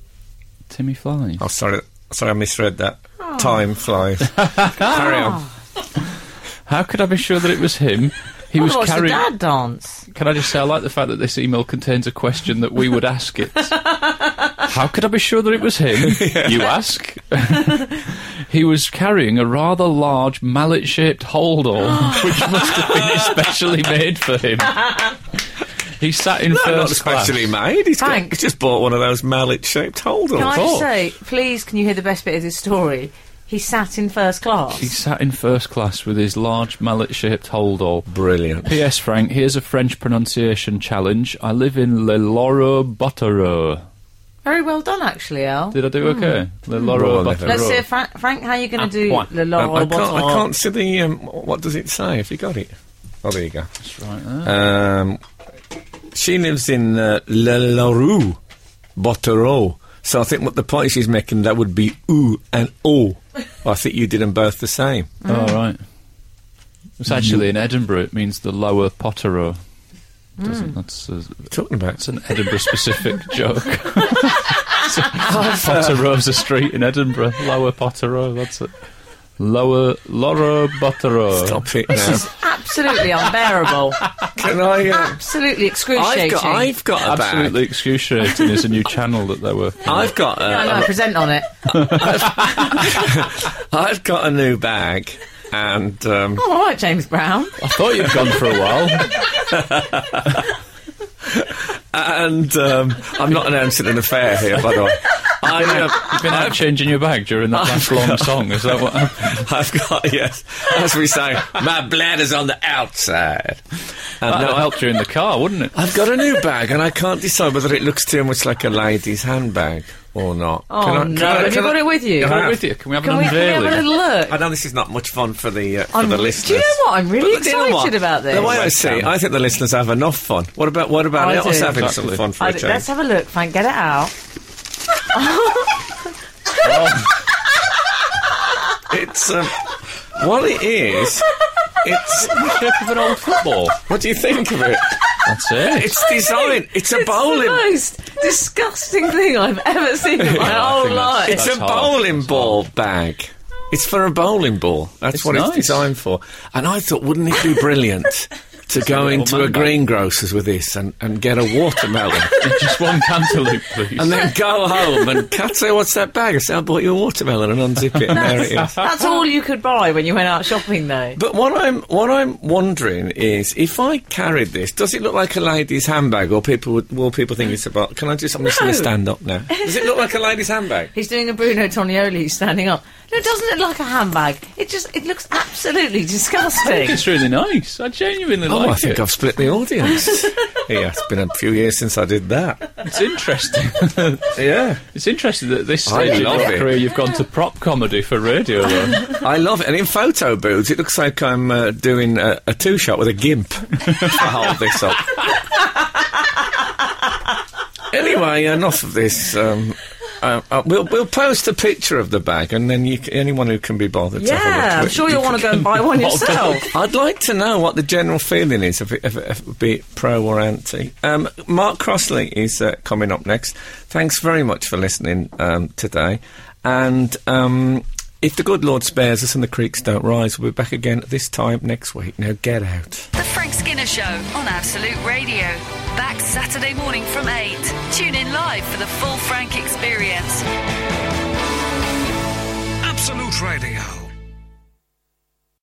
[SPEAKER 4] Timmy Fly.
[SPEAKER 2] Oh, sorry. Sorry, I misread that.
[SPEAKER 3] Ah.
[SPEAKER 2] Time flies. Carry on.
[SPEAKER 4] How could I be sure that it was him? He
[SPEAKER 3] I
[SPEAKER 4] was
[SPEAKER 3] wanna watch the
[SPEAKER 4] carrying.
[SPEAKER 3] dad dance.
[SPEAKER 4] Can I just say, I like the fact that this email contains a question that we would ask it. How could I be sure that it was him? You ask. he was carrying a rather large mallet shaped holdall, which must have been especially made for him. He sat in
[SPEAKER 2] No, not
[SPEAKER 4] first class.
[SPEAKER 2] especially made. He's, got,
[SPEAKER 3] Thanks.
[SPEAKER 2] he's just bought one of those mallet shaped holdalls.
[SPEAKER 3] Can I
[SPEAKER 4] course.
[SPEAKER 3] just say, please, can you hear the best bit of this story? He sat in first class.
[SPEAKER 4] He sat in first class with his large mallet shaped holdall.
[SPEAKER 2] Brilliant.
[SPEAKER 4] P.S. Frank, here's a French pronunciation challenge. I live in Le Loro Bottereau.
[SPEAKER 3] Very well done, actually, Al.
[SPEAKER 4] Did I do okay? Le Loro
[SPEAKER 2] Well, I think-
[SPEAKER 4] Bottereau.
[SPEAKER 3] Hmm. Let's see, if Fra- Frank, how are you going
[SPEAKER 4] Ah,
[SPEAKER 3] to do
[SPEAKER 4] one.
[SPEAKER 3] the
[SPEAKER 2] Um,
[SPEAKER 3] Laurel
[SPEAKER 2] I, can't, I
[SPEAKER 3] Bottle?
[SPEAKER 2] can't see the. Um, what does it say? Have you got it? Oh, there you go.
[SPEAKER 4] That's right there.
[SPEAKER 2] Um, she lives in uh, La La Rue, Bottereau. So I think what the point she's making that would be ooh and oh. I think you did them both the same.
[SPEAKER 4] Oh, right. It's actually in Edinburgh. It means the lower Potterow. Doesn't, that's, a,
[SPEAKER 2] Talking about
[SPEAKER 4] that's an Edinburgh specific joke. Potterow's a street in Edinburgh. Lower Potterow, that's it. Lower Lower Potterow.
[SPEAKER 2] stop it now.
[SPEAKER 3] Absolutely unbearable.
[SPEAKER 2] Can I? Uh,
[SPEAKER 3] Absolutely excruciating.
[SPEAKER 2] I've got. I've got a bag.
[SPEAKER 4] Absolutely excruciating is a new channel that they're working on.
[SPEAKER 2] I've got.
[SPEAKER 3] I know,
[SPEAKER 2] Uh,
[SPEAKER 3] present on it.
[SPEAKER 2] a- I've got a new bag, and um,
[SPEAKER 3] Oh, all right, James Brown.
[SPEAKER 4] I thought you'd gone for a while.
[SPEAKER 2] and um, I'm not announcing an affair here, by the way. I, um,
[SPEAKER 4] You've been out changing your bag during that last long song. Is that what happened?
[SPEAKER 2] I've got yes, as we say, my bladder's on the outside. Um,
[SPEAKER 4] That
[SPEAKER 3] uh,
[SPEAKER 2] no, I-
[SPEAKER 4] helped you in the car, wouldn't it?
[SPEAKER 2] I've got a new bag and I can't decide whether it looks too much like a lady's handbag or not.
[SPEAKER 3] Oh, no. Have you got it with you?
[SPEAKER 2] Can I
[SPEAKER 4] Come
[SPEAKER 2] have-
[SPEAKER 4] with you. Can we have
[SPEAKER 3] Can
[SPEAKER 4] an
[SPEAKER 3] we, can we have a
[SPEAKER 4] unveiling?
[SPEAKER 3] little
[SPEAKER 2] I
[SPEAKER 3] look?
[SPEAKER 2] know this is not much fun for the uh, for
[SPEAKER 3] I'm-
[SPEAKER 2] the
[SPEAKER 3] do you
[SPEAKER 2] listeners.
[SPEAKER 3] know what? I'm really
[SPEAKER 2] But do you know what?
[SPEAKER 3] excited about this.
[SPEAKER 2] The way I see, it, I think the listeners have enough fun. What about what about
[SPEAKER 3] I
[SPEAKER 2] us
[SPEAKER 3] do.
[SPEAKER 2] having
[SPEAKER 4] Exactly.
[SPEAKER 2] some fun for
[SPEAKER 3] I
[SPEAKER 2] a
[SPEAKER 3] d-
[SPEAKER 2] change?
[SPEAKER 3] let's have a look, Frank. Get it out.
[SPEAKER 2] It's um, what it is. It's
[SPEAKER 4] shape of an old football.
[SPEAKER 2] what do you think of it?
[SPEAKER 4] That's it.
[SPEAKER 2] It's design. It's a
[SPEAKER 3] It's the
[SPEAKER 2] bowling.
[SPEAKER 3] most disgusting thing I've ever seen in my
[SPEAKER 4] I
[SPEAKER 3] whole
[SPEAKER 4] think that's-
[SPEAKER 3] life.
[SPEAKER 2] It's
[SPEAKER 4] That's
[SPEAKER 2] a
[SPEAKER 4] hard.
[SPEAKER 2] bowling
[SPEAKER 4] That's
[SPEAKER 2] ball bag. It's for a bowling ball. That's
[SPEAKER 4] It's
[SPEAKER 2] what
[SPEAKER 4] nice.
[SPEAKER 2] it's designed for. And I thought, wouldn't it be brilliant to go
[SPEAKER 4] little
[SPEAKER 2] into a
[SPEAKER 4] man bag.
[SPEAKER 2] greengrocer's with this and, and get a watermelon
[SPEAKER 4] Just one cantaloupe, please.
[SPEAKER 2] and then go home and cut say, what's that bag? I said, I bought you a watermelon and unzip it and there it is.
[SPEAKER 3] That's all you could buy when you went out shopping, though.
[SPEAKER 2] But what I'm what I'm wondering is if I carried this, does it look like a lady's handbag, or people would, will people think it's about? Can I just? I'm just going
[SPEAKER 3] No.
[SPEAKER 2] to stand up now. Does it look like a lady's handbag?
[SPEAKER 3] He's doing a Bruno Tonioli standing up. No, it doesn't look like a handbag. It just it looks absolutely disgusting.
[SPEAKER 4] It's really nice. I genuinely
[SPEAKER 2] Oh,
[SPEAKER 4] like
[SPEAKER 2] I think
[SPEAKER 4] it.
[SPEAKER 2] I've split the audience. yeah, it's been a few years since I did that.
[SPEAKER 4] It's interesting.
[SPEAKER 2] Yeah.
[SPEAKER 4] it's interesting that at this
[SPEAKER 2] I
[SPEAKER 4] stage of
[SPEAKER 2] love
[SPEAKER 4] your
[SPEAKER 2] it.
[SPEAKER 4] career you've gone to prop comedy for radio. though.
[SPEAKER 2] I love it. And in photo booths, it looks like I'm uh, doing a, a two shot with a gimp. I hold this up. Anyway, enough of this. Um, Uh, uh, we'll we'll post a picture of the bag, and then you, c- anyone who can be bothered. to have a look
[SPEAKER 3] Yeah,
[SPEAKER 2] at
[SPEAKER 3] I'm
[SPEAKER 2] it,
[SPEAKER 3] sure
[SPEAKER 2] you
[SPEAKER 3] you'll want to go and buy one yourself.
[SPEAKER 2] I'd like to know what the general feeling is, if it, if it, if it would be pro or anti. Um, Mark Crossley is uh, coming up next. Thanks very much for listening um, today. And um, if the good Lord spares us and the creeks don't rise, we'll be back again at this time next week. Now get out.
[SPEAKER 1] The Frank Skinner Show on Absolute Radio. Back Saturday morning from 8. Tune in live for the full Frank experience.
[SPEAKER 6] Absolute Radio.